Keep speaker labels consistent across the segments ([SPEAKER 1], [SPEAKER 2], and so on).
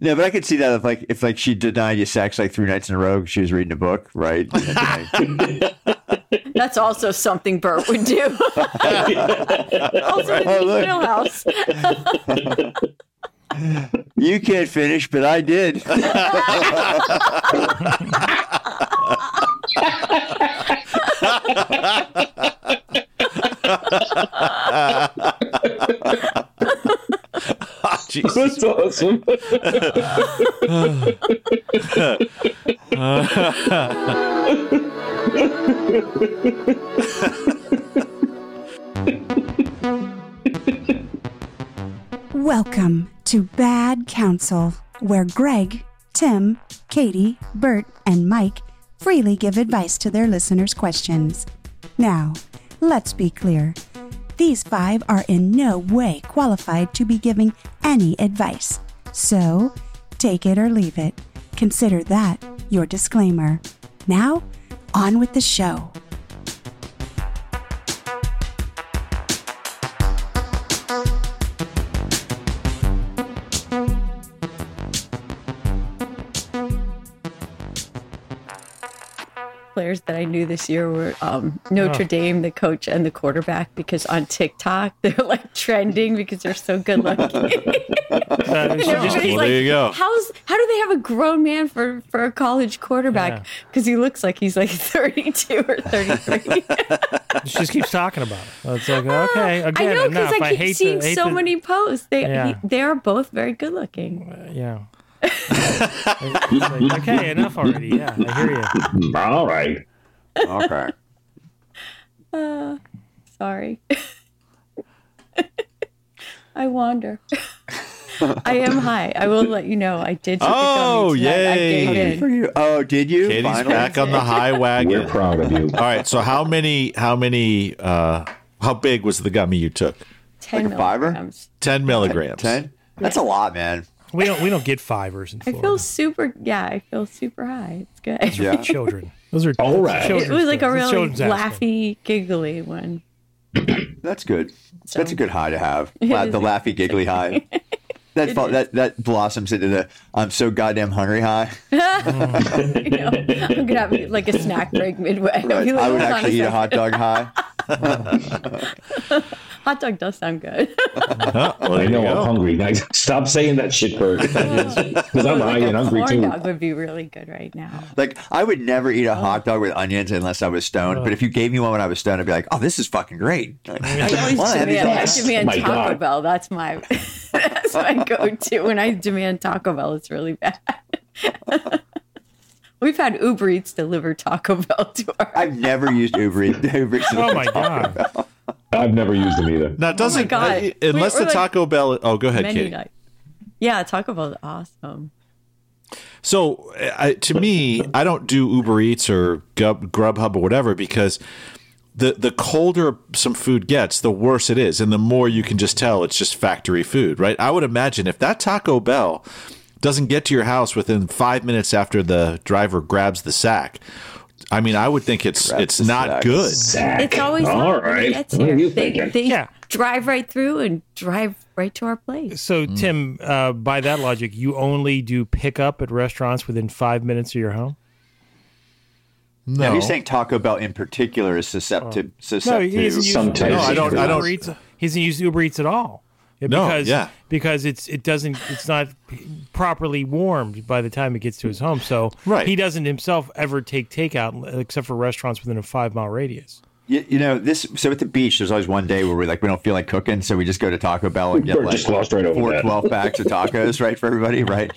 [SPEAKER 1] No, but I could see that if like if like she denied you sex like three nights in a row, 'cause she was reading a book, right?
[SPEAKER 2] That's also something Bert would do. also in
[SPEAKER 1] Oh, look.
[SPEAKER 2] the Hill House.
[SPEAKER 1] you can't finish, but I did.
[SPEAKER 3] Jesus.
[SPEAKER 4] That's awesome.
[SPEAKER 5] Welcome to Bad Counsel, where Greg, Tim, Katie, Bert, and Mike freely give advice to their listeners' questions. Now, let's be clear. These five are in no way qualified to be giving any advice. So, take it or leave it. Consider that your disclaimer. Now, on with the show.
[SPEAKER 2] Players that I knew this year were um, Notre Dame, the coach, and the quarterback because on TikTok they're like trending because they're so good looking.
[SPEAKER 6] That is
[SPEAKER 2] And
[SPEAKER 6] just
[SPEAKER 2] everybody's
[SPEAKER 3] Well, there you go.
[SPEAKER 2] How's how do they have a grown man for for a college quarterback? Because he looks like he's like thirty two or thirty three.
[SPEAKER 6] she just keeps talking about it. It's like okay,
[SPEAKER 2] Ah, I
[SPEAKER 6] again,
[SPEAKER 2] know
[SPEAKER 6] enough.
[SPEAKER 2] because I keep
[SPEAKER 6] hate
[SPEAKER 2] seeing
[SPEAKER 6] to, hate
[SPEAKER 2] so
[SPEAKER 6] to-
[SPEAKER 2] many posts. They
[SPEAKER 6] Yeah.
[SPEAKER 2] he- they are both very good looking.
[SPEAKER 6] Yeah. It's like, okay, enough already. Yeah, I hear you.
[SPEAKER 4] All right.
[SPEAKER 1] okay.
[SPEAKER 2] Uh, Sorry, I wander. I am high. I will let you know. I did. Take
[SPEAKER 3] Oh,
[SPEAKER 2] a gummy tonight. I gave
[SPEAKER 3] yay.
[SPEAKER 2] in.
[SPEAKER 1] For you. Oh, did you?
[SPEAKER 3] Katie's
[SPEAKER 1] Finally?
[SPEAKER 3] back on the high
[SPEAKER 4] We're
[SPEAKER 3] wagon.
[SPEAKER 4] proud of you.
[SPEAKER 3] All right. So how many? How many? Uh, how big was the gummy you took?
[SPEAKER 2] Ten
[SPEAKER 1] Like a fiver?
[SPEAKER 2] milligrams.
[SPEAKER 3] Ten milligrams.
[SPEAKER 1] Ten. That's a lot, man.
[SPEAKER 6] We don't we don't get fivers in
[SPEAKER 2] I
[SPEAKER 6] Florida.
[SPEAKER 2] feel super. Yeah, I feel super high. It's good.
[SPEAKER 1] Yeah.
[SPEAKER 6] children. Those are
[SPEAKER 4] All right.
[SPEAKER 2] It was like a
[SPEAKER 6] real
[SPEAKER 2] really laughy, giggly one.
[SPEAKER 1] That's good. That's a good high to have.
[SPEAKER 2] It
[SPEAKER 1] La-
[SPEAKER 2] is
[SPEAKER 1] the
[SPEAKER 2] a-
[SPEAKER 1] laughy giggly high. That, fo- that that blossoms into the I'm so goddamn hungry high.
[SPEAKER 2] You know, I'm gonna have like a snack break midway. I'll
[SPEAKER 1] Right.
[SPEAKER 2] be like,
[SPEAKER 1] I would
[SPEAKER 2] "Hold on
[SPEAKER 1] actually eat a
[SPEAKER 2] second."
[SPEAKER 1] hot dog high.
[SPEAKER 2] Hot dog does sound good.
[SPEAKER 3] Huh? Well, there
[SPEAKER 4] I
[SPEAKER 3] you
[SPEAKER 4] know I'm
[SPEAKER 3] go.
[SPEAKER 4] hungry. Now, stop saying that shit, Bert. Because I'm high
[SPEAKER 2] Oh, like
[SPEAKER 4] and
[SPEAKER 2] a
[SPEAKER 4] hungry
[SPEAKER 2] corn
[SPEAKER 4] too.
[SPEAKER 2] dog would be really good right now.
[SPEAKER 1] Like I would never
[SPEAKER 6] Oh.
[SPEAKER 1] eat a hot dog with onions unless I was stoned. But if you gave me one when I was stoned, I'd be like, "Oh, this is fucking great." Like,
[SPEAKER 2] I always
[SPEAKER 1] Well, that'd be
[SPEAKER 2] demand, I
[SPEAKER 4] best.
[SPEAKER 2] demand
[SPEAKER 4] My
[SPEAKER 2] Taco
[SPEAKER 4] God.
[SPEAKER 2] Bell. That's my that's my go-to. When I demand Taco Bell, it's really bad. We've had Uber Eats deliver Taco Bell to our.
[SPEAKER 1] I've never used Uber. Eats- Uber Eats.
[SPEAKER 6] Oh my god.
[SPEAKER 4] I've never used them either.
[SPEAKER 3] Now doesn't
[SPEAKER 2] Oh God.
[SPEAKER 3] uh, unless
[SPEAKER 2] We-
[SPEAKER 3] the
[SPEAKER 2] we're like-
[SPEAKER 3] Taco Bell? Oh, go ahead,
[SPEAKER 2] Menu
[SPEAKER 3] Katie.
[SPEAKER 2] night. Yeah, Taco Bell's awesome.
[SPEAKER 3] So uh, I, to me, I don't do Uber Eats or Gub, Grubhub or whatever because the the colder some food gets, the worse it is, and the more you can just tell it's just factory food, right? I would imagine if that Taco Bell doesn't get to your house within five minutes after the driver grabs the sack, I mean, I would think it's
[SPEAKER 1] Grabs
[SPEAKER 3] it's
[SPEAKER 1] the
[SPEAKER 3] not
[SPEAKER 1] sack.
[SPEAKER 3] good.
[SPEAKER 4] Zach.
[SPEAKER 2] It's always
[SPEAKER 4] All
[SPEAKER 2] hot when it
[SPEAKER 4] right.
[SPEAKER 2] gets
[SPEAKER 4] What
[SPEAKER 2] here.
[SPEAKER 4] are you
[SPEAKER 2] they
[SPEAKER 4] thinking?
[SPEAKER 2] they
[SPEAKER 6] Yeah.
[SPEAKER 2] drive right through and drive right to our place.
[SPEAKER 6] So Tim, uh, by that logic, you only do pickup at restaurants within five minutes of your home.
[SPEAKER 1] No, he's saying Taco Bell in particular is susceptible.
[SPEAKER 6] Oh. No,
[SPEAKER 1] susceptible
[SPEAKER 6] he doesn't use.
[SPEAKER 4] some type
[SPEAKER 6] no,
[SPEAKER 4] of
[SPEAKER 6] I don't.
[SPEAKER 4] seafood.
[SPEAKER 6] I don't. Uber Eats, he doesn't use Uber Eats at all.
[SPEAKER 3] No,
[SPEAKER 6] because,
[SPEAKER 3] yeah.
[SPEAKER 6] because it's it doesn't it's not properly warmed by the time it gets to his home. So
[SPEAKER 3] Right.
[SPEAKER 6] he doesn't himself ever take takeout except for restaurants within a five mile radius.
[SPEAKER 1] You, you know this. So at the beach, there's always one day where we like we don't feel like cooking, so we just go to Taco Bell and get
[SPEAKER 4] We're
[SPEAKER 1] like
[SPEAKER 4] just lost right over
[SPEAKER 1] four
[SPEAKER 4] that.
[SPEAKER 1] 12 packs of tacos, right for everybody, right?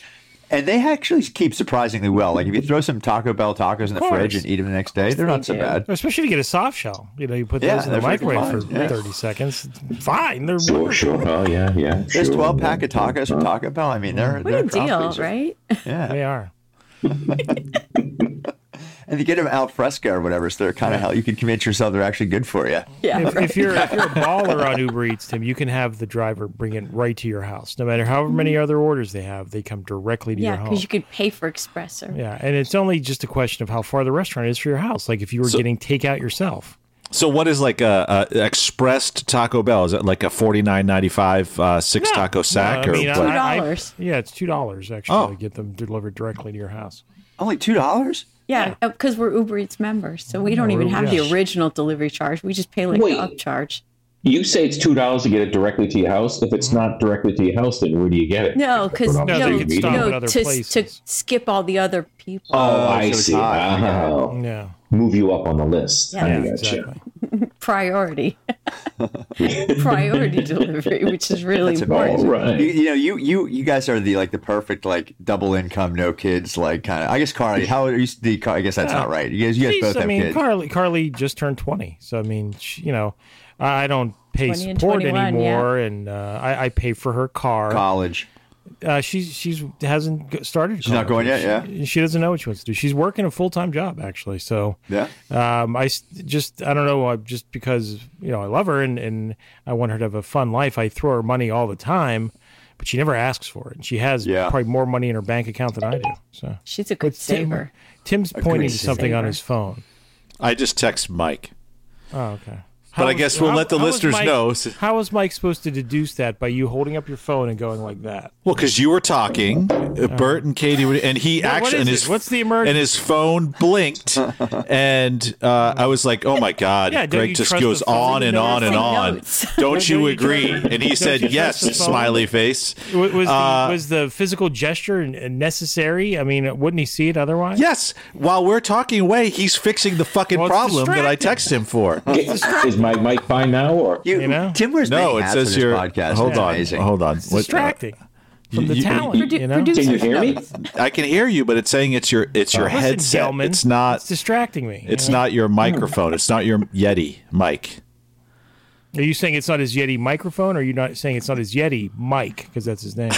[SPEAKER 1] And they actually keep surprisingly well. Like if you throw some Taco Bell tacos in the
[SPEAKER 6] course.
[SPEAKER 1] fridge and eat them the next day, they're
[SPEAKER 2] they
[SPEAKER 1] not so
[SPEAKER 2] do.
[SPEAKER 1] bad.
[SPEAKER 6] Especially if you get a soft shell. You know, you put
[SPEAKER 1] Yeah,
[SPEAKER 6] those in the
[SPEAKER 1] they're freaking
[SPEAKER 6] microwave
[SPEAKER 1] fine,
[SPEAKER 6] for
[SPEAKER 1] yeah.
[SPEAKER 6] thirty seconds. Fine. They're
[SPEAKER 4] Sure,
[SPEAKER 6] wonderful.
[SPEAKER 4] sure. Oh, yeah, yeah.
[SPEAKER 1] There's
[SPEAKER 4] sure.
[SPEAKER 1] 12 pack of tacos from Taco Bell. I mean, they're
[SPEAKER 2] What
[SPEAKER 1] they're
[SPEAKER 2] a deal,
[SPEAKER 1] tacos.
[SPEAKER 2] right?
[SPEAKER 1] Yeah,
[SPEAKER 6] They are.
[SPEAKER 1] and you get them al fresco or whatever, so they're kind of how you can convince yourself they're actually good for you.
[SPEAKER 2] Yeah.
[SPEAKER 6] If, if you're if you're a baller on Uber Eats, Tim, you can have the driver bring it right to your house. No matter however many other orders they have, they come directly to your
[SPEAKER 2] Mm-hmm. Yeah,
[SPEAKER 6] home.
[SPEAKER 2] because you could pay for espresso.
[SPEAKER 6] Yeah, and it's only just a question of how far the restaurant is for your house. Like if you were getting takeout yourself.
[SPEAKER 3] So what is like a, a expressed Taco Bell? Is it like a forty nine ninety five uh, six
[SPEAKER 6] No.
[SPEAKER 3] taco sack
[SPEAKER 6] No, I
[SPEAKER 3] or
[SPEAKER 6] mean, I-
[SPEAKER 3] what?
[SPEAKER 6] I-
[SPEAKER 2] $2.
[SPEAKER 6] yeah, it's two dollars actually
[SPEAKER 3] Oh.
[SPEAKER 6] to get them delivered directly to your house.
[SPEAKER 1] Only two dollars?
[SPEAKER 2] Yeah, because we're Uber Eats members, so we don't even
[SPEAKER 6] we're-
[SPEAKER 2] have
[SPEAKER 6] yeah.
[SPEAKER 2] the original delivery charge. We just pay like
[SPEAKER 4] Wait.
[SPEAKER 2] the upcharge.
[SPEAKER 4] You say it's two dollars to get it directly to your house. If it's not directly to your house, then where do you get it?
[SPEAKER 2] No, because
[SPEAKER 4] No,
[SPEAKER 2] no,
[SPEAKER 4] they
[SPEAKER 2] no,
[SPEAKER 4] could stop
[SPEAKER 6] at other
[SPEAKER 2] to, to
[SPEAKER 6] places.
[SPEAKER 2] skip all the other people.
[SPEAKER 4] Oh,
[SPEAKER 1] so
[SPEAKER 4] I
[SPEAKER 1] it's
[SPEAKER 4] see.
[SPEAKER 1] high. I got it.
[SPEAKER 4] Oh.
[SPEAKER 6] Yeah,
[SPEAKER 4] Move you up on the list.
[SPEAKER 2] Yeah.
[SPEAKER 4] I
[SPEAKER 2] Yeah,
[SPEAKER 4] gotcha.
[SPEAKER 6] exactly.
[SPEAKER 2] Priority, priority delivery, which is really
[SPEAKER 1] That's
[SPEAKER 2] important.
[SPEAKER 1] amazing.
[SPEAKER 4] All right.
[SPEAKER 1] You, you know, you you you guys are the like the perfect like double income, no kids, like kind of. I guess Carly, how are you? The, Car- I guess that's not right. You guys, you guys
[SPEAKER 6] Jeez,
[SPEAKER 1] both
[SPEAKER 6] I
[SPEAKER 1] have
[SPEAKER 6] mean,
[SPEAKER 1] kids.
[SPEAKER 6] Carly, Carly just turned twenty, so I mean, she, you know, I I don't pay
[SPEAKER 2] 20 and
[SPEAKER 6] support
[SPEAKER 2] 21, yeah.
[SPEAKER 6] anymore, and uh, I, I pay for her car.
[SPEAKER 1] College.
[SPEAKER 6] Uh, she's she's hasn't g- started. She's
[SPEAKER 1] not going yet, yeah.
[SPEAKER 6] she, she doesn't know what she wants to do. She's working a full time job actually. So
[SPEAKER 1] Yeah.
[SPEAKER 6] um, I s- just I don't know. I just because you know I love her and and I want her to have a fun life. I throw her money all the time, but she never asks for it. And she has
[SPEAKER 1] Yeah.
[SPEAKER 6] probably more money in her bank account than I do. So
[SPEAKER 2] She's a good
[SPEAKER 6] But Tim-
[SPEAKER 2] saver.
[SPEAKER 6] Tim's pointing to
[SPEAKER 1] saver.
[SPEAKER 6] something on his phone.
[SPEAKER 3] I just text Mike.
[SPEAKER 6] Oh, okay.
[SPEAKER 3] But I guess we'll let the
[SPEAKER 6] was
[SPEAKER 3] listeners
[SPEAKER 6] Mike-
[SPEAKER 3] know. So-
[SPEAKER 6] How was Mike supposed to deduce that by you holding up your phone and going like that?
[SPEAKER 3] Well, because you were talking, uh, Bert and Katie, would, and he
[SPEAKER 6] Oh. what
[SPEAKER 3] actually,
[SPEAKER 6] is
[SPEAKER 3] and
[SPEAKER 6] it?
[SPEAKER 3] his
[SPEAKER 6] What's the emergency?
[SPEAKER 3] And his phone blinked, and uh, I was like, "Oh my God!"
[SPEAKER 6] Yeah, don't
[SPEAKER 3] Greg
[SPEAKER 6] you
[SPEAKER 3] just
[SPEAKER 6] trust
[SPEAKER 3] goes
[SPEAKER 6] the phone?
[SPEAKER 3] on and
[SPEAKER 2] Don't
[SPEAKER 3] on and
[SPEAKER 2] take
[SPEAKER 3] on.
[SPEAKER 2] notes.
[SPEAKER 3] Don't you
[SPEAKER 6] you
[SPEAKER 3] agree?
[SPEAKER 6] trust-
[SPEAKER 3] And he
[SPEAKER 6] don't
[SPEAKER 3] said,
[SPEAKER 6] you trust
[SPEAKER 3] "Yes,"
[SPEAKER 6] the phone?
[SPEAKER 3] smiley face.
[SPEAKER 6] Wa- Was the,
[SPEAKER 3] Uh,
[SPEAKER 6] was the physical gesture n- necessary? I mean, wouldn't he see it otherwise?
[SPEAKER 3] Yes, while we're talking away, he's fixing the fucking
[SPEAKER 6] Well, it's
[SPEAKER 3] problem that I
[SPEAKER 6] distracting.
[SPEAKER 3] texted him for.
[SPEAKER 4] Is my mic fine now? Or
[SPEAKER 1] You,
[SPEAKER 6] You know?
[SPEAKER 1] Tim wears
[SPEAKER 3] No,
[SPEAKER 1] many
[SPEAKER 3] it
[SPEAKER 1] hats
[SPEAKER 3] says
[SPEAKER 1] in
[SPEAKER 3] your
[SPEAKER 1] this podcast.
[SPEAKER 3] Hold
[SPEAKER 1] It's
[SPEAKER 3] on, Oh,
[SPEAKER 1] amazing.
[SPEAKER 3] hold on. What- uh,
[SPEAKER 6] distracting from the
[SPEAKER 3] you-
[SPEAKER 6] talent.
[SPEAKER 2] Produ-
[SPEAKER 6] you know?
[SPEAKER 2] producer
[SPEAKER 4] can you hear me?
[SPEAKER 2] notes.
[SPEAKER 3] I can hear you, but it's saying it's your it's your
[SPEAKER 6] Listen,
[SPEAKER 3] headset.
[SPEAKER 6] Gelman,
[SPEAKER 3] It's not.
[SPEAKER 6] It's distracting me.
[SPEAKER 3] It's not your microphone. It's not your Yeti mic.
[SPEAKER 6] Are you saying it's not his Yeti microphone, or are you not saying it's not his Yeti mic because that's his name?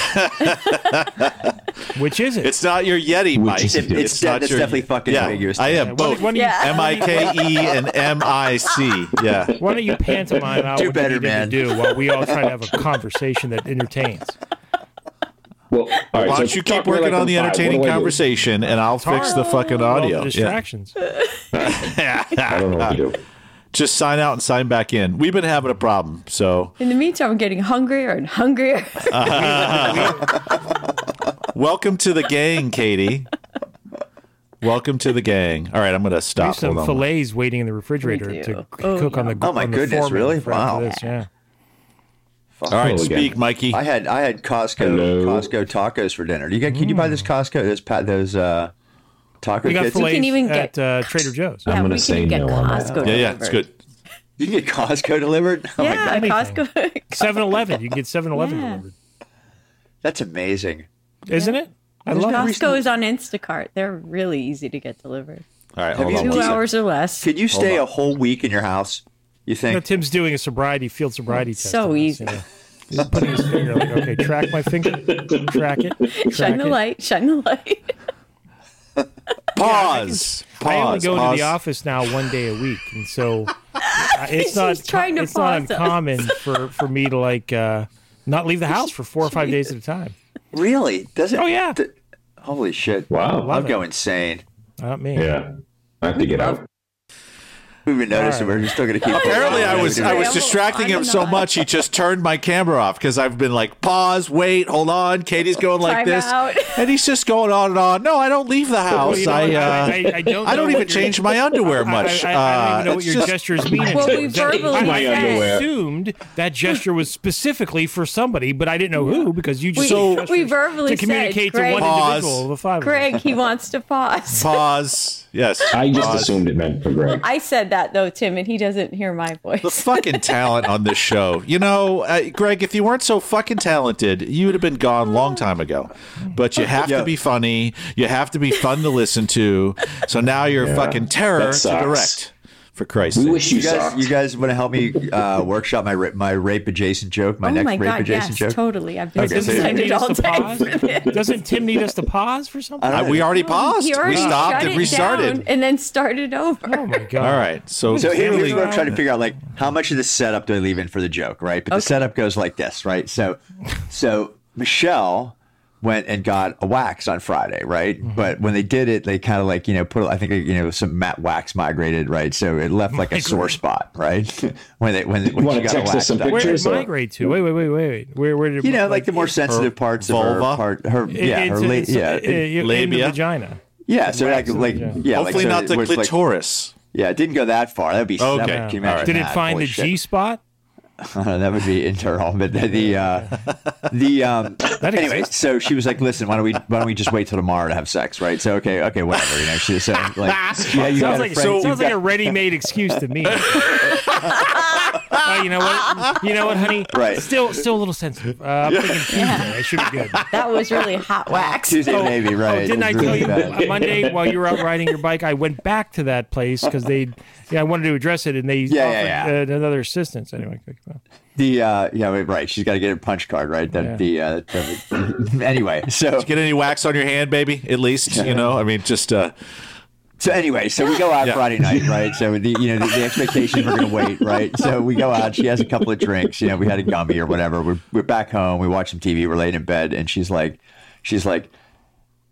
[SPEAKER 6] Which is it?
[SPEAKER 3] It's not your Yeti mic.
[SPEAKER 4] is-
[SPEAKER 3] It's,
[SPEAKER 4] It's
[SPEAKER 1] de-
[SPEAKER 3] not
[SPEAKER 1] that's
[SPEAKER 3] your,
[SPEAKER 1] definitely fucking
[SPEAKER 3] yeah,
[SPEAKER 1] ambiguous.
[SPEAKER 3] I am both
[SPEAKER 6] Why don't you-
[SPEAKER 2] Yeah.
[SPEAKER 3] M I K E and M I C. Yeah.
[SPEAKER 6] Why don't you pantomime out
[SPEAKER 1] Do
[SPEAKER 6] what
[SPEAKER 1] better,
[SPEAKER 6] you need
[SPEAKER 1] man.
[SPEAKER 6] to do while we all try to have a conversation that entertains?
[SPEAKER 4] well, all right,
[SPEAKER 3] Why
[SPEAKER 4] so
[SPEAKER 3] don't you
[SPEAKER 4] talk
[SPEAKER 3] keep
[SPEAKER 4] to me
[SPEAKER 3] working
[SPEAKER 4] like
[SPEAKER 3] on
[SPEAKER 4] I'm
[SPEAKER 3] the
[SPEAKER 4] five. What
[SPEAKER 3] entertaining
[SPEAKER 4] do I do?
[SPEAKER 3] conversation, and I'll fix
[SPEAKER 6] hard.
[SPEAKER 3] the fucking
[SPEAKER 6] All the
[SPEAKER 3] audio. yeah.
[SPEAKER 6] distractions.
[SPEAKER 4] I don't know what to do.
[SPEAKER 3] Just sign out and sign back in. We've been having a problem, so
[SPEAKER 2] In the meantime, I'm getting hungrier and hungrier.
[SPEAKER 3] welcome to the gang, Katie. Welcome to the gang. All right, I'm gonna
[SPEAKER 6] We
[SPEAKER 3] stop.
[SPEAKER 6] have some
[SPEAKER 3] Hold on.
[SPEAKER 6] fillets waiting in the refrigerator
[SPEAKER 2] We do.
[SPEAKER 6] to c-
[SPEAKER 2] Oh,
[SPEAKER 6] cook on the
[SPEAKER 1] Oh, my
[SPEAKER 6] on the
[SPEAKER 1] goodness,
[SPEAKER 6] foreman
[SPEAKER 1] really?
[SPEAKER 6] for
[SPEAKER 1] Wow.
[SPEAKER 6] after This, yeah.
[SPEAKER 3] All right,
[SPEAKER 4] Hello again.
[SPEAKER 3] speak, Mikey.
[SPEAKER 1] I had I had Costco
[SPEAKER 4] Hello.
[SPEAKER 1] Costco tacos for dinner. Do you get? Can you buy this Costco? Those pa- those uh, taco
[SPEAKER 6] We got
[SPEAKER 1] kits.
[SPEAKER 6] fillets
[SPEAKER 2] even
[SPEAKER 6] at
[SPEAKER 2] get-
[SPEAKER 6] uh, Trader Joe's.
[SPEAKER 2] yeah,
[SPEAKER 4] gonna
[SPEAKER 2] we
[SPEAKER 4] say
[SPEAKER 2] can get
[SPEAKER 4] no on that.
[SPEAKER 2] Costco.
[SPEAKER 3] Yeah, yeah, it's
[SPEAKER 2] delivered.
[SPEAKER 3] good.
[SPEAKER 1] You can get Costco delivered. Oh my
[SPEAKER 2] Yeah,
[SPEAKER 1] god,
[SPEAKER 2] Costco.
[SPEAKER 6] 7-Eleven. You can get 7-Eleven
[SPEAKER 2] Yeah.
[SPEAKER 6] delivered.
[SPEAKER 1] that's amazing.
[SPEAKER 6] Isn't it? I love it.
[SPEAKER 2] Costco is on Instacart. They're really easy to get delivered.
[SPEAKER 3] All right, hold
[SPEAKER 1] you
[SPEAKER 3] on.
[SPEAKER 2] Two
[SPEAKER 3] one second.
[SPEAKER 2] hours or less.
[SPEAKER 1] Could you stay a whole week in your house? You
[SPEAKER 6] You know,
[SPEAKER 1] think?
[SPEAKER 6] Tim's doing a sobriety field sobriety test.
[SPEAKER 2] So
[SPEAKER 6] on us,
[SPEAKER 2] easy.
[SPEAKER 6] you know. He's putting his finger like, okay, track my finger, track it, track
[SPEAKER 2] Shine the
[SPEAKER 6] it.
[SPEAKER 2] light. Shine the light.
[SPEAKER 3] Pause. Pause.
[SPEAKER 6] I only go
[SPEAKER 3] pause.
[SPEAKER 6] to the office now one day a week, and so I- it's not
[SPEAKER 2] She's trying to
[SPEAKER 6] it's not
[SPEAKER 2] pause us.
[SPEAKER 6] uncommon for for me to like uh, not leave the house for four or five days at a time.
[SPEAKER 1] Really? Does it?
[SPEAKER 6] Oh, yeah.
[SPEAKER 1] th- holy shit!
[SPEAKER 4] Wow.
[SPEAKER 1] I'll go insane.
[SPEAKER 6] Not me.
[SPEAKER 4] Yeah. I have to get out.
[SPEAKER 1] We even noticed
[SPEAKER 6] All
[SPEAKER 1] that we're just still going to keep.
[SPEAKER 3] Apparently, I was I was
[SPEAKER 2] Ramble
[SPEAKER 3] distracting
[SPEAKER 2] on
[SPEAKER 3] him
[SPEAKER 2] and
[SPEAKER 3] so
[SPEAKER 2] on.
[SPEAKER 3] much he just turned my camera off because I've been like pause, wait, hold on. Katie's going like
[SPEAKER 2] Time
[SPEAKER 3] this,
[SPEAKER 2] out.
[SPEAKER 3] and he's just going on and on. No, I don't leave the
[SPEAKER 6] Well,
[SPEAKER 3] house.
[SPEAKER 6] you know
[SPEAKER 3] I,
[SPEAKER 6] what?
[SPEAKER 3] uh,
[SPEAKER 6] I- I- I don't know
[SPEAKER 3] even
[SPEAKER 6] what your-
[SPEAKER 3] change my underwear
[SPEAKER 6] I-
[SPEAKER 3] much.
[SPEAKER 6] I, I don't even know
[SPEAKER 3] Uh,
[SPEAKER 6] what
[SPEAKER 3] it's
[SPEAKER 6] your
[SPEAKER 3] just-
[SPEAKER 6] gestures mean. anymore.
[SPEAKER 2] Well, we verbally
[SPEAKER 6] I,
[SPEAKER 2] said-
[SPEAKER 4] underwear.
[SPEAKER 6] assumed that gesture was specifically for somebody, but I didn't know who because you just
[SPEAKER 2] We-
[SPEAKER 6] used
[SPEAKER 2] we
[SPEAKER 6] gestures
[SPEAKER 2] verbally
[SPEAKER 6] to
[SPEAKER 2] said,
[SPEAKER 6] communicate to
[SPEAKER 2] Greg-
[SPEAKER 6] one
[SPEAKER 3] Pause.
[SPEAKER 6] individual of the five. of us.
[SPEAKER 2] Greg, he wants to pause.
[SPEAKER 3] pause. Yes,
[SPEAKER 4] I just
[SPEAKER 3] pause.
[SPEAKER 4] assumed it meant for Greg.
[SPEAKER 2] I said that though, Tim, and he doesn't hear my
[SPEAKER 3] The
[SPEAKER 2] voice.
[SPEAKER 3] fucking talent on this show. You know, uh, Greg, if you weren't so fucking talented, you would have been gone long time ago. But you have
[SPEAKER 1] Yeah.
[SPEAKER 3] to be funny. You have to be fun to listen to. So now you're fucking terror
[SPEAKER 4] that
[SPEAKER 3] to
[SPEAKER 4] sucks.
[SPEAKER 3] direct. For Christ's
[SPEAKER 4] We
[SPEAKER 3] sake.
[SPEAKER 4] wish you,
[SPEAKER 1] You guys,
[SPEAKER 4] sucked.
[SPEAKER 1] you guys want to help me uh, workshop my ra- my rape adjacent joke? My
[SPEAKER 2] oh
[SPEAKER 1] next
[SPEAKER 2] my
[SPEAKER 1] rape
[SPEAKER 2] god!
[SPEAKER 1] adjacent
[SPEAKER 2] Yes,
[SPEAKER 1] joke.
[SPEAKER 2] totally. I've been
[SPEAKER 1] Okay, so-
[SPEAKER 6] Doesn't Tim
[SPEAKER 2] excited
[SPEAKER 6] need
[SPEAKER 2] all
[SPEAKER 6] us to
[SPEAKER 2] day.
[SPEAKER 6] pause? Doesn't Tim need us to pause for something?
[SPEAKER 1] I
[SPEAKER 3] Uh,
[SPEAKER 1] don't
[SPEAKER 3] we already paused.
[SPEAKER 2] He already
[SPEAKER 3] we stopped
[SPEAKER 2] shut
[SPEAKER 3] and
[SPEAKER 2] it
[SPEAKER 3] restarted.
[SPEAKER 2] down and then started over.
[SPEAKER 6] Oh my god!
[SPEAKER 3] All right. So,
[SPEAKER 1] So here- here's what I'm
[SPEAKER 6] around.
[SPEAKER 1] trying to figure out: like, how much of the setup do I leave in for the joke, right? But the setup goes like this, right? So, so Michelle went and got a wax on Friday, right?
[SPEAKER 4] Mm-hmm.
[SPEAKER 1] But when they did it, they kind of like you know put I think you know some matte wax migrated, right? So it left like a sore spot, right? when they when, when
[SPEAKER 4] wanna
[SPEAKER 1] she got a
[SPEAKER 4] text us
[SPEAKER 1] wax
[SPEAKER 4] some
[SPEAKER 1] done.
[SPEAKER 6] Where did it
[SPEAKER 4] Pictures are-
[SPEAKER 6] migrate to? Wait, wait, wait, wait, wait. Where, where did it?
[SPEAKER 1] you know, like, the more sensitive parts of her
[SPEAKER 3] vulva?
[SPEAKER 1] part, her
[SPEAKER 6] it-
[SPEAKER 1] yeah, her
[SPEAKER 6] it's-
[SPEAKER 1] la-
[SPEAKER 6] it's-
[SPEAKER 1] yeah,
[SPEAKER 6] it-
[SPEAKER 1] it-
[SPEAKER 6] it- in
[SPEAKER 3] labia?
[SPEAKER 6] the vagina.
[SPEAKER 1] yeah. So like like yeah, like,
[SPEAKER 3] Hopefully
[SPEAKER 1] so
[SPEAKER 3] not
[SPEAKER 1] it
[SPEAKER 3] the
[SPEAKER 1] was, like-
[SPEAKER 3] clitoris.
[SPEAKER 1] yeah, it didn't go that far. That would be that
[SPEAKER 3] Okay.
[SPEAKER 1] would-
[SPEAKER 3] Yeah.
[SPEAKER 1] can you imagine
[SPEAKER 6] Did it
[SPEAKER 1] that?
[SPEAKER 6] find
[SPEAKER 1] Holy
[SPEAKER 6] the
[SPEAKER 1] shit.
[SPEAKER 6] G spot?
[SPEAKER 1] Uh, that would be internal, but the the, uh, the um,
[SPEAKER 6] That
[SPEAKER 1] anyway.
[SPEAKER 6] exists.
[SPEAKER 1] So she was like, "Listen, why don't we why don't we just wait till tomorrow to have sex, right?" So okay, okay, whatever. You know, she so like, yeah, you got
[SPEAKER 6] Ah. Sounds
[SPEAKER 1] a
[SPEAKER 6] like,
[SPEAKER 1] friend-
[SPEAKER 6] sounds
[SPEAKER 1] you've
[SPEAKER 6] like a
[SPEAKER 1] got-
[SPEAKER 6] ready-made excuse to me. Oh, you know what? You know what, honey?
[SPEAKER 1] Right.
[SPEAKER 6] Still, still a little sensitive. Uh, I'm thinking Tuesday. It should be good.
[SPEAKER 2] That was really hot wax.
[SPEAKER 1] Oh, Tuesday, maybe, right?
[SPEAKER 6] Oh, didn't I
[SPEAKER 1] It's
[SPEAKER 6] tell
[SPEAKER 1] really
[SPEAKER 6] you
[SPEAKER 1] bad.
[SPEAKER 6] on Monday while you were out riding your bike? I went back to that place because they, yeah, I wanted to address it, and they
[SPEAKER 1] Yeah,
[SPEAKER 6] offered
[SPEAKER 1] yeah,
[SPEAKER 6] Uh, another assistance. Anyway, well,
[SPEAKER 1] The uh, yeah, wait, right. She's got to get her punch card, right? That the uh, the- anyway. So
[SPEAKER 3] Get any wax on your hand, baby? At least you know. I mean, just uh,
[SPEAKER 1] So anyway, so we go out
[SPEAKER 3] Yeah.
[SPEAKER 1] Friday night, right? So the you know the, the expectation we're gonna wait, right? So we go out. She has a couple of drinks. You know, we had a gummy or whatever. We're we're back home. We watch some TV. We're laying in bed, and she's like, she's like,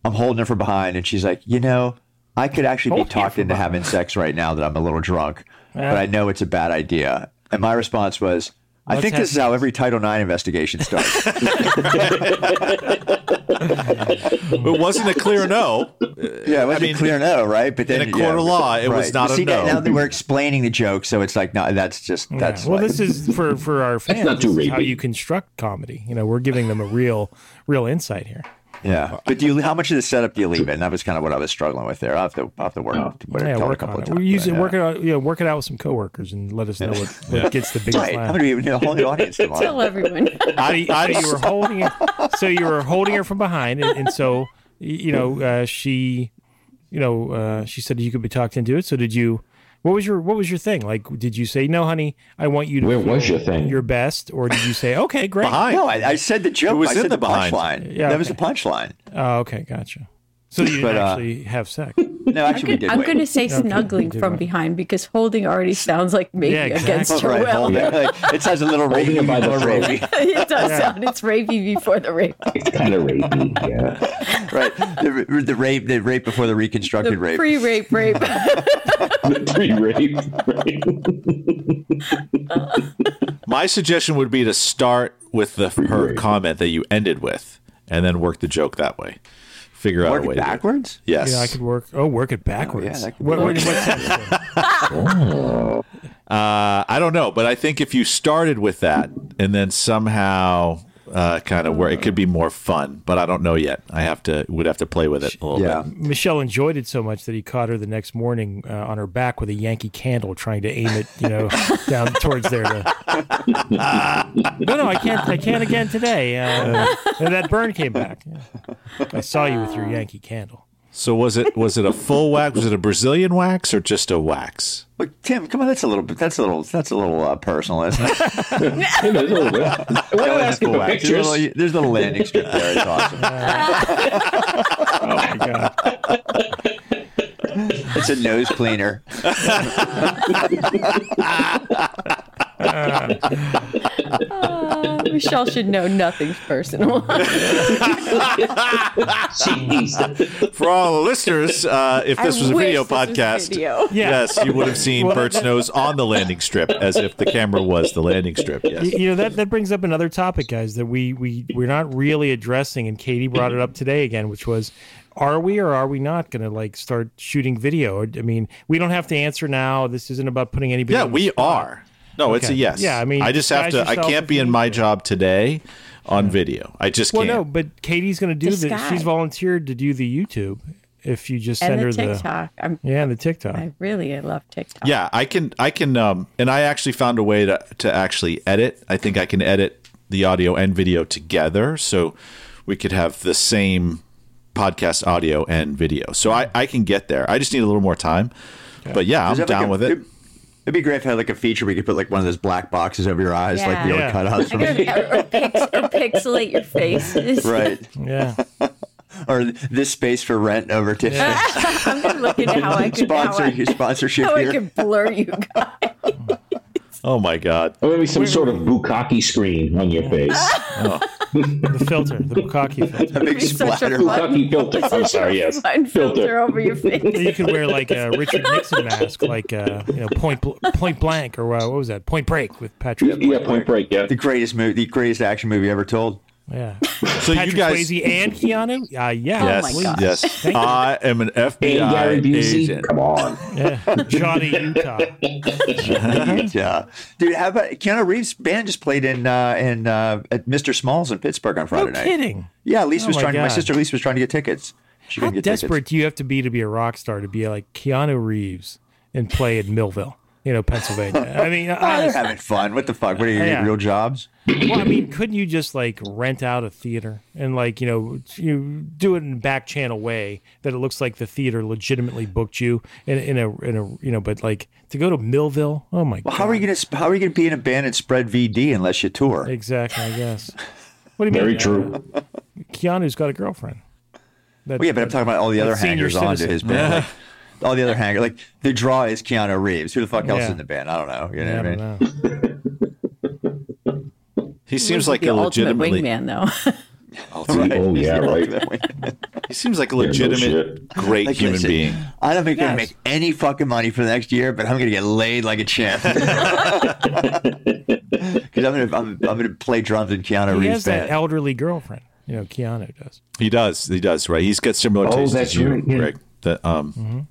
[SPEAKER 1] I'm holding her from behind, and she's like, you know, I could actually be talked into having sex right now that I'm a little drunk, but I know it's a bad idea. And my response was. I
[SPEAKER 6] Let's
[SPEAKER 1] think
[SPEAKER 6] have
[SPEAKER 1] this is how every Title IX investigation starts.
[SPEAKER 3] it wasn't a clear no.
[SPEAKER 1] Yeah, it wasn't
[SPEAKER 3] mean,
[SPEAKER 1] clear no, right? But then
[SPEAKER 3] a court
[SPEAKER 1] yeah,
[SPEAKER 3] of law, it was not
[SPEAKER 1] You
[SPEAKER 3] a
[SPEAKER 1] see, now-
[SPEAKER 3] no.
[SPEAKER 1] Now that we're explaining the joke, so it's like, no, that's just that's.
[SPEAKER 6] well
[SPEAKER 1] like-
[SPEAKER 6] this is for for our fans.
[SPEAKER 4] not too
[SPEAKER 6] this is how
[SPEAKER 4] rapey.
[SPEAKER 6] you construct comedy. You know, we're giving them a real, real insight here.
[SPEAKER 1] Yeah, but do you? How much of the setup do you leave in? That was kind of what I was struggling with there. I will have to, I'll have to work,
[SPEAKER 4] Oh.
[SPEAKER 1] whatever,
[SPEAKER 6] Yeah,
[SPEAKER 1] tell her a
[SPEAKER 6] work
[SPEAKER 1] couple
[SPEAKER 6] on
[SPEAKER 1] of
[SPEAKER 6] it.
[SPEAKER 1] times.
[SPEAKER 6] We're using
[SPEAKER 1] yeah.
[SPEAKER 6] work it out. Yeah, work it out with some coworkers and let us know what, what gets the biggest
[SPEAKER 1] Right, I'm
[SPEAKER 6] laugh.
[SPEAKER 1] going to even a whole new audience tomorrow.
[SPEAKER 2] Tell everyone.
[SPEAKER 6] So you- so you were holding it. So you were holding her from behind, and, and so y- you know uh, she, you know, uh, she said you could be talked into it. So did you? What was your What was your thing? Like, did you say no, honey? I want you to.
[SPEAKER 4] Where was
[SPEAKER 6] feel
[SPEAKER 4] your thing?"
[SPEAKER 6] Your best, or did you say okay, great?
[SPEAKER 3] Behind.
[SPEAKER 1] No, I, I said the joke.
[SPEAKER 3] was
[SPEAKER 1] I
[SPEAKER 3] in
[SPEAKER 1] said
[SPEAKER 3] the
[SPEAKER 1] the,
[SPEAKER 3] behind?
[SPEAKER 1] punchline.
[SPEAKER 6] Yeah,
[SPEAKER 1] that was the
[SPEAKER 6] okay.
[SPEAKER 1] punchline.
[SPEAKER 6] Oh, okay, gotcha. So you didn't
[SPEAKER 1] But, uh,
[SPEAKER 6] actually have sex.
[SPEAKER 1] No, actually, we did.
[SPEAKER 2] I'm
[SPEAKER 1] wait.
[SPEAKER 2] going to say snuggling
[SPEAKER 6] do
[SPEAKER 2] from
[SPEAKER 6] that.
[SPEAKER 2] behind because holding already sounds like making
[SPEAKER 6] Yeah, exactly.
[SPEAKER 2] against
[SPEAKER 1] Oh,
[SPEAKER 2] your
[SPEAKER 1] right,
[SPEAKER 2] will.
[SPEAKER 1] hold it. Like, it sounds a little
[SPEAKER 4] Holding
[SPEAKER 1] rapey.
[SPEAKER 4] it by the
[SPEAKER 1] more
[SPEAKER 4] throat.
[SPEAKER 1] rapey.
[SPEAKER 2] it does sound. It's rapey before the rape.
[SPEAKER 4] It's kind of rapey. Yeah.
[SPEAKER 1] right? The, the rape, the rape before the reconstructed
[SPEAKER 2] The
[SPEAKER 1] rape.
[SPEAKER 2] pre-rape rape.
[SPEAKER 4] Pre rape. Right.
[SPEAKER 3] My suggestion would be to start with the her comment that you ended with, and then work the joke that way. Figure out
[SPEAKER 1] Work
[SPEAKER 3] a way.
[SPEAKER 1] it
[SPEAKER 3] to do it.
[SPEAKER 1] backwards.
[SPEAKER 3] Yes.
[SPEAKER 6] Yeah, I could work. Oh, work it backwards.
[SPEAKER 1] that could
[SPEAKER 6] what,
[SPEAKER 1] be-
[SPEAKER 6] what, what sense?
[SPEAKER 3] Oh. Uh, I don't know, but I think if you started with that and then somehow uh, kind of where it could be more fun, but I don't know yet. I have to would have to play with it a little
[SPEAKER 1] Yeah.
[SPEAKER 3] bit.
[SPEAKER 6] Michelle enjoyed it so much that he caught her the next morning uh, on her back with a Yankee candle, trying to aim it, you know, down towards there. To... no, no, I can't. I can't again today. Uh, and that burn came back. Yeah. I saw you with your Yankee candle.
[SPEAKER 3] So was it was it a full wax? Was it a Brazilian wax or just a wax?
[SPEAKER 1] But Tim, come on, that's a little bit. That's a little. That's a little uh, personal, isn't it?
[SPEAKER 4] Hey, there's a little bit. I wasn't asking for
[SPEAKER 1] There's a
[SPEAKER 4] pictures.
[SPEAKER 1] little, there's a little landing strip there. It's awesome.
[SPEAKER 6] Oh my god!
[SPEAKER 1] It's a nose cleaner.
[SPEAKER 2] Uh, Michelle should know nothing's personal.
[SPEAKER 4] Jeez.
[SPEAKER 3] For all the listeners, uh, if this
[SPEAKER 2] I
[SPEAKER 3] was a
[SPEAKER 2] wish
[SPEAKER 3] video
[SPEAKER 2] this was
[SPEAKER 3] podcast,
[SPEAKER 2] video.
[SPEAKER 6] Yeah.
[SPEAKER 3] yes, you would have seen Bert's nose on the landing strip as if the camera was the landing strip. Yes.
[SPEAKER 6] You, you know that that brings up another topic, guys, that we we we're not really addressing, and Katie brought it up today again, which was. Are we or are we not going to like start shooting video? I mean, we don't have to answer now. This isn't about putting anybody.
[SPEAKER 3] Yeah,
[SPEAKER 6] on the
[SPEAKER 3] we are. No, it's a
[SPEAKER 6] Okay.
[SPEAKER 3] yes.
[SPEAKER 6] Yeah, I mean,
[SPEAKER 3] I just have
[SPEAKER 6] disguise
[SPEAKER 3] to. I
[SPEAKER 6] yourself
[SPEAKER 3] can't
[SPEAKER 6] if
[SPEAKER 3] be
[SPEAKER 6] you
[SPEAKER 3] in
[SPEAKER 6] need
[SPEAKER 3] my
[SPEAKER 6] to.
[SPEAKER 3] job today on video. I just
[SPEAKER 6] Well,
[SPEAKER 3] can't.
[SPEAKER 6] no, but Katie's going to do
[SPEAKER 2] The
[SPEAKER 6] the.
[SPEAKER 2] Sky.
[SPEAKER 6] She's volunteered to do the YouTube. If you just
[SPEAKER 2] and
[SPEAKER 6] send
[SPEAKER 2] the
[SPEAKER 6] her
[SPEAKER 2] TikTok. I'm,
[SPEAKER 6] the yeah, and the TikTok.
[SPEAKER 2] I really love
[SPEAKER 1] Oh.
[SPEAKER 2] TikTok.
[SPEAKER 3] Yeah, I can. I can. Um, and I actually found a way to to actually edit. I think I can edit the audio and video together, so we could have the same podcast audio and video. So I I can get there. I just need a little more time. But yeah, I'm
[SPEAKER 1] Is that like
[SPEAKER 3] down
[SPEAKER 1] a-
[SPEAKER 3] with it.
[SPEAKER 1] It'd be great if I had like a feature where you could put like one of those black boxes over your eyes, like the old
[SPEAKER 6] Yeah.
[SPEAKER 1] cutouts,
[SPEAKER 2] I
[SPEAKER 1] from,
[SPEAKER 2] gotta, or, or pix- or pixelate your faces.
[SPEAKER 1] right?
[SPEAKER 6] yeah,
[SPEAKER 1] Or this space for rent over to
[SPEAKER 2] I'm gonna look into how I could how
[SPEAKER 1] sponsor
[SPEAKER 2] I,
[SPEAKER 1] sponsorship
[SPEAKER 2] how I
[SPEAKER 1] here.
[SPEAKER 2] could blur you guys.
[SPEAKER 3] Oh my god. Oh.
[SPEAKER 4] Or maybe some sort of bukkake screen on your face.
[SPEAKER 6] the filter, the Bukaki filter.
[SPEAKER 1] A
[SPEAKER 2] It'd
[SPEAKER 1] big
[SPEAKER 2] be such a
[SPEAKER 1] splatter.
[SPEAKER 2] fun-
[SPEAKER 4] Bukaki filter.
[SPEAKER 2] such
[SPEAKER 4] I'm
[SPEAKER 2] a
[SPEAKER 4] sorry, yes.
[SPEAKER 2] fun
[SPEAKER 4] Filter.
[SPEAKER 2] filter over your face.
[SPEAKER 6] You could wear like a Richard Nixon mask, like uh, you know, point bl- point blank, or uh, what was that? Point Break with Patrick.
[SPEAKER 4] Yeah, Point Break. Yeah,
[SPEAKER 1] The greatest movie, the greatest action movie ever told.
[SPEAKER 6] Yeah,
[SPEAKER 3] So
[SPEAKER 6] Patrick
[SPEAKER 3] you guys,
[SPEAKER 6] Swayze and Keanu. Uh, yeah,
[SPEAKER 3] yes,
[SPEAKER 2] Oh my gosh.
[SPEAKER 3] yes, I am an
[SPEAKER 4] and Gary
[SPEAKER 3] FBI
[SPEAKER 4] Busey.
[SPEAKER 3] agent.
[SPEAKER 4] Come on.
[SPEAKER 6] yeah. Johnny Utah.
[SPEAKER 1] yeah, dude. How about Keanu Reeves' band just played in uh, in uh, at Mr. Smalls in Pittsburgh on
[SPEAKER 6] No
[SPEAKER 1] Friday night?
[SPEAKER 6] kidding.
[SPEAKER 1] Yeah, Lisa
[SPEAKER 6] Oh
[SPEAKER 1] was
[SPEAKER 6] my
[SPEAKER 1] trying. My
[SPEAKER 6] God.
[SPEAKER 1] sister Lisa was trying to get tickets. She
[SPEAKER 6] How
[SPEAKER 1] couldn't get
[SPEAKER 6] desperate
[SPEAKER 1] tickets.
[SPEAKER 6] do you have to be to be a rock star to be like Keanu Reeves and play in Millville, you know, Pennsylvania? I mean,
[SPEAKER 1] Ah, they're
[SPEAKER 6] honestly,
[SPEAKER 1] having fun. What the fuck? What are you
[SPEAKER 6] Yeah.
[SPEAKER 1] real jobs?
[SPEAKER 6] well, I mean, couldn't you just like rent out a theater and like you know you do it in a back channel way that it looks like the theater legitimately booked you in, in a in a you know, but like to go to Millville, oh my
[SPEAKER 1] Well,
[SPEAKER 6] god,
[SPEAKER 1] how are you gonna how are you gonna be in a band and spread VD unless you tour?
[SPEAKER 6] exactly? I guess. What do you
[SPEAKER 4] Very
[SPEAKER 6] mean?
[SPEAKER 4] true.
[SPEAKER 6] Keanu's got a girlfriend. That,
[SPEAKER 1] Well, yeah, but I'm talking about all the other
[SPEAKER 6] senior
[SPEAKER 1] hangers on to
[SPEAKER 6] citizen.
[SPEAKER 1] his band. like, all the other hanger, like the draw is Keanu Reeves. Who the fuck else
[SPEAKER 6] Yeah.
[SPEAKER 1] is in the band? I don't know. You know
[SPEAKER 6] Yeah, I
[SPEAKER 1] what I
[SPEAKER 6] don't
[SPEAKER 1] mean?
[SPEAKER 6] know.
[SPEAKER 3] He seems like
[SPEAKER 2] the
[SPEAKER 3] a
[SPEAKER 2] ultimate
[SPEAKER 3] legitimately.
[SPEAKER 2] wingman, though.
[SPEAKER 4] Oh yeah, right.
[SPEAKER 3] He seems like a
[SPEAKER 4] no
[SPEAKER 3] legitimate
[SPEAKER 4] shit.
[SPEAKER 3] great
[SPEAKER 1] Like,
[SPEAKER 3] human
[SPEAKER 1] listen,
[SPEAKER 3] being.
[SPEAKER 1] I don't think I'm gonna
[SPEAKER 6] Yes.
[SPEAKER 1] make any fucking money for the next year, but I'm gonna get laid like a champ. Because I'm gonna I'm, I'm gonna play drums in Keanu
[SPEAKER 6] He
[SPEAKER 1] Reeves'
[SPEAKER 6] has that
[SPEAKER 1] band.
[SPEAKER 6] elderly girlfriend. You know, Keanu does.
[SPEAKER 3] He does. He does. Right. He's got similar
[SPEAKER 4] Oh,
[SPEAKER 3] tastes
[SPEAKER 4] that's
[SPEAKER 3] as you,
[SPEAKER 4] right, yeah. Mm-hmm.
[SPEAKER 3] Greg. The, um,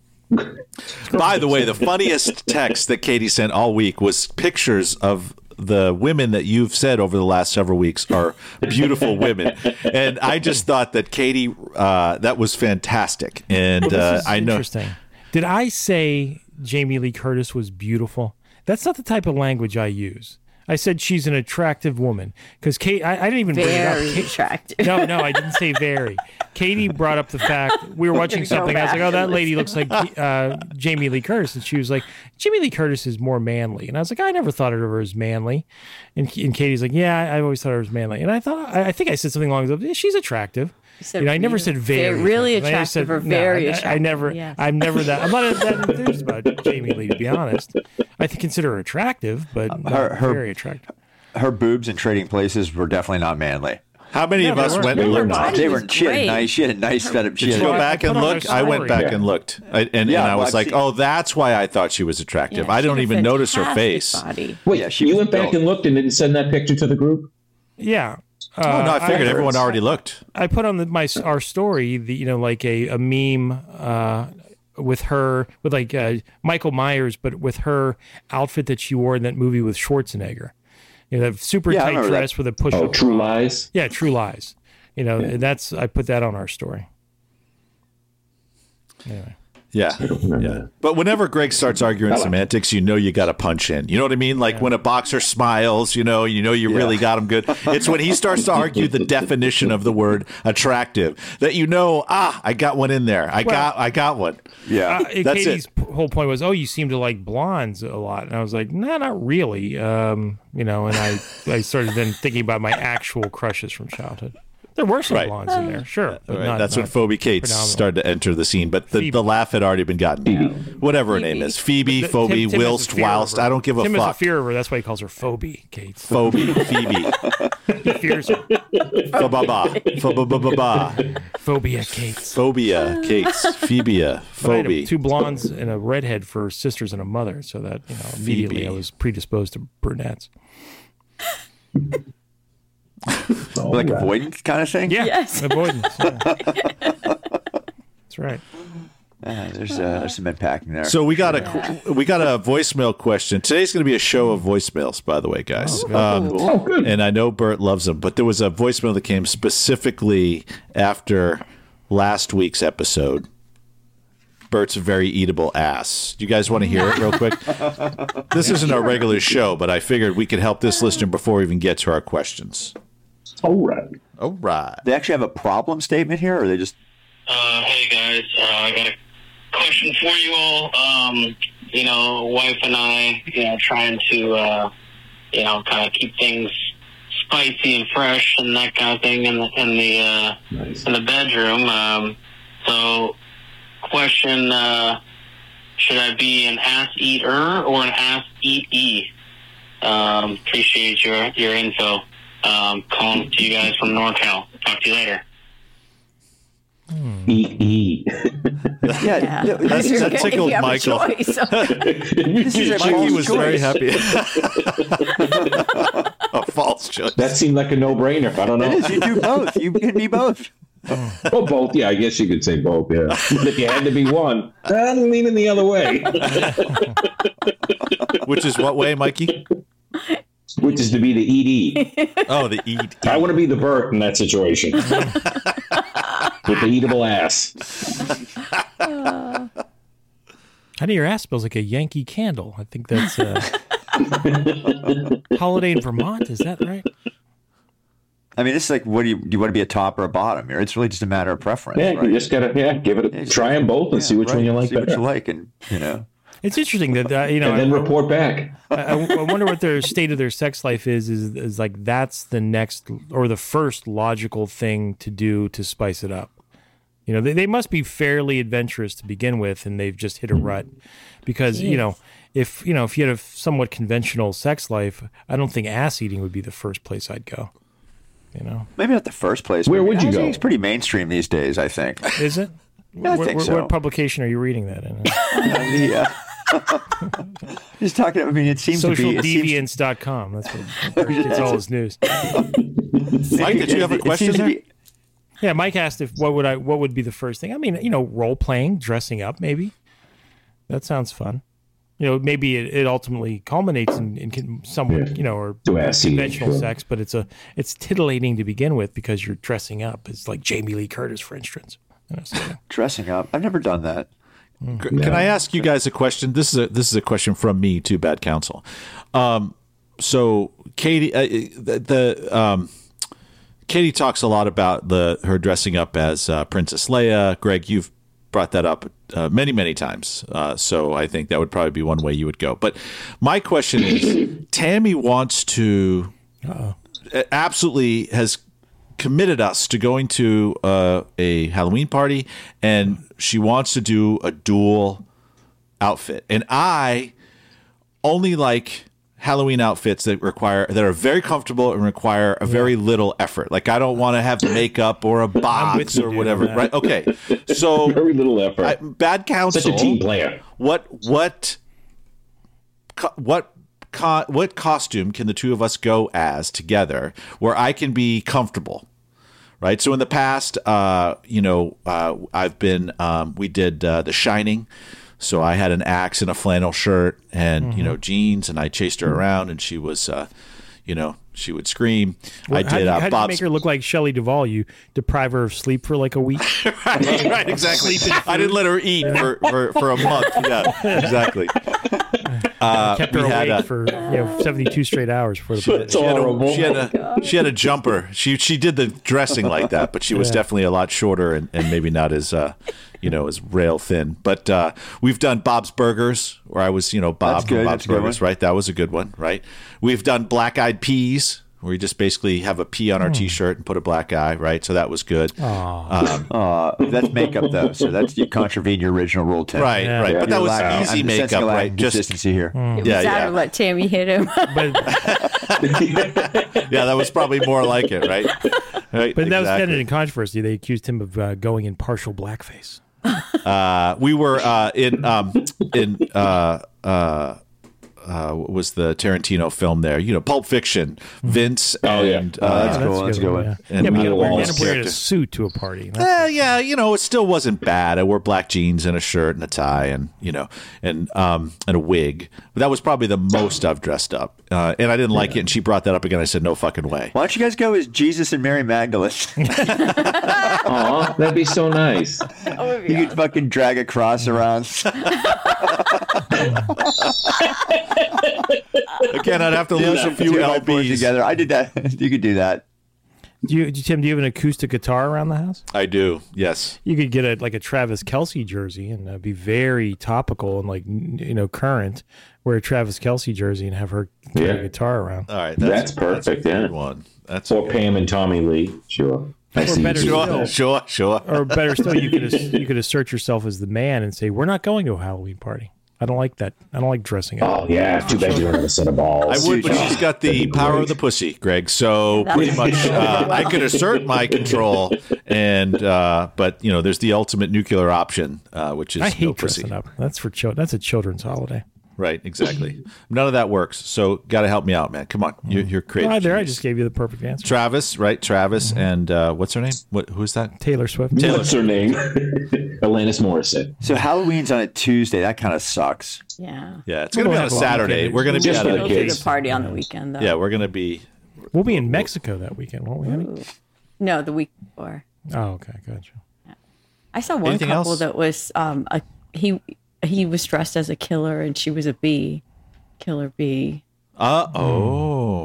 [SPEAKER 3] by the way, the funniest text that Katie sent all week was pictures of the women that you've said over the last several weeks are beautiful women, and I just thought that Katie, uh, that was fantastic, and uh,
[SPEAKER 6] This is
[SPEAKER 3] I know.
[SPEAKER 6] Interesting. Did I say Jamie Lee Curtis was beautiful? That's not the type of language I use. I said she's an attractive woman because Kate. I, I didn't even bring it
[SPEAKER 2] Very
[SPEAKER 6] up. Kate-
[SPEAKER 2] attractive.
[SPEAKER 6] no, no, I didn't say very. Katie brought up the fact we were watching
[SPEAKER 2] Go
[SPEAKER 6] something. I was like,
[SPEAKER 2] back
[SPEAKER 6] "Oh, that
[SPEAKER 2] and
[SPEAKER 6] lady looks like uh, Jamie Lee Curtis," and she was like, "Jamie Lee Curtis is more manly." And I was like, "I never thought of her as manly," and, and Katie's like, "Yeah, I- I've always thought of her as manly." And I thought, I, I think I said something along the lines of, "She's attractive."
[SPEAKER 2] said
[SPEAKER 6] You know, I never
[SPEAKER 2] really-
[SPEAKER 6] said
[SPEAKER 2] very-
[SPEAKER 6] very.
[SPEAKER 2] really
[SPEAKER 6] attractive. I never said-
[SPEAKER 2] attractive or
[SPEAKER 6] no, I-
[SPEAKER 2] very
[SPEAKER 6] I- I,
[SPEAKER 2] attractive,
[SPEAKER 6] never.
[SPEAKER 2] yes.
[SPEAKER 6] I'm never that. I'm not that enthused about Jamie Lee, to be honest. I th- consider her attractive, but not
[SPEAKER 1] Uh, her- her-
[SPEAKER 6] very attractive.
[SPEAKER 1] Her boobs in Trading Places were definitely not manly.
[SPEAKER 3] How many of
[SPEAKER 6] they
[SPEAKER 3] us
[SPEAKER 6] were-
[SPEAKER 3] went?
[SPEAKER 6] they
[SPEAKER 3] and
[SPEAKER 4] were
[SPEAKER 3] looked?
[SPEAKER 2] not.
[SPEAKER 1] They
[SPEAKER 2] was
[SPEAKER 1] were. She had a
[SPEAKER 2] great.
[SPEAKER 1] nice. She had a nice set of. She
[SPEAKER 3] Did
[SPEAKER 1] had
[SPEAKER 3] you go
[SPEAKER 6] I- I
[SPEAKER 1] a-
[SPEAKER 3] back
[SPEAKER 6] put
[SPEAKER 3] and
[SPEAKER 6] on her
[SPEAKER 3] look? I went
[SPEAKER 6] story.
[SPEAKER 3] back
[SPEAKER 6] Yeah.
[SPEAKER 3] and looked, I, and, and
[SPEAKER 1] Yeah,
[SPEAKER 3] I
[SPEAKER 1] well,
[SPEAKER 3] was
[SPEAKER 1] I
[SPEAKER 3] like,
[SPEAKER 1] see.
[SPEAKER 3] "Oh, that's why I thought she was attractive." I
[SPEAKER 2] She
[SPEAKER 3] don't
[SPEAKER 2] had a
[SPEAKER 3] even notice her
[SPEAKER 2] fantastic
[SPEAKER 3] face.
[SPEAKER 2] Body.
[SPEAKER 4] Wait,
[SPEAKER 1] Yeah, she
[SPEAKER 4] you
[SPEAKER 1] was
[SPEAKER 4] went back
[SPEAKER 1] built.
[SPEAKER 4] and looked and didn't send that picture to the group?
[SPEAKER 6] Yeah. Uh,
[SPEAKER 3] Oh no, I figured
[SPEAKER 6] I,
[SPEAKER 3] everyone already looked.
[SPEAKER 6] I put on the, my our story, the, you know, like a a meme uh, with her, with like uh, Michael Myers, but with her outfit that she wore in that movie with Schwarzenegger. You know, that super
[SPEAKER 1] Yeah, I
[SPEAKER 6] tight
[SPEAKER 1] remember that.
[SPEAKER 6] dress with a push.
[SPEAKER 4] Oh, True Lies.
[SPEAKER 6] Yeah, True Lies. You know, and that's I put that on our story.
[SPEAKER 3] Yeah. yeah. But whenever Greg starts arguing semantics, you know you got to punch in. You know what I mean? Like when a boxer smiles, you know, you know you really got him good. It's when he starts to argue the definition of the word attractive that you know, ah, I got one in there. I got I got one.
[SPEAKER 1] yeah.
[SPEAKER 6] Uh,
[SPEAKER 3] That's it.
[SPEAKER 6] Katie's p- whole point was, oh, you seem to like blondes a lot, and I was like, nah, not really. Um, you know, and I I started then thinking about my actual crushes from childhood. There were some
[SPEAKER 3] Right.
[SPEAKER 6] blondes in there, Uh, sure, but
[SPEAKER 3] Right,
[SPEAKER 6] not,
[SPEAKER 3] That's
[SPEAKER 6] not,
[SPEAKER 3] when Phoebe Cates
[SPEAKER 6] phenomenal.
[SPEAKER 3] started to enter the scene, but the, the laugh had already been gotten. Whatever her name is, Phoebe,
[SPEAKER 6] Tim-
[SPEAKER 3] Phoebe,
[SPEAKER 6] Tim has a
[SPEAKER 3] whilst,
[SPEAKER 6] fear of
[SPEAKER 3] whilst.
[SPEAKER 6] her.
[SPEAKER 3] I don't give a
[SPEAKER 6] Tim
[SPEAKER 3] fuck.
[SPEAKER 6] is a fear of her. That's why he calls her Phoebe. Kate
[SPEAKER 3] Phoebe, Phoebe,
[SPEAKER 6] fears her.
[SPEAKER 3] Phoebe, Phoebe,
[SPEAKER 6] Phobia, Kate.
[SPEAKER 3] phobia, Cates, phobia,
[SPEAKER 6] But I had
[SPEAKER 3] phobia.
[SPEAKER 6] two blondes and a redhead for sisters and a mother, so that you know immediately
[SPEAKER 3] Phoebe.
[SPEAKER 6] I was predisposed to brunettes.
[SPEAKER 1] like avoidance kind of thing.
[SPEAKER 6] Yeah.
[SPEAKER 2] Yes.
[SPEAKER 6] Avoidance. yeah. That's right.
[SPEAKER 1] Uh, there's, uh, there's some unpacking there.
[SPEAKER 3] So we got a we got a voicemail question. Today's going to be a show of voicemails, by the way, guys. um,
[SPEAKER 4] Oh, good.
[SPEAKER 3] and I know Bert loves them, but there was a voicemail that came specifically after last week's episode. Bert's very eatable ass. Do you guys want to hear it real quick? This isn't our regular show, but I figured we could help this listener before we even get to our questions.
[SPEAKER 4] All right.
[SPEAKER 3] All right.
[SPEAKER 1] they actually have a problem statement here, or they just
[SPEAKER 7] Uh, hey guys, uh, I got a question for you all. Um, you know, wife and I, you know, trying to, uh, you know, kind of keep things spicy and fresh and that kind of thing in the in the uh,
[SPEAKER 4] Nice.
[SPEAKER 7] in the bedroom. Um, so, question: uh, Should I be an ass eater or an ass eat Um, appreciate your your info. Um, calling to you guys from NorCal. Talk to you later.
[SPEAKER 3] Mm.
[SPEAKER 4] E E.
[SPEAKER 1] Yeah,
[SPEAKER 2] Yeah.
[SPEAKER 1] no,
[SPEAKER 3] That's-
[SPEAKER 1] this is-
[SPEAKER 3] that tickled
[SPEAKER 2] If you have a
[SPEAKER 3] Michael.
[SPEAKER 2] choice.
[SPEAKER 1] this is a
[SPEAKER 3] Mikey
[SPEAKER 1] false
[SPEAKER 3] was very
[SPEAKER 1] choice.
[SPEAKER 3] happy. a false choice.
[SPEAKER 4] That seemed like a no-brainer. I don't
[SPEAKER 1] It is.
[SPEAKER 4] know.
[SPEAKER 1] You do both. You can be both.
[SPEAKER 4] Well, both. Yeah, I guess you could say both. Yeah, But if you had to be one, I'm leaning the other way,
[SPEAKER 3] Which is what way, Mikey?
[SPEAKER 4] which is to be the ED.
[SPEAKER 3] Oh, the eat.
[SPEAKER 4] I want to be the Bert in that situation with the eatable ass.
[SPEAKER 6] How do your ass smells like a Yankee candle? I think that's uh, holiday in Vermont. Is that right?
[SPEAKER 1] I mean, it's like, what do you do? You want to be a top or a bottom here? It's really just a matter of preference.
[SPEAKER 4] Yeah,
[SPEAKER 1] right?
[SPEAKER 4] you just gotta yeah give it. A, try them both and see which
[SPEAKER 1] right.
[SPEAKER 4] one you like
[SPEAKER 1] See
[SPEAKER 4] better,
[SPEAKER 1] what you like, and you know,
[SPEAKER 6] It's interesting that uh, you know.
[SPEAKER 4] and then report back.
[SPEAKER 6] I, I- I wonder what their state of their sex life is, is. Is like that's the next or the first logical thing to do to spice it up. You know, they, they must be fairly adventurous to begin with, and they've just hit a rut because you know if you know if you had a somewhat conventional sex life, I don't think ass eating would be the first place I'd go. You know,
[SPEAKER 1] maybe not the first place.
[SPEAKER 4] Where
[SPEAKER 1] but
[SPEAKER 4] would you
[SPEAKER 1] housing
[SPEAKER 4] go?
[SPEAKER 1] is pretty mainstream these days, I think.
[SPEAKER 6] is it?
[SPEAKER 1] I
[SPEAKER 6] Wh-
[SPEAKER 1] think
[SPEAKER 6] wh-
[SPEAKER 1] so.
[SPEAKER 6] What publication are you reading that in?
[SPEAKER 1] yeah. just talking. I mean, it seems to be. It seems,
[SPEAKER 6] Socialdeviance.com. That's what it's all his news.
[SPEAKER 3] Mike, did you have a
[SPEAKER 1] it
[SPEAKER 3] question
[SPEAKER 1] seems to
[SPEAKER 3] there?
[SPEAKER 1] be-
[SPEAKER 6] Yeah, Mike asked if what would I what would be the first thing. I mean, you know, role playing, dressing up, maybe. That sounds fun. You know, maybe it, it ultimately culminates in, in con- somewhat, you know, or
[SPEAKER 4] To ass eating,
[SPEAKER 6] conventional
[SPEAKER 4] sure.
[SPEAKER 6] sex, but it's a it's titillating to begin with because you're dressing up. It's like Jamie Lee Curtis, for instance. You know, so-
[SPEAKER 1] dressing up. I've never done that.
[SPEAKER 3] C- Can I ask you guys a question? This is a this is a question from me to bad counsel. Um, so Katie, uh, the, the um, Katie talks a lot about the her dressing up as uh, Princess Leia. Greg, you've brought that up uh, many many times, uh, so I think that would probably be one way you would go. But my question is, Tammy wants to absolutely has committed us to going to uh, a Halloween party, and she wants to do a dual outfit. And I only like Halloween outfits that require that are very comfortable and require a very little effort. Like I don't want to have makeup or a box
[SPEAKER 6] you,
[SPEAKER 3] or
[SPEAKER 6] dude,
[SPEAKER 3] whatever.
[SPEAKER 6] on
[SPEAKER 3] Right? Okay. So
[SPEAKER 4] Very little effort.
[SPEAKER 3] I, bad counsel
[SPEAKER 4] Such a team player.
[SPEAKER 3] what what co- what co- what costume can the two of us go as together where I can be comfortable? Right. So in the past, uh, you know, uh, I've been um, we did uh, The Shining. So I had an axe and a flannel shirt and you
[SPEAKER 6] Mm-hmm.
[SPEAKER 3] know jeans, and I chased her around, and she was, uh, you know, she would scream. I
[SPEAKER 6] how do
[SPEAKER 3] did
[SPEAKER 6] you, how
[SPEAKER 3] uh,
[SPEAKER 6] do you
[SPEAKER 3] Bob's
[SPEAKER 6] make her look like Shelley Duvall? You deprive her of sleep for like a week.
[SPEAKER 3] right, right, exactly. I didn't let her eat for, for, for a month. Yeah, exactly. Uh,
[SPEAKER 6] kept
[SPEAKER 3] we
[SPEAKER 6] her
[SPEAKER 3] had
[SPEAKER 6] awake
[SPEAKER 3] a,
[SPEAKER 6] for you know, 72 straight hours for the
[SPEAKER 4] It's
[SPEAKER 3] she had
[SPEAKER 4] horrible.
[SPEAKER 3] a she had
[SPEAKER 1] Oh,
[SPEAKER 3] a she had a jumper. She she did the dressing like that, but she was definitely a lot shorter and, and maybe not as uh you know as rail thin. But uh, we've done Bob's Burgers, where I was you know Bob
[SPEAKER 1] That's
[SPEAKER 3] from
[SPEAKER 1] good.
[SPEAKER 3] Bob's
[SPEAKER 1] That's a good
[SPEAKER 3] Burgers,
[SPEAKER 1] one.
[SPEAKER 3] right? That was a good one, right? We've done Black Eyed Peas. Where you just basically have a pea
[SPEAKER 1] Hmm.
[SPEAKER 3] on our t-shirt and put a black eye, right? So that was good, Um,
[SPEAKER 1] Uh, that's makeup though, so that's you contravene your original rule. Tim.
[SPEAKER 3] right?
[SPEAKER 6] Yeah.
[SPEAKER 3] Right,
[SPEAKER 1] You're
[SPEAKER 3] but that was
[SPEAKER 1] lacking-
[SPEAKER 3] easy
[SPEAKER 1] I'm sensing
[SPEAKER 3] makeup,
[SPEAKER 1] a lack of
[SPEAKER 3] right? Just Hmm.
[SPEAKER 1] Consistency here.
[SPEAKER 3] yeah,
[SPEAKER 2] Saturday,
[SPEAKER 3] yeah.
[SPEAKER 2] let Tammy hit him.
[SPEAKER 6] But
[SPEAKER 3] yeah, that was probably more like it, right? Right.
[SPEAKER 6] But that was
[SPEAKER 3] exactly.
[SPEAKER 6] ended in controversy. They accused him of uh, going in partial blackface.
[SPEAKER 3] Uh, we were uh, in um, in uh, uh, uh, what was the Tarantino film there? You know, Pulp Fiction. Vince.
[SPEAKER 4] Oh, yeah.
[SPEAKER 3] and,
[SPEAKER 1] Oh,
[SPEAKER 3] uh,
[SPEAKER 1] that's cool. That's a good
[SPEAKER 6] Yeah,
[SPEAKER 1] one.
[SPEAKER 3] And
[SPEAKER 6] yeah but you gotta
[SPEAKER 3] Peter
[SPEAKER 6] wear- you
[SPEAKER 3] Wallace
[SPEAKER 6] gotta wear a
[SPEAKER 3] character.
[SPEAKER 6] suit to a party. That's-
[SPEAKER 3] Eh, yeah, you know, it still wasn't bad. I wore black jeans and a shirt and a tie and you know and um and a wig. But that was probably the most I've dressed up. Uh, and I didn't like it. And she brought that up again. I said, no fucking way.
[SPEAKER 1] Why don't you guys go as Jesus and Mary Magdalene?
[SPEAKER 4] Aw, that'd be so nice.
[SPEAKER 1] you could fucking drag a cross
[SPEAKER 3] Hmm.
[SPEAKER 1] around.
[SPEAKER 3] Again, I'd have to lose a few
[SPEAKER 1] Two by fours
[SPEAKER 3] lbs.
[SPEAKER 1] together. I did that. You could do that.
[SPEAKER 6] Do you, do- Tim? Do you have an acoustic guitar around the house?
[SPEAKER 3] I do. Yes.
[SPEAKER 6] You could get a like a Travis Kelsey jersey and uh, be very topical and like n- you know current. Wear a Travis Kelsey jersey and have her carry
[SPEAKER 4] Yeah.
[SPEAKER 6] a guitar around.
[SPEAKER 3] All right.
[SPEAKER 4] That's
[SPEAKER 3] a
[SPEAKER 4] perfect,
[SPEAKER 3] good
[SPEAKER 4] yeah.
[SPEAKER 3] One. That's
[SPEAKER 4] Or Pam and Tommy Lee. Sure. I see
[SPEAKER 6] better
[SPEAKER 4] you.
[SPEAKER 6] still-
[SPEAKER 3] Sure, sure, sure.
[SPEAKER 6] Or better still, you could as- you could assert yourself as the man and say, "We're not going to a Halloween party." I don't like that. I don't like dressing up.
[SPEAKER 4] Oh yeah, too bad you don't have a set of
[SPEAKER 3] I
[SPEAKER 4] balls.
[SPEAKER 3] would, but she's got the power of the pussy, Greg. So
[SPEAKER 2] That's-
[SPEAKER 3] pretty much, uh, I could assert my control, and uh, but you know, there's the ultimate nuclear option, uh, which is
[SPEAKER 6] I hate
[SPEAKER 3] no pussy.
[SPEAKER 6] dressing up. That's for chil- That's a children's holiday.
[SPEAKER 3] Right, exactly. None of that works. So, got to help me out, man. Come on, you're, you're creative.
[SPEAKER 6] Hi there. I
[SPEAKER 3] genius.
[SPEAKER 6] just gave you the perfect answer. Mm-hmm.
[SPEAKER 3] Travis, right? Travis and uh, what's her name? What? Who's that?
[SPEAKER 6] Taylor Swift.
[SPEAKER 4] What's her name? Alanis Morissette.
[SPEAKER 1] So Halloween's on a Tuesday. That kind of sucks.
[SPEAKER 2] Yeah.
[SPEAKER 3] Yeah, it's
[SPEAKER 6] We
[SPEAKER 3] gonna be on
[SPEAKER 6] don't
[SPEAKER 3] a
[SPEAKER 6] have a lot of
[SPEAKER 3] Saturday.
[SPEAKER 6] kids.
[SPEAKER 3] We're gonna be
[SPEAKER 4] Just
[SPEAKER 3] out
[SPEAKER 4] for
[SPEAKER 3] of
[SPEAKER 4] the
[SPEAKER 2] We'll do the
[SPEAKER 4] kids.
[SPEAKER 2] party on the weekend though.
[SPEAKER 3] Yeah, we're gonna be.
[SPEAKER 6] We'll be in Mexico that weekend, won't we, honey?
[SPEAKER 2] No, the week before.
[SPEAKER 6] Oh, okay, gotcha.
[SPEAKER 2] I saw one
[SPEAKER 3] Anything
[SPEAKER 2] couple
[SPEAKER 3] else?
[SPEAKER 2] that was um a he he was dressed as a killer and she was a bee, killer bee.
[SPEAKER 3] Uh oh.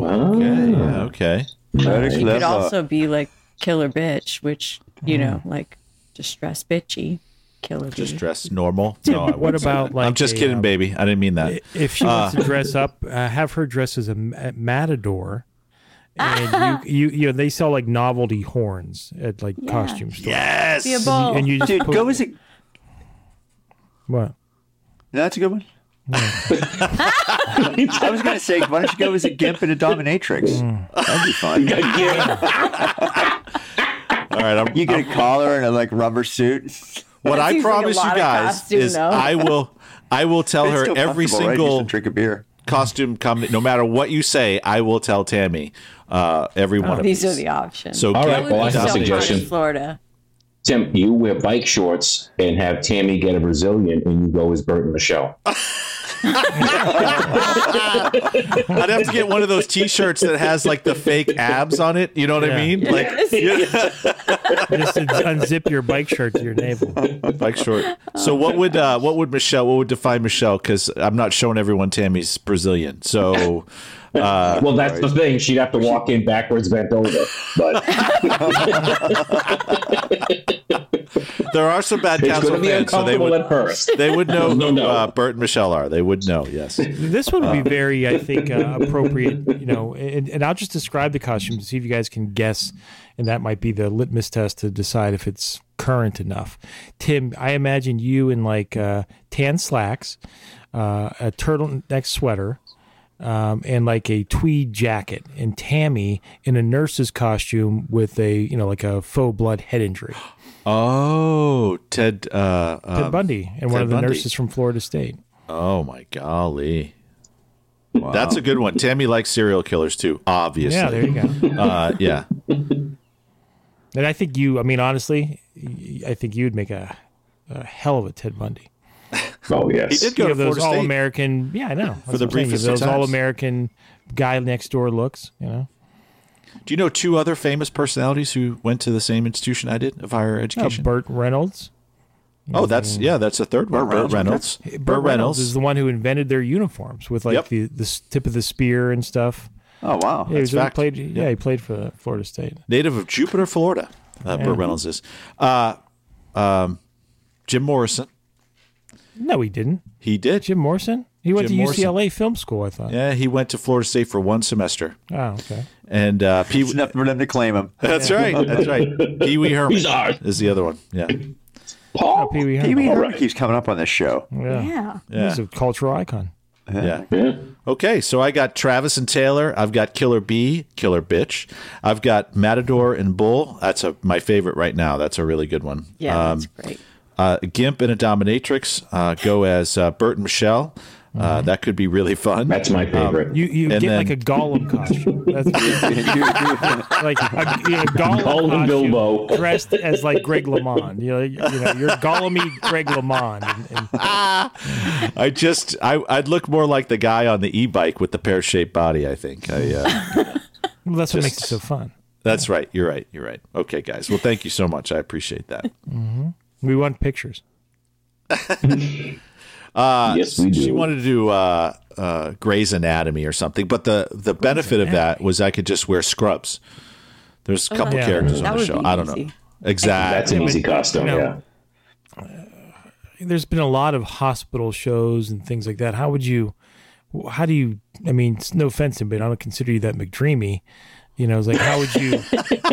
[SPEAKER 3] Okay.
[SPEAKER 4] Mm. Ah.
[SPEAKER 3] yeah, okay.
[SPEAKER 1] Very
[SPEAKER 2] It could
[SPEAKER 1] clever.
[SPEAKER 2] also be like killer bitch, which you know,
[SPEAKER 3] Mm-hmm.
[SPEAKER 2] like distress bitchy, killer bee.
[SPEAKER 3] Just dress normal. No, I
[SPEAKER 6] What
[SPEAKER 3] wouldn't say
[SPEAKER 6] about
[SPEAKER 3] that.
[SPEAKER 6] like
[SPEAKER 3] I'm just
[SPEAKER 6] a,
[SPEAKER 3] kidding,
[SPEAKER 6] um,
[SPEAKER 3] baby. I didn't
[SPEAKER 1] Uh,
[SPEAKER 3] mean that.
[SPEAKER 6] If she wants to dress up, uh, have her dress as a ma- matador. And you, you, you know, they sell like novelty horns at like costume stores.
[SPEAKER 3] Yes.
[SPEAKER 2] be a bull.
[SPEAKER 6] And you just
[SPEAKER 1] Dude,
[SPEAKER 6] put-
[SPEAKER 1] go as a. No,
[SPEAKER 6] what?
[SPEAKER 1] that's a good one. I was gonna say, why don't you go as a gimp and a dominatrix?
[SPEAKER 8] Mm.
[SPEAKER 1] That'd be fun.
[SPEAKER 3] All right. I'm,
[SPEAKER 1] You get a collar and a like rubber suit.
[SPEAKER 3] what I
[SPEAKER 2] seems like a
[SPEAKER 3] promise
[SPEAKER 2] lot
[SPEAKER 3] you
[SPEAKER 2] of
[SPEAKER 3] guys
[SPEAKER 2] costume,
[SPEAKER 3] is
[SPEAKER 2] though.
[SPEAKER 3] I will. I will tell
[SPEAKER 1] It's
[SPEAKER 3] her
[SPEAKER 1] still
[SPEAKER 3] every
[SPEAKER 1] comfortable, right? You
[SPEAKER 3] single
[SPEAKER 1] just drink a beer.
[SPEAKER 3] costume comment. No matter what you say, I will tell Tammy. Uh, every
[SPEAKER 6] Oh,
[SPEAKER 3] one of
[SPEAKER 2] These
[SPEAKER 3] these.
[SPEAKER 2] are the options.
[SPEAKER 3] So
[SPEAKER 4] All
[SPEAKER 3] get
[SPEAKER 4] right, well, I
[SPEAKER 2] It's
[SPEAKER 4] have a
[SPEAKER 2] so hot
[SPEAKER 4] suggestion.
[SPEAKER 2] in Florida.
[SPEAKER 4] Tim, you wear bike shorts and have Tammy get a Brazilian, and you go as Bert and Michelle.
[SPEAKER 3] Uh, I'd have to get one of those T-shirts that has like the fake abs on it. You know what I
[SPEAKER 6] Yeah.
[SPEAKER 3] mean? Like
[SPEAKER 6] Just un- unzip your bike shirt to your navel.
[SPEAKER 3] bike short. So what would uh, what would Michelle? What would define Michelle? Because I'm not showing everyone Tammy's Brazilian. So uh,
[SPEAKER 4] well, that's the thing. She'd have to walk in backwards, bent over. But
[SPEAKER 3] there are some bad
[SPEAKER 4] it's going
[SPEAKER 3] council
[SPEAKER 4] to be
[SPEAKER 3] fans. So they
[SPEAKER 4] uncomfortable
[SPEAKER 3] would
[SPEAKER 4] at first.
[SPEAKER 3] they would know who
[SPEAKER 4] No, no.
[SPEAKER 3] Uh, Bert and Michelle are. They would know. Yes.
[SPEAKER 6] This one would be very, I think, uh, appropriate. You know, and, and I'll just describe the costume to see if you guys can guess, and that might be the litmus test to decide if it's current enough. Tim, I imagine you in like uh, tan slacks, uh, a turtleneck sweater, um, and like a tweed jacket, and Tammy in a nurse's costume with a you know like a faux blood head injury.
[SPEAKER 3] Oh, Ted. Uh, uh,
[SPEAKER 6] Ted Bundy and one
[SPEAKER 3] Ted
[SPEAKER 6] of the
[SPEAKER 3] Bundy.
[SPEAKER 6] nurses from Florida State.
[SPEAKER 3] oh my golly. That's a good one. Tammy likes serial killers too, obviously.
[SPEAKER 6] Yeah, there you go.
[SPEAKER 3] Uh, yeah.
[SPEAKER 6] And I think you, I mean, honestly, y- I think you'd make a, a hell of a Ted Bundy.
[SPEAKER 4] Oh yes,
[SPEAKER 3] He did go
[SPEAKER 6] You
[SPEAKER 3] to
[SPEAKER 6] have those
[SPEAKER 3] Florida State.
[SPEAKER 6] all American, yeah, I know. That's what
[SPEAKER 3] the
[SPEAKER 6] I'm saying. You have
[SPEAKER 3] briefest
[SPEAKER 6] those
[SPEAKER 3] of times.
[SPEAKER 6] all American guy next door looks, you know.
[SPEAKER 3] Do you know two other famous personalities who went to the same institution I did of higher
[SPEAKER 6] Uh,
[SPEAKER 3] education?
[SPEAKER 6] Burt Reynolds.
[SPEAKER 3] oh, that's yeah, that's the third one. Burt Reynolds. Burt Reynolds.
[SPEAKER 6] is the one who invented their uniforms with like
[SPEAKER 3] Yep.
[SPEAKER 6] the, the s- tip of the spear and stuff.
[SPEAKER 1] Oh wow.
[SPEAKER 6] Yeah, he, was- he
[SPEAKER 3] fact.
[SPEAKER 6] played, yeah, he played for Florida State.
[SPEAKER 3] native of Jupiter, Florida. Uh, Burt Reynolds is. Uh, um, Jim Morrison.
[SPEAKER 6] No, he didn't.
[SPEAKER 3] He did.
[SPEAKER 6] Jim Morrison? He went
[SPEAKER 3] Jim
[SPEAKER 6] to
[SPEAKER 3] Morrison.
[SPEAKER 6] UCLA Film School, I thought.
[SPEAKER 3] Yeah, he went to Florida State for one semester,
[SPEAKER 6] Oh, okay.
[SPEAKER 3] and uh, Pee.
[SPEAKER 1] It's enough for them to claim him.
[SPEAKER 3] that's right. That's right. Pee Wee Herman
[SPEAKER 4] He's ours.
[SPEAKER 3] is the other one. Yeah.
[SPEAKER 6] Oh,
[SPEAKER 4] Paul.
[SPEAKER 6] Pee Wee
[SPEAKER 1] Pee Wee
[SPEAKER 6] Herman.
[SPEAKER 1] Herman
[SPEAKER 4] right.
[SPEAKER 1] keeps coming up on this show.
[SPEAKER 6] Yeah.
[SPEAKER 2] Yeah.
[SPEAKER 6] He's a cultural icon.
[SPEAKER 3] Yeah.
[SPEAKER 4] Yeah.
[SPEAKER 3] Okay, so I got Travis and Taylor. I've got Killer B, Killer Bitch. I've got Matador and Bull. That's a, my favorite right now. That's a really good one.
[SPEAKER 2] Yeah,
[SPEAKER 3] Um,
[SPEAKER 2] that's great.
[SPEAKER 3] uh, Gimp and a Dominatrix. Uh, go as uh, Bert and Michelle. Uh,
[SPEAKER 2] Mm-hmm.
[SPEAKER 3] that could be really fun. Um,
[SPEAKER 4] That's my favorite.
[SPEAKER 6] You you
[SPEAKER 3] And
[SPEAKER 6] get like a
[SPEAKER 3] then-
[SPEAKER 6] golem costume. That's like a, you know, golem
[SPEAKER 4] Golem
[SPEAKER 6] costume
[SPEAKER 4] Bilbo.
[SPEAKER 6] dressed as like Greg LeMond. You know, you know, you're golemy Greg LeMond. And, and
[SPEAKER 3] Ah! I just I, I'd look more like the guy on the e-bike with the pear-shaped body. I think. I, uh,
[SPEAKER 6] well, that's what makes it so fun.
[SPEAKER 3] that's right. You're right. You're right. Okay, guys. Well, thank you so much. I appreciate that.
[SPEAKER 6] Mm-hmm. We want pictures.
[SPEAKER 4] yes, we do.
[SPEAKER 3] Uh, She wanted to do uh, uh, Grey's Anatomy or something, but the the benefit of that was I could just wear scrubs. There's a couple
[SPEAKER 6] Oh, yeah.
[SPEAKER 3] characters
[SPEAKER 2] That
[SPEAKER 3] on the
[SPEAKER 2] would
[SPEAKER 3] show.
[SPEAKER 2] be
[SPEAKER 3] I don't know
[SPEAKER 2] easy.
[SPEAKER 4] That's
[SPEAKER 3] exactly.
[SPEAKER 4] an easy costume.
[SPEAKER 6] No.
[SPEAKER 4] Yeah.
[SPEAKER 6] There's been a lot of hospital shows and things like that. How would you? How do you? I mean, it's no offense, but I don't consider you that McDreamy. You know, it's like how would you,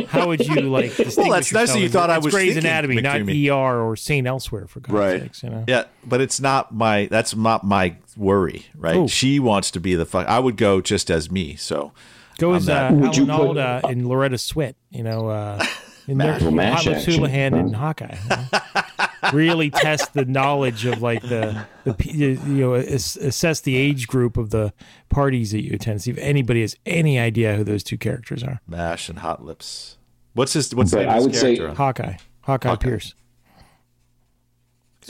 [SPEAKER 6] how would you like?
[SPEAKER 3] Well, that's nice that you thought I was
[SPEAKER 6] Grey's
[SPEAKER 3] thinking
[SPEAKER 6] Anatomy, not
[SPEAKER 3] McDreamy.
[SPEAKER 6] ER or St. Elsewhere for God's
[SPEAKER 1] Right.
[SPEAKER 6] sakes. You know,
[SPEAKER 3] Yeah, but it's not my. That's not my worry, right?
[SPEAKER 6] Oh.
[SPEAKER 3] She wants to be the fuck. I would go just as me. So
[SPEAKER 6] go as uh,
[SPEAKER 4] Would you
[SPEAKER 6] Alan
[SPEAKER 4] put-
[SPEAKER 6] Alda and Loretta Swit. You know, uh, in their
[SPEAKER 4] Well, MASH
[SPEAKER 6] Hotlips
[SPEAKER 4] action,
[SPEAKER 6] Houlihan
[SPEAKER 4] huh?
[SPEAKER 6] and Hawkeye. you know? really test the knowledge of like the the p- you know ass- assess the age group of the parties that you attend. See if anybody has any idea who those two characters are.
[SPEAKER 3] mash and hot lips. What's his? What's the
[SPEAKER 4] But
[SPEAKER 3] name of
[SPEAKER 4] I
[SPEAKER 3] his
[SPEAKER 4] would say-
[SPEAKER 3] character?
[SPEAKER 6] Hawkeye, Hawkeye, Pierce.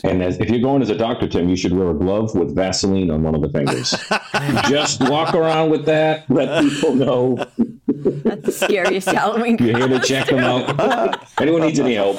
[SPEAKER 4] And as, if you're going as a doctor, Tim, you should wear a glove with Vaseline on one of the fingers. Just walk around with that. Let people know
[SPEAKER 2] That's the scariest Halloween.
[SPEAKER 4] you're here to check them out. Anyone needs any help?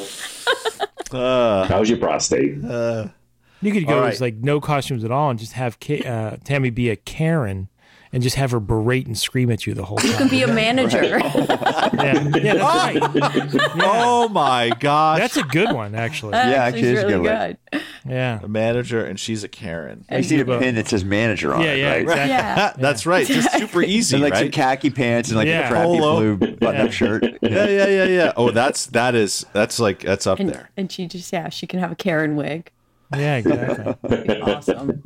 [SPEAKER 3] Uh,
[SPEAKER 4] How's your prostate?
[SPEAKER 6] You could go
[SPEAKER 3] All right.
[SPEAKER 6] as like no costumes at all and just have Ki- uh, Tammy be a Karen and just have her berate and scream at you the whole
[SPEAKER 2] You can
[SPEAKER 6] time.
[SPEAKER 2] be a manager.
[SPEAKER 6] yeah, yeah, that's right.
[SPEAKER 3] Oh my gosh!
[SPEAKER 6] That's a good one, actually.
[SPEAKER 1] Yeah, actually,
[SPEAKER 2] She's
[SPEAKER 1] it's a
[SPEAKER 2] really
[SPEAKER 1] good one.
[SPEAKER 2] good.
[SPEAKER 6] Yeah,
[SPEAKER 3] a manager, and she's a Karen.
[SPEAKER 1] I see a
[SPEAKER 6] Cuba.
[SPEAKER 1] pin that says manager on
[SPEAKER 6] yeah,
[SPEAKER 1] it.
[SPEAKER 6] yeah,
[SPEAKER 1] right?
[SPEAKER 6] exactly.
[SPEAKER 2] Yeah.
[SPEAKER 3] That's right. Just super easy,
[SPEAKER 1] And like some
[SPEAKER 3] right?
[SPEAKER 1] khaki pants and like
[SPEAKER 6] Yeah.
[SPEAKER 1] a crappy
[SPEAKER 3] Polo.
[SPEAKER 1] blue button-up shirt.
[SPEAKER 3] yeah, yeah, yeah, yeah. Oh, that's that is that's like that's up
[SPEAKER 2] And,
[SPEAKER 3] there.
[SPEAKER 2] and she just, yeah, she can have a Karen wig.
[SPEAKER 6] Yeah, exactly.
[SPEAKER 2] That'd be awesome.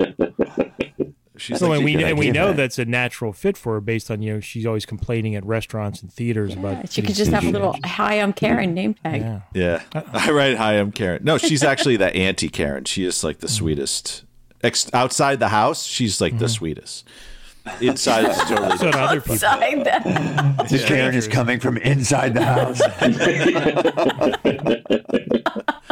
[SPEAKER 3] She's
[SPEAKER 6] So
[SPEAKER 3] like,
[SPEAKER 6] and we
[SPEAKER 1] good
[SPEAKER 6] and we
[SPEAKER 1] idea,
[SPEAKER 6] know
[SPEAKER 1] man.
[SPEAKER 6] that's a natural fit for her based on you know she's always complaining at restaurants and theaters
[SPEAKER 2] Yeah,
[SPEAKER 6] about
[SPEAKER 2] she could
[SPEAKER 6] these
[SPEAKER 2] just have a
[SPEAKER 6] things.
[SPEAKER 2] little "Hi, I'm Karen" name tag.
[SPEAKER 6] Yeah.
[SPEAKER 3] yeah. I write, hi, I'm Karen. No, she's actually the anti Karen. She is like
[SPEAKER 6] Mm-hmm.
[SPEAKER 3] the sweetest. Ex- outside the house, she's like the sweetest. Inside, it's totally.
[SPEAKER 6] So to Mm-hmm. other people,
[SPEAKER 2] Sign that.
[SPEAKER 1] This Karen is coming from inside the house.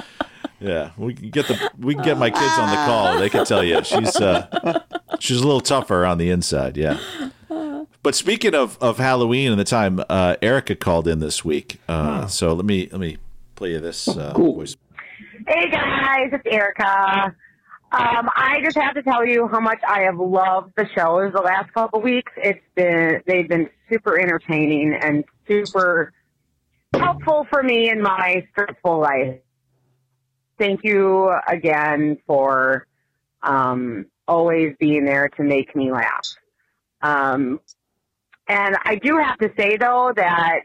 [SPEAKER 3] Yeah, we can get the we can get my kids on the call. They can tell you she's uh, she's a little tougher on the inside. Yeah. But speaking of, of Halloween and the time, uh, Erica called in this week. Uh, So let me let me play you this uh, voice.
[SPEAKER 8] Hey guys, it's Erica. Um, I just have to tell you how much I have loved the shows the last couple weeks. It's been they've been super entertaining and super helpful for me in my stressful life. Thank you again for um, always being there to make me laugh. Um, and I do have to say though that